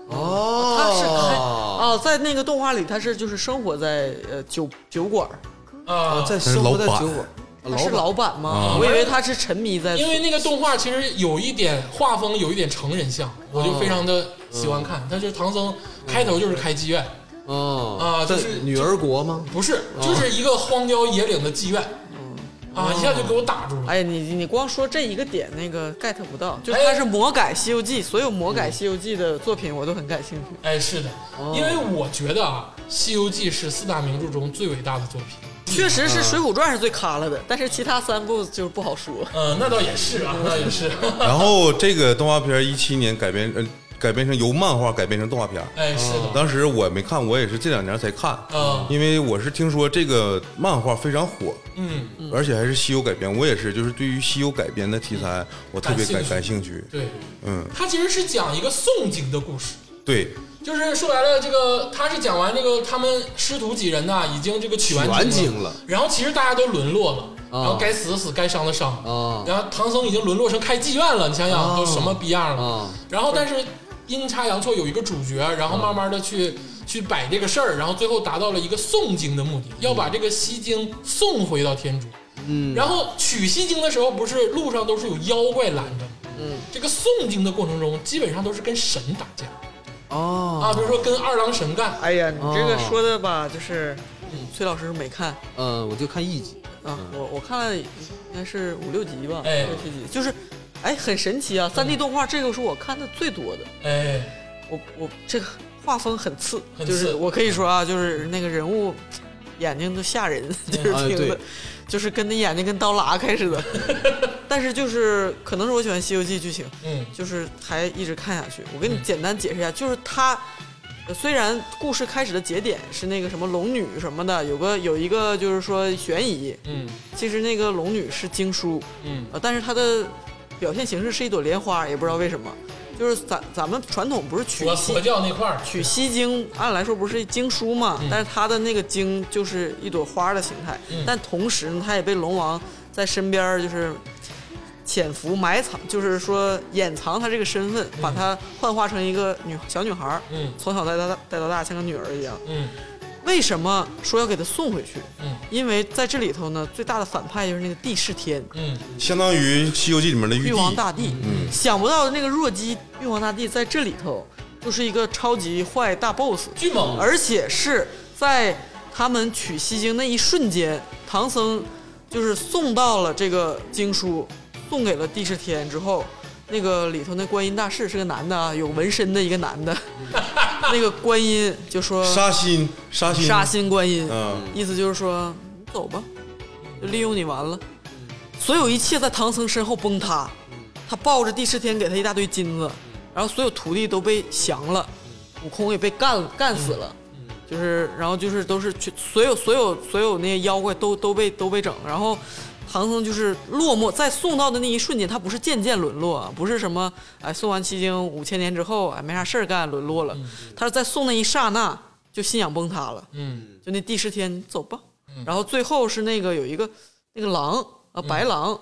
[SPEAKER 5] 哦，
[SPEAKER 4] 它嗯是开哦，在那个动画里，它是就是生活在呃酒酒馆儿，
[SPEAKER 2] 啊
[SPEAKER 5] 哦，在生活在
[SPEAKER 3] 老板
[SPEAKER 5] 酒馆，
[SPEAKER 4] 他是老板吗
[SPEAKER 3] 啊？
[SPEAKER 4] 我以为他是沉迷在
[SPEAKER 2] 因为那个动画其实有一点画风有一点成人像，我就非常的喜欢
[SPEAKER 5] 嗯
[SPEAKER 2] 看。它就是唐僧开头就是开妓院，
[SPEAKER 5] 哦
[SPEAKER 2] 啊就
[SPEAKER 5] 在
[SPEAKER 2] 是
[SPEAKER 5] 女儿国吗？
[SPEAKER 2] 不是，就是一个荒郊野岭的妓院，
[SPEAKER 5] 嗯
[SPEAKER 2] 啊，一下就给我打
[SPEAKER 5] 哦
[SPEAKER 2] 住了。
[SPEAKER 4] 哎，你你光说这一个点，那个 get 不到，就他是魔改《西游记》，所有魔改《西游记》的作品我都很感兴趣。
[SPEAKER 2] 哎，是的，
[SPEAKER 5] 哦
[SPEAKER 2] 因为我觉得啊，《西游记》是四大名著中最伟大的作品。
[SPEAKER 4] 确实是《水浒传》是最咖了的，但是其他三部就是不好说。
[SPEAKER 2] 嗯，那倒也是 啊，那也是。
[SPEAKER 3] 然后这个动画片一七年改编，呃，改编成由漫画改编成动画片儿。
[SPEAKER 2] 哎，是的，
[SPEAKER 3] 当时我没看，我也是这两年才看，
[SPEAKER 5] 哦
[SPEAKER 2] 嗯
[SPEAKER 3] 因为我是听说这个漫画非常火，
[SPEAKER 2] 嗯，
[SPEAKER 3] 而且还是西游改编。我也是，就是对于西游改编的题材，我特别感
[SPEAKER 2] 感
[SPEAKER 3] 感
[SPEAKER 2] 兴
[SPEAKER 3] 兴趣。
[SPEAKER 2] 对，
[SPEAKER 3] 嗯，
[SPEAKER 2] 它其实是讲一个宋景的故事。
[SPEAKER 3] 对，
[SPEAKER 2] 就是说白了，这个他是讲完这个他们师徒几人呐，已经这个取完
[SPEAKER 5] 取完
[SPEAKER 2] 经
[SPEAKER 5] 经了
[SPEAKER 2] 然后其实大家都沦落了，然
[SPEAKER 5] 啊
[SPEAKER 2] 后该死的死，该伤的伤，
[SPEAKER 5] 啊
[SPEAKER 2] 然后唐僧已经沦落成开妓院了，你想想、
[SPEAKER 5] 啊
[SPEAKER 2] 都什么逼样了，
[SPEAKER 5] 啊
[SPEAKER 2] 然后但是阴差阳错有一个主角，然后慢慢的去、去摆这个事儿，然后最后达到了一个诵经的目的，要把这个西经送回到天竺。嗯，然后取西经的时候，不是路上都是有妖怪拦着。嗯，这个诵经的过程中，基本上都是跟神打架。
[SPEAKER 5] 哦，
[SPEAKER 2] 啊，比如说跟二郎神干，
[SPEAKER 4] 哎呀，你这个
[SPEAKER 5] 哦
[SPEAKER 4] 说的吧，就是崔老师没看
[SPEAKER 5] 嗯，我就看一集，
[SPEAKER 4] 啊，我我看了应该是五六集吧，
[SPEAKER 2] 嗯哎嗯
[SPEAKER 4] 六七集，就是哎很神奇啊，三 D 动画这个是我看的最多的，
[SPEAKER 2] 哎，
[SPEAKER 4] 我我这个画风很次，
[SPEAKER 2] 很
[SPEAKER 4] 就
[SPEAKER 2] 次
[SPEAKER 4] 是我可以说啊，就是那个人物眼睛都吓人，
[SPEAKER 2] 嗯
[SPEAKER 4] 就是
[SPEAKER 2] 啊
[SPEAKER 5] 哎
[SPEAKER 4] 听
[SPEAKER 5] 对
[SPEAKER 4] 的，就是跟那眼睛跟刀剌开 似的。但是就是可能是我喜欢《西游记》剧情，
[SPEAKER 2] 嗯
[SPEAKER 4] 就是还一直看下去。我跟你简单解释一下，就是他。呃虽然故事开始的节点是那个什么龙女什么的，有个有一个就是说悬疑，
[SPEAKER 2] 嗯
[SPEAKER 4] 其实那个龙女是经书，
[SPEAKER 2] 嗯
[SPEAKER 4] 呃，但是它的表现形式是一朵莲花，也不知道为什么。就是咱咱们传统不是取
[SPEAKER 2] 嗯佛
[SPEAKER 4] 西
[SPEAKER 2] 佛教那块儿，
[SPEAKER 4] 取西经，按来说不是经书嘛，
[SPEAKER 2] 嗯
[SPEAKER 4] 但是它的那个经就是一朵花的形态，但同时呢，它也被龙王在身边儿就是潜伏埋藏，就是说掩藏他这个身份，把她幻化成一个女小女孩儿，
[SPEAKER 2] 嗯
[SPEAKER 4] 从小带到大带到大，像个女儿一样。
[SPEAKER 2] 嗯
[SPEAKER 4] 为什么说要给她送回去？
[SPEAKER 2] 嗯
[SPEAKER 4] 因为在这里头呢，最大的反派就是那个帝释天，
[SPEAKER 2] 嗯，
[SPEAKER 3] 相当于《西游记》里面的玉
[SPEAKER 4] 玉皇
[SPEAKER 3] 帝。
[SPEAKER 4] 大帝。想不到那个弱鸡玉皇大帝在这里头就是一个超级坏大 boss，
[SPEAKER 2] 巨猛，
[SPEAKER 4] 而且是在他们取西经那一瞬间，唐僧就是送到了这个经书，送给了帝释天之后，那个里头那观音大士是个男的啊，有纹身的一个男 的，那个观音就说
[SPEAKER 3] 杀心，杀心，
[SPEAKER 4] 杀心观音，
[SPEAKER 3] 嗯
[SPEAKER 4] 意思就是说你走吧，就利用你完了。所有一切在唐僧身后崩塌，他抱着帝释天给他一大堆金子，然后所有徒弟都被降了，悟空也被干干死了，
[SPEAKER 3] 嗯
[SPEAKER 4] 就是然后就是都是去所有所有所有那些妖怪都都被都被整，然后唐僧就是落寞，在送到的那一瞬间，他不是渐渐沦落啊，不是什么哎送完七经五千年之后哎没啥事儿干沦落
[SPEAKER 3] 嗯
[SPEAKER 4] 了，他是在送那一刹那就信仰崩塌了。
[SPEAKER 2] 嗯
[SPEAKER 4] 就那帝
[SPEAKER 2] 嗯
[SPEAKER 4] 释天，你走吧。然后最后是那个有一个那个狼啊，白狼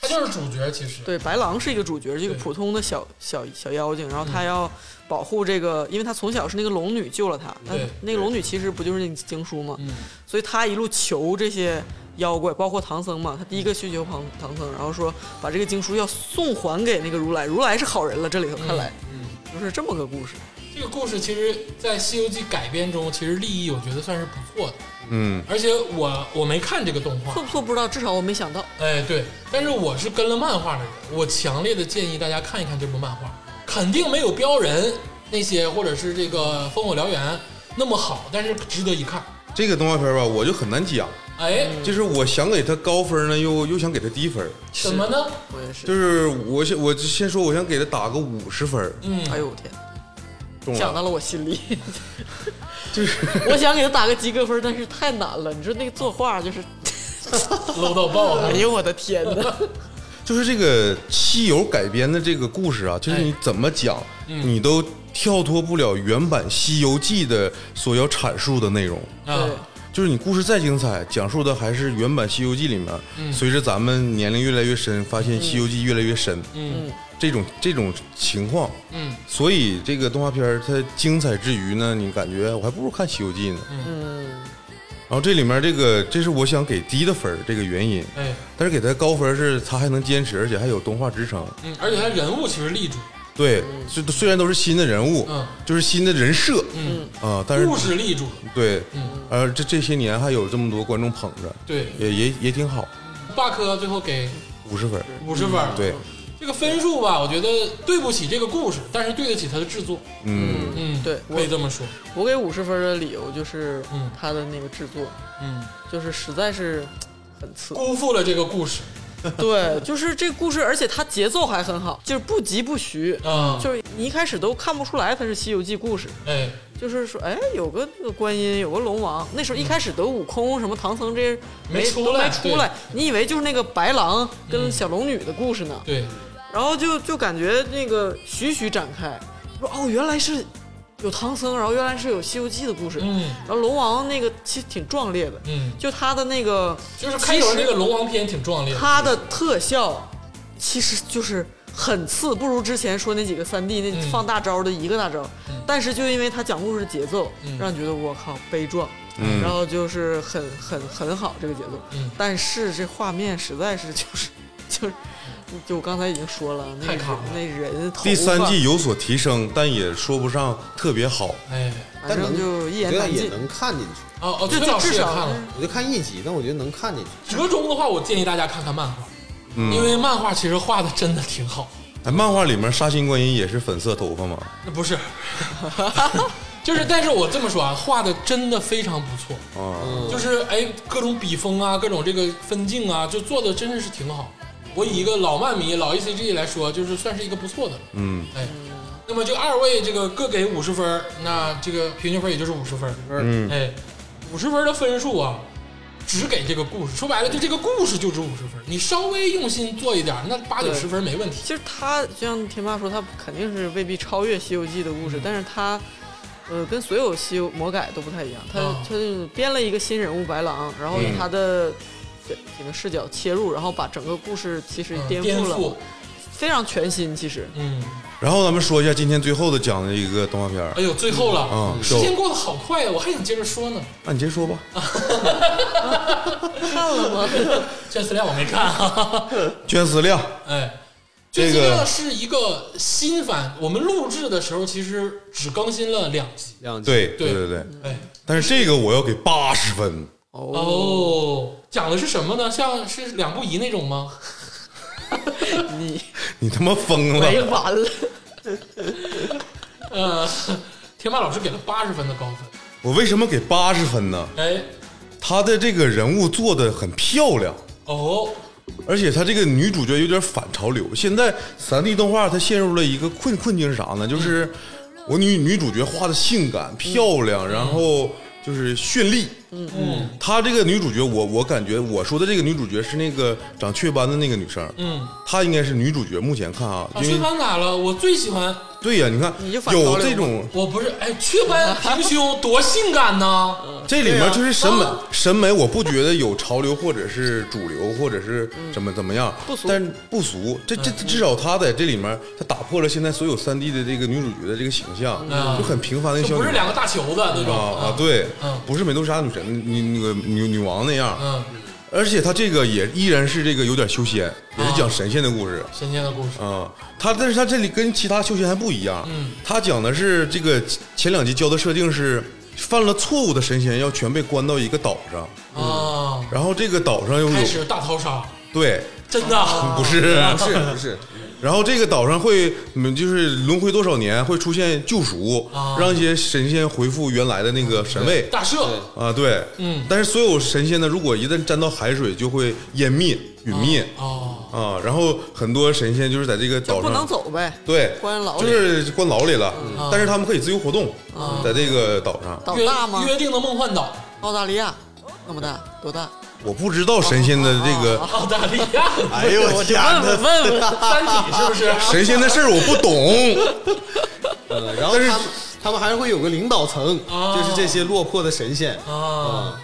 [SPEAKER 2] 他就是主角，其实
[SPEAKER 4] 对，白狼是一个主角，是一个
[SPEAKER 2] 对
[SPEAKER 4] 普通的小小小妖精，然后
[SPEAKER 2] 嗯
[SPEAKER 4] 他要保护这个，因为他从小是那个龙女救了他，但
[SPEAKER 2] 对
[SPEAKER 4] 那个龙女其实不就是那个经书吗？
[SPEAKER 2] 嗯
[SPEAKER 4] 所以他一路求这些妖怪，包括唐僧嘛，他第一个去求唐唐僧，然后说把这个经书要送还给那个如来，如来是好人了，这里头看来、
[SPEAKER 2] 嗯，
[SPEAKER 4] 就是这么个故事。
[SPEAKER 2] 这个故事其实，在《西游记》改编中，其实立意我觉得算是不错的。
[SPEAKER 3] 嗯，
[SPEAKER 2] 而且我我没看这个动
[SPEAKER 4] 错
[SPEAKER 2] 画，
[SPEAKER 4] 不错不知道，至少我没想到。
[SPEAKER 2] 哎，对，但是我是跟了漫画的人，我强烈的建议大家看一看这部漫画，肯定没有标人那些或者是这个烽火燎原那么好，但是值得一看。
[SPEAKER 3] 这个动画片吧，我就很难讲，
[SPEAKER 2] 哎，
[SPEAKER 4] 嗯
[SPEAKER 3] 就是我想给它高分呢，又又想给它低分，
[SPEAKER 2] 怎么呢？
[SPEAKER 4] 我也是，
[SPEAKER 3] 就是我先我先说，我想给它打个五十分，
[SPEAKER 2] 嗯，
[SPEAKER 4] 哎呦我天，
[SPEAKER 3] 中
[SPEAKER 4] 讲到
[SPEAKER 3] 了，
[SPEAKER 4] 了我心里。
[SPEAKER 3] 就是
[SPEAKER 4] 我想给他打个及格分，但是太难了。你说那个作画就是，
[SPEAKER 2] 搂到爆了
[SPEAKER 4] 哎。呦我的天哪！
[SPEAKER 3] 就是这个西游改编的这个故事啊，就是
[SPEAKER 2] 哎
[SPEAKER 3] 你怎么讲，你都跳脱不了原版《西游记》的所要阐述的内容。
[SPEAKER 2] 啊
[SPEAKER 4] 对，
[SPEAKER 3] 就是你故事再精彩，讲述的还是原版《西游记》里面。随着咱们年龄越来越深，发现《西游记》越来越深，
[SPEAKER 2] 嗯
[SPEAKER 3] 这种这种情况。
[SPEAKER 2] 嗯，
[SPEAKER 3] 所以这个动画片儿它精彩之余呢，你感觉我还不如看《西游记》呢。
[SPEAKER 4] 嗯，
[SPEAKER 3] 然后这里面这个，这是我想给低的分儿这个原因，
[SPEAKER 2] 哎，
[SPEAKER 3] 但是给它高分儿是它还能坚持，而且还有动画支撑。
[SPEAKER 2] 嗯，而且他人物其实立住，
[SPEAKER 3] 对，虽虽然都是新的人物，
[SPEAKER 2] 嗯
[SPEAKER 3] 就是新的人设，
[SPEAKER 2] 嗯
[SPEAKER 3] 啊，但是
[SPEAKER 2] 故事立住，
[SPEAKER 3] 对，
[SPEAKER 2] 嗯，
[SPEAKER 3] 呃，这这些年还有这么多观众捧着，
[SPEAKER 2] 对，
[SPEAKER 3] 也也也挺好，
[SPEAKER 2] 霸科最后给
[SPEAKER 3] 五十分儿，
[SPEAKER 2] 五十
[SPEAKER 4] 嗯
[SPEAKER 2] 分，，
[SPEAKER 3] 对，
[SPEAKER 2] 这个分数吧，我觉得对不起这个故事，但是对得起它的制作，
[SPEAKER 3] 嗯，
[SPEAKER 2] 嗯，
[SPEAKER 4] 对
[SPEAKER 2] 可以这么说，
[SPEAKER 4] 我给五十分的理由就是
[SPEAKER 2] 嗯
[SPEAKER 4] 他的那个制作，
[SPEAKER 2] 嗯，
[SPEAKER 4] 就是实在是很次。
[SPEAKER 2] 辜负了这个故事，
[SPEAKER 4] 对，就是这故事，而且它节奏还很好，就是不疾不徐。
[SPEAKER 2] 嗯，
[SPEAKER 4] 就是你一开始都看不出来它是《西游记》故事，
[SPEAKER 2] 哎，
[SPEAKER 4] 就是说，哎，有个观音，有个龙王，那时候一开始都悟空、什么唐僧这
[SPEAKER 2] 没出
[SPEAKER 4] 都
[SPEAKER 2] 来
[SPEAKER 4] 没出来，你以为就是那个白狼跟小龙女的故事呢？
[SPEAKER 2] 对，
[SPEAKER 4] 然后就就感觉那个徐徐展开，说哦，原来是有唐僧，然后原来是有《西游记》的故事，
[SPEAKER 2] 嗯
[SPEAKER 4] 然后龙王那个其实挺壮烈的，
[SPEAKER 2] 嗯，
[SPEAKER 4] 就他的那个
[SPEAKER 2] 就是开头那个龙王篇挺壮烈的，
[SPEAKER 4] 他的特效其实就是很次，不如之前说那几个三 D 那
[SPEAKER 2] 嗯
[SPEAKER 4] 放大招的一个大招，但是就因为他讲故事的节奏，
[SPEAKER 2] 嗯
[SPEAKER 4] 让你觉得我靠悲壮。
[SPEAKER 3] 嗯
[SPEAKER 4] 然后就是很很很好这个节奏，
[SPEAKER 2] 嗯
[SPEAKER 4] 但是这画面实在是就是 就是，就我刚才已经说了，那
[SPEAKER 2] 太
[SPEAKER 4] 人
[SPEAKER 2] 卡了
[SPEAKER 4] 那人头发
[SPEAKER 3] 第三季有所提升，但也说不上特别好。
[SPEAKER 2] 哎，
[SPEAKER 4] 反正就一言
[SPEAKER 5] 觉得
[SPEAKER 4] 难
[SPEAKER 5] 也
[SPEAKER 4] 尽。
[SPEAKER 5] 能看进去，
[SPEAKER 2] 哦哦，
[SPEAKER 4] 就
[SPEAKER 2] 崔老师
[SPEAKER 4] 至
[SPEAKER 2] 也
[SPEAKER 4] 少嗯
[SPEAKER 2] 看了。
[SPEAKER 5] 我就看一集，但我觉得能看进去。
[SPEAKER 2] 折中的话，我建议大家看看漫画，
[SPEAKER 3] 嗯，
[SPEAKER 2] 因为漫画其实画的真的挺好。
[SPEAKER 3] 哎漫画里面杀心观音也是粉色头发嘛，
[SPEAKER 2] 那不是， 就是，但是我这么说啊，画的真的非常不错，
[SPEAKER 3] 啊，
[SPEAKER 2] 就是哎，各种笔锋啊，各种这个分镜啊，就做的真的是挺好。我以一个老漫迷、老 ACG 来说，就是算是一个不错的了。
[SPEAKER 3] 嗯
[SPEAKER 2] 哎，那么这二位这个各给五十分儿，那这个平均分儿也就是五十分儿。
[SPEAKER 3] 嗯，
[SPEAKER 2] 哎，五十分的分数啊，只给这个故事。说白了，就这个故事就值五十分。你稍微用心做一点，那八九十分没问题。
[SPEAKER 4] 其实他就像天妈说，他肯定是未必超越《西游记》的故
[SPEAKER 2] 嗯
[SPEAKER 4] 事，但是他呃跟所有西游魔改都不太一样，他、
[SPEAKER 2] 嗯
[SPEAKER 4] 他就编了一个新人物白狼，然后以他的这这个视角切入，然后把整个故事其实
[SPEAKER 2] 嗯
[SPEAKER 4] 颠
[SPEAKER 2] 颠
[SPEAKER 4] 了，，非常全新。其实
[SPEAKER 2] 嗯，
[SPEAKER 3] 然后咱们说一下今天最后的讲的一个动画片儿
[SPEAKER 2] 哎，呦，最后了，
[SPEAKER 3] 嗯
[SPEAKER 2] 时间过得好快啊呀，我还想接着说呢。
[SPEAKER 3] 那你先说吧。
[SPEAKER 4] 看了吗？
[SPEAKER 2] 这资料我没看 啊，
[SPEAKER 3] 捐资料，
[SPEAKER 2] 哎。
[SPEAKER 3] 这
[SPEAKER 2] 这
[SPEAKER 3] 个
[SPEAKER 2] 资料是一个新番，我们录制的时候其实只更新了两集，
[SPEAKER 5] 两集，
[SPEAKER 3] 对
[SPEAKER 2] 对
[SPEAKER 3] 对对，
[SPEAKER 2] 哎，
[SPEAKER 3] 但是这个我要给八十分，
[SPEAKER 2] 哦，讲的是什么呢？像是两不疑那种吗？
[SPEAKER 4] 你
[SPEAKER 3] 你他妈疯
[SPEAKER 4] 没
[SPEAKER 3] 了！
[SPEAKER 4] 完了。
[SPEAKER 2] 呃， 天霸老师给了八十分的高分，
[SPEAKER 3] 我为什么给八十分呢？
[SPEAKER 2] 哎，
[SPEAKER 3] 她的这个人物做的很漂亮，
[SPEAKER 2] 哦，
[SPEAKER 3] 而且她这个女主角有点反潮流。现在三 D 动画它陷入了一个困困境是啥呢？就是我女女主角画的性感漂亮，然后就是绚丽，
[SPEAKER 2] 嗯
[SPEAKER 3] 她这个女主角，我我感觉我说的这个女主角是那个长雀斑的那个女生，
[SPEAKER 2] 嗯，
[SPEAKER 3] 她应该是女主角。目前看啊，
[SPEAKER 2] 啊，
[SPEAKER 3] 因
[SPEAKER 2] 雀
[SPEAKER 3] 为
[SPEAKER 2] 斑咋了？我最喜欢，
[SPEAKER 3] 对呀，你看
[SPEAKER 4] 哦你就反潮
[SPEAKER 3] 有
[SPEAKER 4] 流
[SPEAKER 3] 这种，
[SPEAKER 2] 我不是哎，雀斑平胸多性感 呢！
[SPEAKER 3] 这里面就是审美
[SPEAKER 2] 啊
[SPEAKER 3] 审美，我不觉得有潮流或者是主流或者是
[SPEAKER 2] 嗯
[SPEAKER 3] 怎么怎么样，
[SPEAKER 4] 不俗
[SPEAKER 3] 但是不俗。这这至少她在这里面，她打破了现在所有三 D 的这个女主角的这个形象，
[SPEAKER 2] 嗯
[SPEAKER 3] 就很平凡的一个
[SPEAKER 2] 就
[SPEAKER 3] 小
[SPEAKER 2] 不
[SPEAKER 3] 女
[SPEAKER 2] 是
[SPEAKER 3] 孩。
[SPEAKER 2] 两个大球子那种
[SPEAKER 3] 啊啊，
[SPEAKER 2] 啊，
[SPEAKER 3] 对
[SPEAKER 2] 嗯，
[SPEAKER 3] 不是美杜莎女神女那个女女王那样，
[SPEAKER 2] 嗯，
[SPEAKER 3] 而且她这个也依然是这个有点修仙，也是
[SPEAKER 2] 哦
[SPEAKER 3] 讲神仙的故事
[SPEAKER 2] 神仙的故事，
[SPEAKER 3] 啊。她但是她这里跟其他修仙还不一样，
[SPEAKER 2] 嗯，
[SPEAKER 3] 她讲的是这个前两集教的设定是犯了错误的神仙要全被关到一个岛上，
[SPEAKER 2] 啊，
[SPEAKER 3] 然后这个岛上又
[SPEAKER 2] 开
[SPEAKER 3] 有
[SPEAKER 2] 始哦大逃杀，
[SPEAKER 3] 对，
[SPEAKER 2] 真的啊
[SPEAKER 5] 啊
[SPEAKER 3] 不是。
[SPEAKER 5] 不是不是，
[SPEAKER 3] 然后这个岛上会，嗯，就是轮回多少年会出现救赎，
[SPEAKER 2] 啊
[SPEAKER 3] 让一些神仙恢复原来的那个神位。
[SPEAKER 2] 大
[SPEAKER 5] 对
[SPEAKER 2] 赦，
[SPEAKER 3] 啊，对，
[SPEAKER 2] 嗯
[SPEAKER 3] 但是所有神仙呢，如果一旦沾到海水，就会湮灭、陨灭
[SPEAKER 2] 哦，
[SPEAKER 3] 啊。然后很多神仙就是在这个岛
[SPEAKER 4] 不能
[SPEAKER 3] 上，
[SPEAKER 4] 走呗，
[SPEAKER 3] 对，
[SPEAKER 4] 关牢里嗯
[SPEAKER 3] 就是关牢里了，但是他们可以自由活动，在这个岛上。
[SPEAKER 4] 岛
[SPEAKER 2] 约
[SPEAKER 4] 大吗？
[SPEAKER 2] 约定的梦幻 岛，
[SPEAKER 4] 澳大利亚那么大，多 大？
[SPEAKER 3] 我不知道神仙的这
[SPEAKER 4] 哦
[SPEAKER 3] 个
[SPEAKER 2] 澳哦大利亚，
[SPEAKER 5] 哎呦我天
[SPEAKER 4] 问问问问，
[SPEAKER 2] 三体是不是？
[SPEAKER 3] 神仙的事儿我不懂，
[SPEAKER 5] 呃然后
[SPEAKER 3] 但是
[SPEAKER 5] 他们他们还是会有个领导层，
[SPEAKER 2] 啊
[SPEAKER 5] 就是这些落魄的神仙，
[SPEAKER 2] 啊，
[SPEAKER 4] 嗯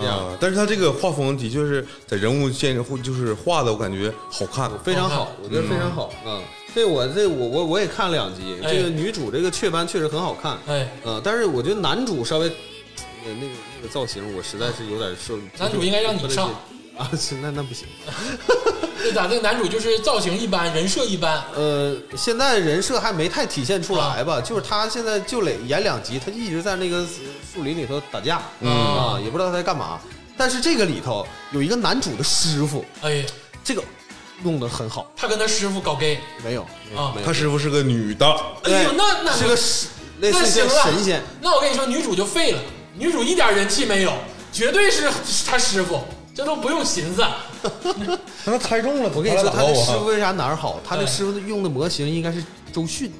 [SPEAKER 5] 这样
[SPEAKER 3] 啊，但是他这个画风的确是在人物线就是画的，我感觉好看。
[SPEAKER 5] 非常好，我觉得非常好。嗯，这我这我我我也看了两集，
[SPEAKER 2] 哎
[SPEAKER 5] 这个女主这个雀斑确实很好看，
[SPEAKER 2] 哎，
[SPEAKER 5] 嗯，但是我觉得男主稍微那那个那个造型，我实在是有点受。
[SPEAKER 2] 男主应该让你上
[SPEAKER 5] 啊，是那那不行。
[SPEAKER 2] 这咋这个男主就是造型一般，人设一般，
[SPEAKER 5] 呃，现在人设还没太体现出来
[SPEAKER 2] 啊
[SPEAKER 5] 吧，就是他现在就累演两集，他一直在那个树林里头打架，
[SPEAKER 2] 嗯
[SPEAKER 5] 啊，也不知道他在干嘛。但是这个里头有一个男主的师傅，
[SPEAKER 2] 哎，
[SPEAKER 5] 这个弄得很好，
[SPEAKER 2] 他跟他师傅搞 gay，
[SPEAKER 5] 没有，
[SPEAKER 2] 啊
[SPEAKER 5] 没有
[SPEAKER 3] 他师傅是个女的，
[SPEAKER 2] 哎呦，那那
[SPEAKER 5] 是个神类
[SPEAKER 2] 那
[SPEAKER 5] 似
[SPEAKER 2] 行
[SPEAKER 5] 像
[SPEAKER 2] 了，
[SPEAKER 5] 神仙，
[SPEAKER 2] 那我跟你说，女主就废了，女主一点人气没有，绝对是她师傅，这都不用寻思。
[SPEAKER 3] 他妈猜中了，
[SPEAKER 5] 我跟你说，他
[SPEAKER 3] 俩
[SPEAKER 5] 的
[SPEAKER 3] 打到
[SPEAKER 5] 师傅
[SPEAKER 3] 我啊
[SPEAKER 5] 为啥哪儿好？他
[SPEAKER 2] 对
[SPEAKER 5] 的师傅用的模型应该是周迅。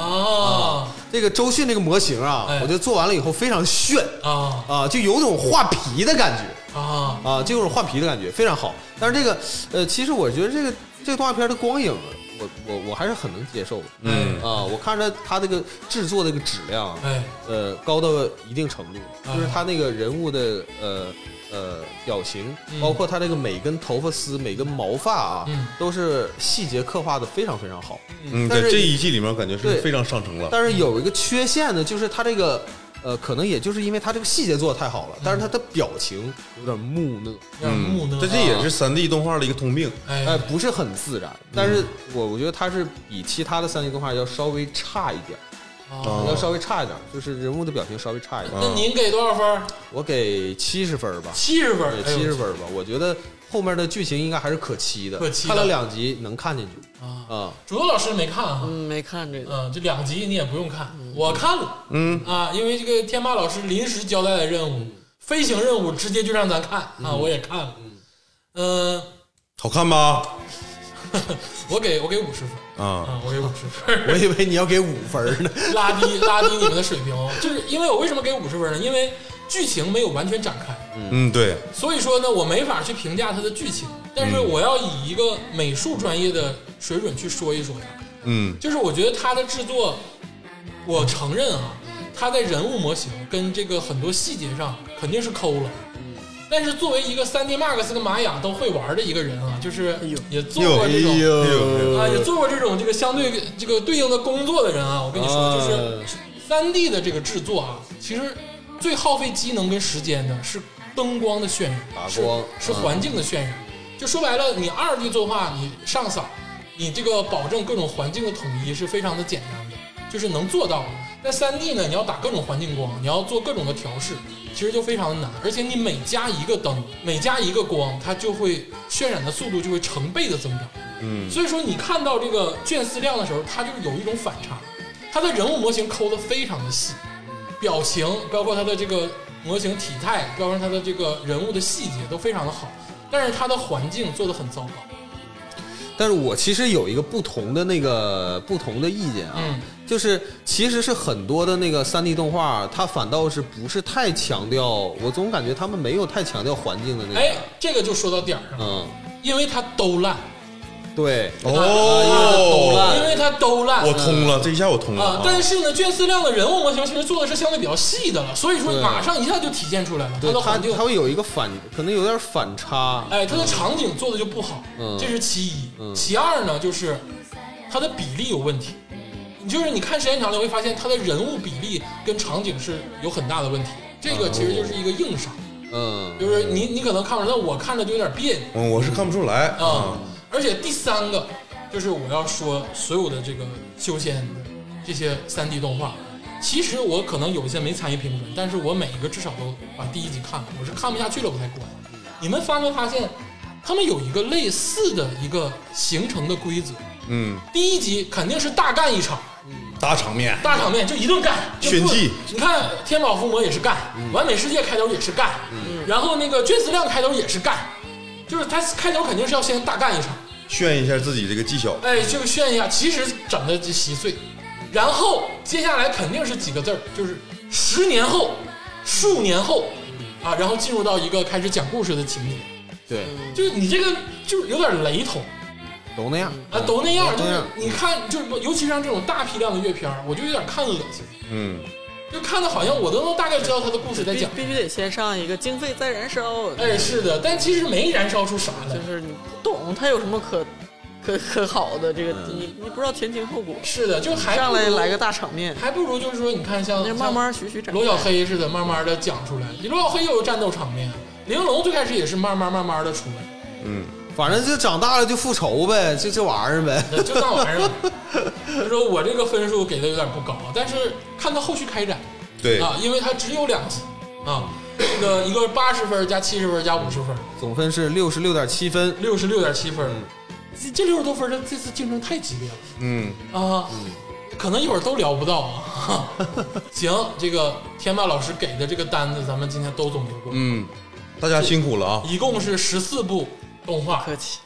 [SPEAKER 2] 哦
[SPEAKER 5] 这个周迅这个模型啊，
[SPEAKER 2] 哎
[SPEAKER 5] 我觉得做完了以后非常炫
[SPEAKER 2] 啊
[SPEAKER 5] 啊，就有种画皮的感觉
[SPEAKER 2] 啊！
[SPEAKER 5] 啊，就有种画皮的感觉，非常好。但是这个，呃，其实我觉得这个这个动画片的光影，我我我还是很能接受的
[SPEAKER 3] 嗯，
[SPEAKER 5] 啊。我看着它这个制作的这个质量啊，
[SPEAKER 2] 哎，
[SPEAKER 5] 呃，高到一定程度，
[SPEAKER 2] 啊
[SPEAKER 5] 就是他那个人物的呃呃表情，
[SPEAKER 2] 嗯
[SPEAKER 5] 包括他这个每根头发丝、每根毛发啊
[SPEAKER 2] 嗯，
[SPEAKER 5] 都是细节刻画的非常非常好。
[SPEAKER 3] 嗯，
[SPEAKER 5] 但
[SPEAKER 3] 在
[SPEAKER 5] 是
[SPEAKER 3] 这一季里面感觉是
[SPEAKER 5] 对
[SPEAKER 3] 非常上乘了。
[SPEAKER 5] 但是有一个缺陷呢，就是他这个，呃，可能也就是因为他这个细节做的太好了，但是他的表情有点木讷，
[SPEAKER 2] 有点
[SPEAKER 5] 嗯
[SPEAKER 2] 木讷。啊
[SPEAKER 3] 但这也是三 D 动画的一个通病。
[SPEAKER 5] 哎，
[SPEAKER 2] 哎，
[SPEAKER 5] 不是很自然。
[SPEAKER 2] 嗯
[SPEAKER 5] 但是我我觉得他是比其他的三 D 动画要稍微差一点，
[SPEAKER 2] 啊
[SPEAKER 5] 要稍微差一点，就是人物的表情稍微差一点。
[SPEAKER 2] 那您给多少分？
[SPEAKER 5] 我给七十分儿吧，
[SPEAKER 2] 七十分
[SPEAKER 5] 对，，
[SPEAKER 2] 哎呦
[SPEAKER 5] 七十分儿吧。我觉得后面的剧情应该还是可期的，
[SPEAKER 2] 可期的
[SPEAKER 5] 看了两集能看进去
[SPEAKER 2] 啊！
[SPEAKER 5] 啊。
[SPEAKER 2] 主要老师没看啊，
[SPEAKER 4] 嗯，没看这个，
[SPEAKER 2] 嗯，这两集你也不用看，我看了
[SPEAKER 3] 嗯，
[SPEAKER 2] 啊，因为这个天霸老师临时交代的任务，飞行任务直接就让咱看啊，我也看了，嗯，
[SPEAKER 3] 好看吧？
[SPEAKER 2] 我给我给五十分
[SPEAKER 3] 啊，
[SPEAKER 2] 啊，我给五十分。
[SPEAKER 5] 我以为你要给五分儿呢，
[SPEAKER 2] 拉低拉低你们的水平哦。就是因为我为什么给五十分呢？因为剧情没有完全展开，
[SPEAKER 3] 嗯，对，
[SPEAKER 2] 所以说呢，我没法去评价它的剧情，但
[SPEAKER 3] 嗯
[SPEAKER 2] 是我要以一个美术专业的水准去说一说它。
[SPEAKER 3] 嗯
[SPEAKER 2] 就是我觉得它的制作，我承认啊，它在人物模型跟这个很多细节上肯定是抠了。但是作为一个三 D Max 跟玛雅都会玩的一个人啊， 就是也做
[SPEAKER 5] 哎
[SPEAKER 2] 过这种啊，也做过这种这个相对这个对应的工作的人啊，我跟你说，
[SPEAKER 5] 啊
[SPEAKER 2] 就是三 D 的这个制作啊，其实最耗费机能跟时间的是灯光的渲染，
[SPEAKER 5] 打
[SPEAKER 2] 是
[SPEAKER 5] 光嗯
[SPEAKER 2] 是环境的渲染。就说白了，你二 D 作画，你上色，你这个保证各种环境的统一是非常的简单的，就是能做到的。但三 D 呢，你要打各种环境光，你要做各种的调试，其实就非常的难。而且你每加一个灯，每加一个光，它就会渲染的速度就会成倍的增长。
[SPEAKER 3] 嗯
[SPEAKER 2] 所以说你看到这个卷丝量的时候，它就是有一种反差，它的人物模型抠的非常的细，表情包括它的这个模型体态，包括它的这个人物的细节都非常的好，但是它的环境做的很糟糕。
[SPEAKER 5] 但是我其实有一个不同的那个不同的意见啊，
[SPEAKER 2] 嗯
[SPEAKER 5] 就是其实是很多的那个三 D 动画，它反倒是不是太强调，我总感觉他们没有太强调环境的那个，
[SPEAKER 2] 哎，这个就说到点儿上了，
[SPEAKER 5] 嗯，
[SPEAKER 2] 因为它都烂，
[SPEAKER 5] 对，
[SPEAKER 3] 哦，
[SPEAKER 2] 因为它都烂，
[SPEAKER 3] 我通了，这一下我通了
[SPEAKER 2] 啊，但是呢，卷四亮的人物模型其实做的是相对比较细的了，所以说
[SPEAKER 5] 对
[SPEAKER 2] 马上一下就体现出来了，它
[SPEAKER 5] 对
[SPEAKER 2] 的
[SPEAKER 5] 它
[SPEAKER 2] 环境，
[SPEAKER 5] 它会有一个反，可能有点反差，
[SPEAKER 2] 哎，它的场景做的就不好，
[SPEAKER 5] 嗯
[SPEAKER 2] 这是其一。
[SPEAKER 5] 嗯
[SPEAKER 2] 其二呢，就是它的比例有问题，你就是你看时间长了会发现它的人物比例跟场景是有很大的问题，这个其实就是
[SPEAKER 5] 哦
[SPEAKER 2] 一个硬伤，
[SPEAKER 5] 嗯
[SPEAKER 2] 就是你你可能看完了，我看着就有点别扭。
[SPEAKER 3] 嗯，我是看不出来
[SPEAKER 2] 啊
[SPEAKER 3] 啊，，
[SPEAKER 2] 而且第三个就是我要说所有的这个修仙的这些三 D 动画，其实我可能有一些没参与评分，但是我每一个至少都把第一集看了，我是看不下去了我才关。你们发没发现，他们有一个类似的一个形成的规则？
[SPEAKER 3] 嗯，
[SPEAKER 2] 第一集肯定是大干一场，
[SPEAKER 3] 大场面，
[SPEAKER 2] 大场面就一顿干，就不
[SPEAKER 3] 炫技。
[SPEAKER 2] 你看天宝伏魔也是干，完美世界开头也是干，然后那个君子亮开头也是干，就是他开头肯定是要先大干一场，
[SPEAKER 3] 炫一下自己这个技巧，
[SPEAKER 2] 哎，这个炫一下，其实整的稀碎。然后接下来肯定是几个字儿，就是十年后、数年后啊，然后进入到一个开始讲故事的情节，
[SPEAKER 5] 对，
[SPEAKER 2] 就是你这个就是有点雷同
[SPEAKER 5] 都那样
[SPEAKER 2] 啊，都那样，
[SPEAKER 5] 都
[SPEAKER 2] 就
[SPEAKER 5] 那
[SPEAKER 2] 是
[SPEAKER 5] 样
[SPEAKER 2] 你看，就是尤其像这种大批量的阅片儿，我就有点看恶心，
[SPEAKER 3] 嗯，
[SPEAKER 2] 就看的好像我都能大概知道他的故事在
[SPEAKER 4] 必
[SPEAKER 2] 讲，
[SPEAKER 4] 必须得先上一个经费在燃烧，
[SPEAKER 2] 哎，是的，但其实没燃烧出啥来
[SPEAKER 4] 就。是你不懂它有什么可可可好的，这个
[SPEAKER 3] 嗯
[SPEAKER 4] 你你不知道前情后果，
[SPEAKER 2] 是的，就还
[SPEAKER 4] 上
[SPEAKER 2] 不
[SPEAKER 4] 来
[SPEAKER 2] 如
[SPEAKER 4] 来个，大场面，
[SPEAKER 2] 还不如就是说，你看像
[SPEAKER 4] 那
[SPEAKER 2] 哦像
[SPEAKER 4] 慢慢徐徐展开。
[SPEAKER 2] 罗小黑似的，慢慢的讲出来。罗小黑又有战斗场面，玲珑最开始也是慢慢慢慢的出 来，
[SPEAKER 5] 反正就长大了就复仇呗，就这玩意儿呗。
[SPEAKER 2] 就那玩意儿。所以说我这个分数给的有点不高，但是看他后续开展
[SPEAKER 3] 对，嗯
[SPEAKER 2] 啊，因为它只有两集啊，这个一个八十分加七十分加五十分，
[SPEAKER 5] 总分是六十六点七分，
[SPEAKER 2] 六十六点七分，这这六十多分的这次竞争太激烈了。
[SPEAKER 3] 嗯，
[SPEAKER 2] 啊，可能一会儿都聊不到 啊。行，这个天霸老师给的这个单子，咱们今天都总结过，
[SPEAKER 3] 嗯，大家辛苦了啊，
[SPEAKER 2] 一共是十四部动画，
[SPEAKER 4] 客气，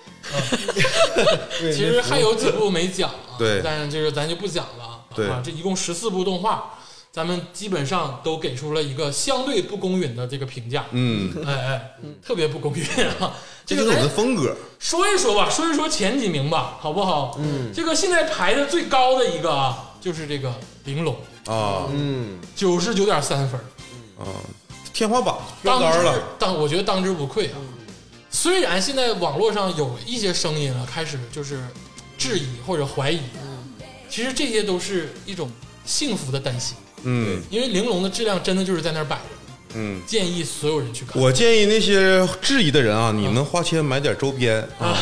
[SPEAKER 5] 其
[SPEAKER 2] 其实还有几部没讲啊，
[SPEAKER 3] 对
[SPEAKER 2] 但是就是咱就不讲了啊。
[SPEAKER 3] 对
[SPEAKER 2] 啊，这一共十四部动画，咱们基本上都给出了一个相对不公允的这个评价。
[SPEAKER 3] 嗯，
[SPEAKER 2] 哎哎，特别不公允 啊！
[SPEAKER 3] 这
[SPEAKER 2] 这
[SPEAKER 3] 就
[SPEAKER 2] 个
[SPEAKER 3] 是我们
[SPEAKER 2] 咱
[SPEAKER 3] 的风格，
[SPEAKER 2] 说一说吧，说一说前几名吧，好不好？嗯，这个现在排的最高的一个啊，就是这个玲珑。
[SPEAKER 3] 啊
[SPEAKER 5] 嗯，
[SPEAKER 2] 九十九点三分，
[SPEAKER 3] 啊，天花板标
[SPEAKER 2] 当
[SPEAKER 3] 杆
[SPEAKER 2] 之
[SPEAKER 3] 了，嗯
[SPEAKER 2] 当我觉得当之无愧啊。虽然现在网络上有一些声音啊，开始就是质疑或者怀疑，
[SPEAKER 3] 嗯
[SPEAKER 2] 其实这些都是一种幸福的担心，
[SPEAKER 3] 嗯
[SPEAKER 2] 因为玲珑的质量真的就是在那儿摆着。
[SPEAKER 3] 嗯。
[SPEAKER 2] 建议所有人去看，
[SPEAKER 3] 我建议那些质疑的人啊，你们花钱买点周边啊，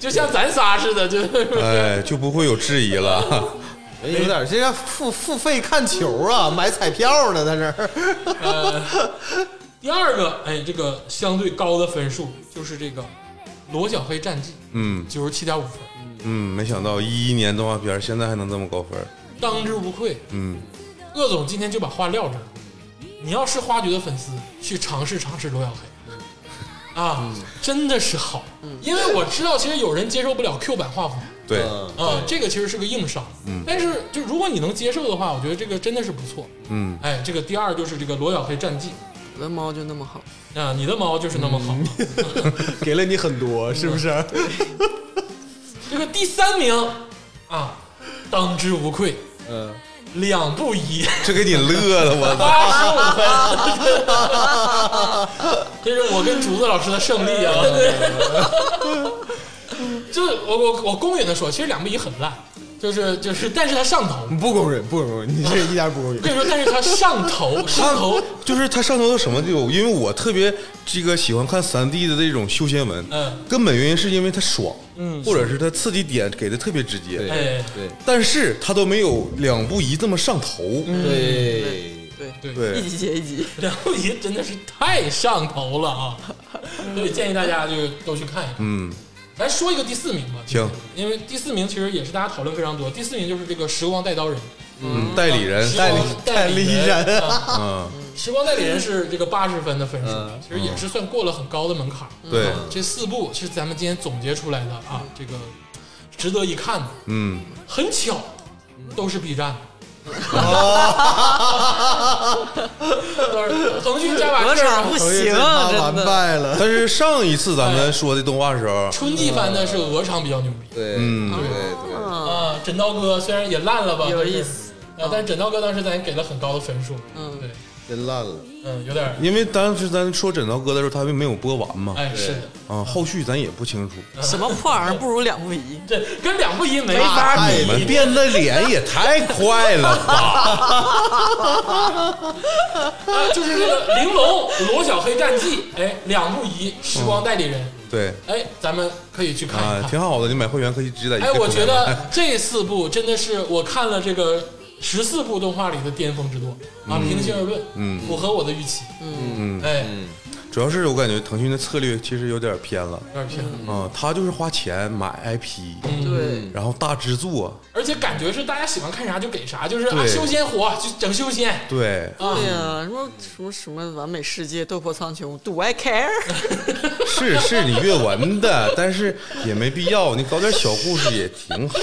[SPEAKER 2] 就像咱仨似的，就
[SPEAKER 3] 哎，就不会有质疑了。
[SPEAKER 5] 哎有点这像付付费看球 啊，买彩票呢，在这 儿。
[SPEAKER 2] 第二个，哎，这个相对高的分数就是这个罗小黑战绩
[SPEAKER 3] 嗯
[SPEAKER 2] 九十七点五分，
[SPEAKER 3] 嗯，没想到一一年动画片儿现在还能这么高分儿。
[SPEAKER 2] 当之无愧。
[SPEAKER 3] 嗯，
[SPEAKER 2] 鄂总今天就把话撂这儿。你要是花局的粉丝，去尝试尝试罗小黑，啊，
[SPEAKER 3] 嗯
[SPEAKER 2] 真的是好，因为我知道其实有人接受不了 Q 版画风，
[SPEAKER 3] 对，
[SPEAKER 5] 嗯
[SPEAKER 2] 啊，这个其实是个硬伤，但是就如果你能接受的话，我觉得这个真的是不错。
[SPEAKER 3] 嗯，
[SPEAKER 2] 哎，这个第二就是这个罗小黑战绩
[SPEAKER 4] 我的猫就那么好，
[SPEAKER 2] 啊，你的猫就是那么好。
[SPEAKER 3] 嗯
[SPEAKER 5] 给了你很多，是不是？
[SPEAKER 2] 这个第三名啊，当之无愧，
[SPEAKER 5] 嗯，
[SPEAKER 2] 两不疑。
[SPEAKER 3] 这给你乐的，我操！
[SPEAKER 2] 八十五分，这是我跟竹子老师的胜利啊！ 就我我我公允的说，其实两不一很烂，就是就是，但是他上头。
[SPEAKER 5] 不公允，不公允，你这一点不公
[SPEAKER 2] 我
[SPEAKER 5] 允。
[SPEAKER 2] 跟你说，但是他上头，上头，
[SPEAKER 3] 就是他上头到什么地步？因为我特别这个喜欢看三 D 的这种修仙文，
[SPEAKER 2] 嗯，
[SPEAKER 3] 根本原因是因为它爽，嗯，或者是它刺激点给的特别直接，
[SPEAKER 2] 哎，
[SPEAKER 5] 对
[SPEAKER 3] 但是它都没有两步一这么上头，
[SPEAKER 5] 嗯对，
[SPEAKER 2] 对，
[SPEAKER 4] 对，
[SPEAKER 3] 对
[SPEAKER 4] 一，集接一 集，
[SPEAKER 2] 两不一真的是太上头了啊！所以建议大家就都去看一看。
[SPEAKER 3] 嗯，
[SPEAKER 2] 咱说一个第四名吧，
[SPEAKER 3] 行，
[SPEAKER 2] 因为第四名其实也是大家讨论非常多。第四名就是这个《时光带刀人》，
[SPEAKER 3] 嗯，代理人，
[SPEAKER 2] 代理代
[SPEAKER 5] 理人
[SPEAKER 2] 啊，
[SPEAKER 3] 嗯，
[SPEAKER 2] 时光代理人是这个八十分的分数
[SPEAKER 5] 嗯，
[SPEAKER 2] 其实也是算过了很高的门槛儿。
[SPEAKER 3] 嗯对，
[SPEAKER 2] 这四部是咱们今天总结出来的啊，这个值得一看的。
[SPEAKER 3] 嗯，
[SPEAKER 2] 很巧，都是 B 站。
[SPEAKER 3] 哦
[SPEAKER 2] 腾讯加把
[SPEAKER 4] 鹅
[SPEAKER 2] 劲儿
[SPEAKER 4] 厂
[SPEAKER 2] 啊
[SPEAKER 4] 不！
[SPEAKER 5] 所以
[SPEAKER 4] 行
[SPEAKER 5] 这他
[SPEAKER 4] 啊，
[SPEAKER 5] 哎完
[SPEAKER 4] 真的。
[SPEAKER 5] 败了。
[SPEAKER 3] 但是上一次咱们说的动画时候，
[SPEAKER 2] 春季番的是鹅厂比较牛逼
[SPEAKER 5] 对，
[SPEAKER 3] 嗯
[SPEAKER 5] 对对，
[SPEAKER 4] 嗯，
[SPEAKER 2] 啊，枕刀哥虽然也烂了吧，
[SPEAKER 4] 有
[SPEAKER 2] 但是
[SPEAKER 4] 意思。
[SPEAKER 2] 啊，但是枕刀哥当时咱也给了很高的分数。
[SPEAKER 4] 嗯
[SPEAKER 2] 对，
[SPEAKER 5] 真烂了。
[SPEAKER 2] 嗯，有点儿，
[SPEAKER 3] 因为当时咱说枕头哥的时候，他还没有播完嘛，
[SPEAKER 2] 哎，是的，
[SPEAKER 3] 啊，后续咱也不清楚。
[SPEAKER 4] 什么破玩意儿不如两不疑。
[SPEAKER 2] 这跟两不一没
[SPEAKER 4] 法
[SPEAKER 2] 法
[SPEAKER 5] 哎
[SPEAKER 3] 你们变的脸也太快了吧！
[SPEAKER 2] 啊，就是这个《玲珑》《罗小黑战记》，哎，两不疑，《时光代理人》
[SPEAKER 3] 对，
[SPEAKER 2] 哎，咱们可以去看一
[SPEAKER 3] 啊，
[SPEAKER 2] 看。
[SPEAKER 3] 挺好的，你买会员可以直接在一
[SPEAKER 2] 哎，
[SPEAKER 3] 个
[SPEAKER 2] 我
[SPEAKER 3] 平台
[SPEAKER 2] 觉
[SPEAKER 3] 买
[SPEAKER 2] 得这四部真的是我看了这个十四部动画里的巅峰之作啊，平心而论，
[SPEAKER 3] 嗯
[SPEAKER 2] 符合我的预期，嗯嗯，哎，
[SPEAKER 3] 主要是我感觉腾讯的策略其实有点偏了，
[SPEAKER 2] 有点偏，
[SPEAKER 3] 啊，他就是花钱买 IP，
[SPEAKER 4] 嗯对，
[SPEAKER 3] 然后大制作，
[SPEAKER 2] 而且感觉是大家喜欢看啥就给啥，就是啊，
[SPEAKER 3] 对
[SPEAKER 2] 修仙火就整修仙
[SPEAKER 3] 对，
[SPEAKER 2] 啊
[SPEAKER 4] 对，呀，什么什么什么完美世界、斗破苍穹，Do I care？
[SPEAKER 3] 是是你阅文的，但是也没必要，你搞点小故事也挺好。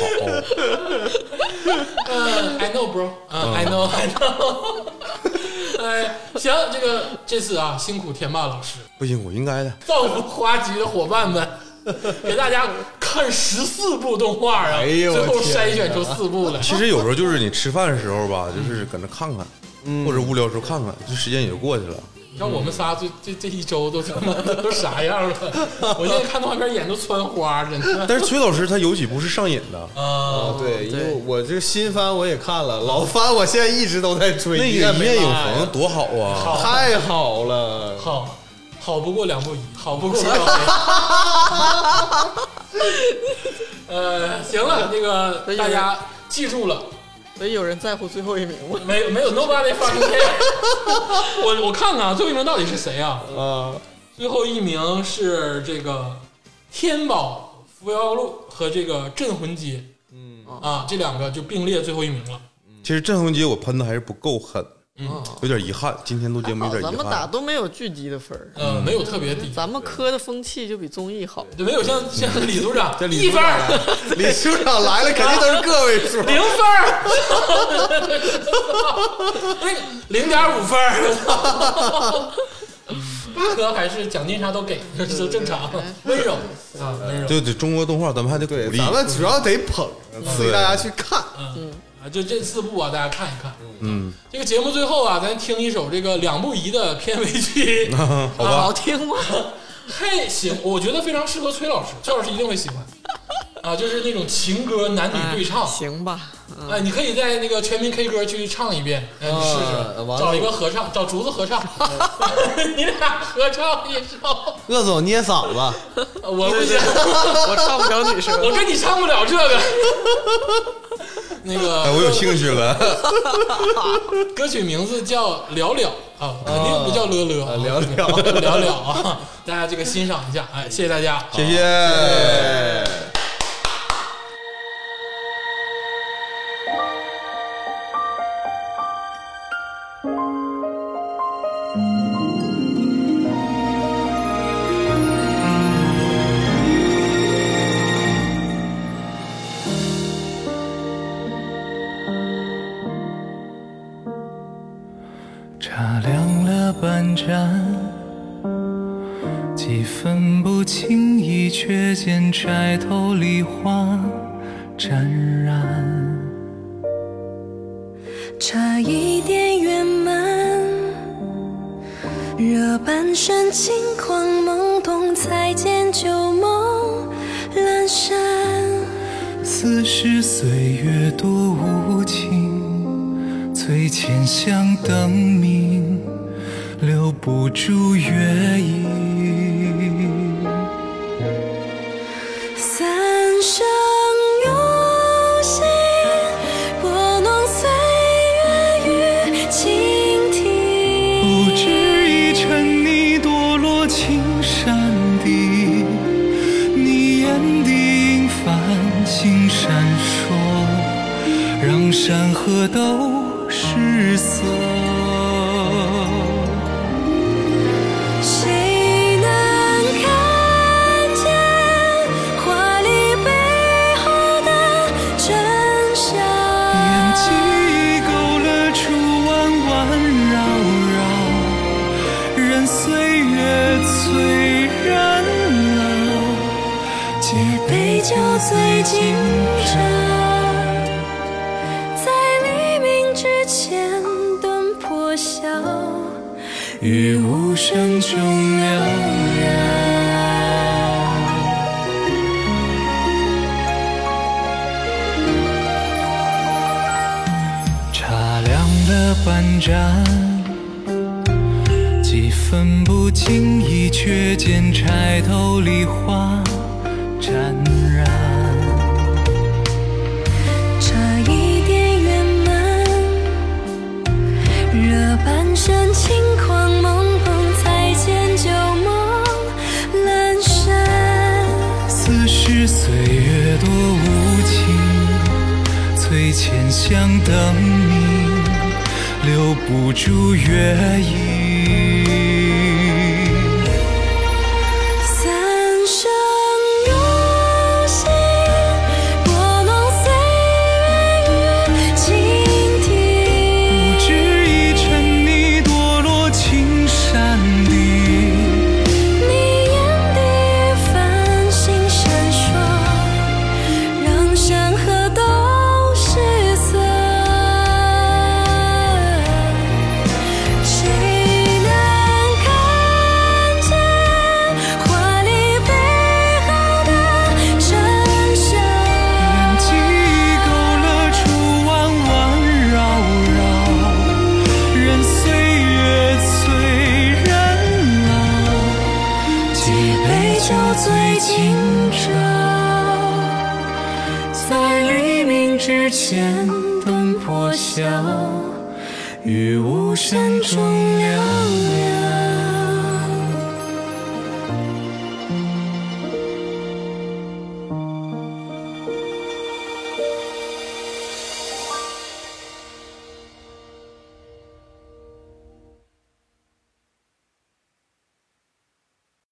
[SPEAKER 2] 嗯，I know bro，嗯，I know I know，哎，行，这个这次啊，辛苦田霸老师，
[SPEAKER 3] 不行，我应该的。
[SPEAKER 2] 造福花局的伙伴们， 给大家看十四部动画啊，
[SPEAKER 5] 哎呦
[SPEAKER 2] 最后
[SPEAKER 5] 我天
[SPEAKER 2] 筛选出四部来。
[SPEAKER 3] 其实有时候就是你吃饭的时候吧，就是搁那看看，或者无聊的时候看看，就时间也就过去了。
[SPEAKER 2] 你看我们仨这这这一周都他妈都啥样 了？我现在看动画片眼都窜花，真的。
[SPEAKER 3] 但是崔老师他有几部是上瘾的，
[SPEAKER 2] 啊，
[SPEAKER 5] 对，因
[SPEAKER 4] 对
[SPEAKER 5] 为我这新番我也看了，老番我现在一直都在追，
[SPEAKER 3] 那个
[SPEAKER 5] 一
[SPEAKER 3] 《一
[SPEAKER 5] 没
[SPEAKER 3] 念永
[SPEAKER 5] 落呀
[SPEAKER 3] 恒》多好啊！
[SPEAKER 2] 好
[SPEAKER 5] 太好了，
[SPEAKER 2] 好好不过两步一，好不过两步一。 呃，行了，那个大家记住了，
[SPEAKER 4] 所以有人在乎最后一名吗？
[SPEAKER 2] 没有没有 nobody fucking care。我我看看啊，最后一名到底是谁啊？
[SPEAKER 5] 啊，
[SPEAKER 2] 最后一名是这个天宝扶摇路和这个镇魂街，嗯啊，这两个就并列最后一名了。
[SPEAKER 3] 其实郑红杰我喷的还是不够狠，有点遗憾，今天录节目有
[SPEAKER 4] 好
[SPEAKER 3] 点
[SPEAKER 4] 咱
[SPEAKER 3] 遗
[SPEAKER 4] 们打
[SPEAKER 3] 憾。
[SPEAKER 4] 都没有巨低的分儿，
[SPEAKER 2] 呃，
[SPEAKER 5] 嗯
[SPEAKER 2] 没有特别低，
[SPEAKER 4] 咱们科的风气就比综艺好。
[SPEAKER 2] 就没有像像李组长
[SPEAKER 5] 嗯 这
[SPEAKER 2] 一
[SPEAKER 5] 李组
[SPEAKER 2] 分
[SPEAKER 5] 长
[SPEAKER 2] 儿。
[SPEAKER 5] 来了， 李组长来了，肯定都是个位数
[SPEAKER 2] 零分儿，那个零点五分儿。八哥还是奖金啥都给，这正常，温柔
[SPEAKER 5] 嗯
[SPEAKER 2] 啊，温柔
[SPEAKER 3] 对对，中国动画咱们还得
[SPEAKER 5] 对
[SPEAKER 3] 鼓，励，
[SPEAKER 5] 咱们主要得捧，所以大家去看。
[SPEAKER 2] 啊，就这四部啊，大家看一看。嗯，这个节目最后啊，咱听一首这个两不疑的片尾 曲。
[SPEAKER 3] 好吧？
[SPEAKER 4] 好听 吗？
[SPEAKER 2] 太喜，我觉得非常适合崔老 师，崔老师一定会喜欢。啊，就是那种情歌男女对
[SPEAKER 5] 哎
[SPEAKER 2] 唱，
[SPEAKER 4] 哎行吧，嗯
[SPEAKER 2] 哎，你可以在那个全民 K 歌去唱一遍，哎，你试
[SPEAKER 5] 啊完
[SPEAKER 2] 试，
[SPEAKER 5] 了哎
[SPEAKER 2] 找一个合唱，找竹子合唱， 你俩合唱一首，
[SPEAKER 5] 鄂总捏嗓子，
[SPEAKER 2] 我不行，
[SPEAKER 4] 我唱不了女生。
[SPEAKER 2] 我跟你唱不了这个。那
[SPEAKER 3] 哎，
[SPEAKER 2] 个
[SPEAKER 3] 我有兴趣了。
[SPEAKER 2] 歌曲名字叫《聊聊》啊，肯定不叫乐乐，
[SPEAKER 5] 啊聊聊
[SPEAKER 2] 聊聊啊，大家这个欣赏一下，哎，谢谢大家，
[SPEAKER 3] 谢谢。
[SPEAKER 6] 茶凉了半盏，几分不经意，却见钗头梨花沾染。
[SPEAKER 7] 差一点圆满，惹半生轻狂懵懂，才见旧梦阑珊。
[SPEAKER 6] 似是岁月多无情，翠浅香灯明，留不住月影。
[SPEAKER 7] 三生有幸，拨弄岁月与倾听。
[SPEAKER 6] 不知已沉溺堕落青山底，你眼底影繁星闪烁，让山河都是色。
[SPEAKER 7] 谁能看见华丽背后的真相？
[SPEAKER 6] 演技勾勒出弯弯绕绕，任岁月催人老，借
[SPEAKER 7] 被
[SPEAKER 6] 杯
[SPEAKER 7] 酒
[SPEAKER 6] 酒醉
[SPEAKER 7] 醉今
[SPEAKER 6] 今
[SPEAKER 7] 朝
[SPEAKER 6] 朝。，
[SPEAKER 7] 在黎明之前灯破晓，
[SPEAKER 6] 于无声中缭绕。茶凉了半盏，几分不经意，却见钗头梨花沾染。
[SPEAKER 7] 差一点圆满，惹半生轻狂懵懂，才见旧梦阑珊。
[SPEAKER 6] 此时岁月多无情，翠浅香等你，留不住月影。
[SPEAKER 7] 三生有幸，拨弄岁月与倾听。
[SPEAKER 6] 不知已沉溺堕落青山底，
[SPEAKER 7] 你眼底繁星闪烁，让山河都失色。谁能看见华丽背后的真相？
[SPEAKER 6] 眼睛勾勒出弯弯绕绕，任岁月催人老，几
[SPEAKER 7] 杯
[SPEAKER 6] 杯
[SPEAKER 7] 酒
[SPEAKER 6] 酒
[SPEAKER 7] 醉
[SPEAKER 6] 醉
[SPEAKER 7] 今
[SPEAKER 6] 尽。
[SPEAKER 7] 朝，在黎明之前灯破晓，
[SPEAKER 6] 于无声中
[SPEAKER 7] 中
[SPEAKER 6] 缭
[SPEAKER 7] 缭
[SPEAKER 6] 绕。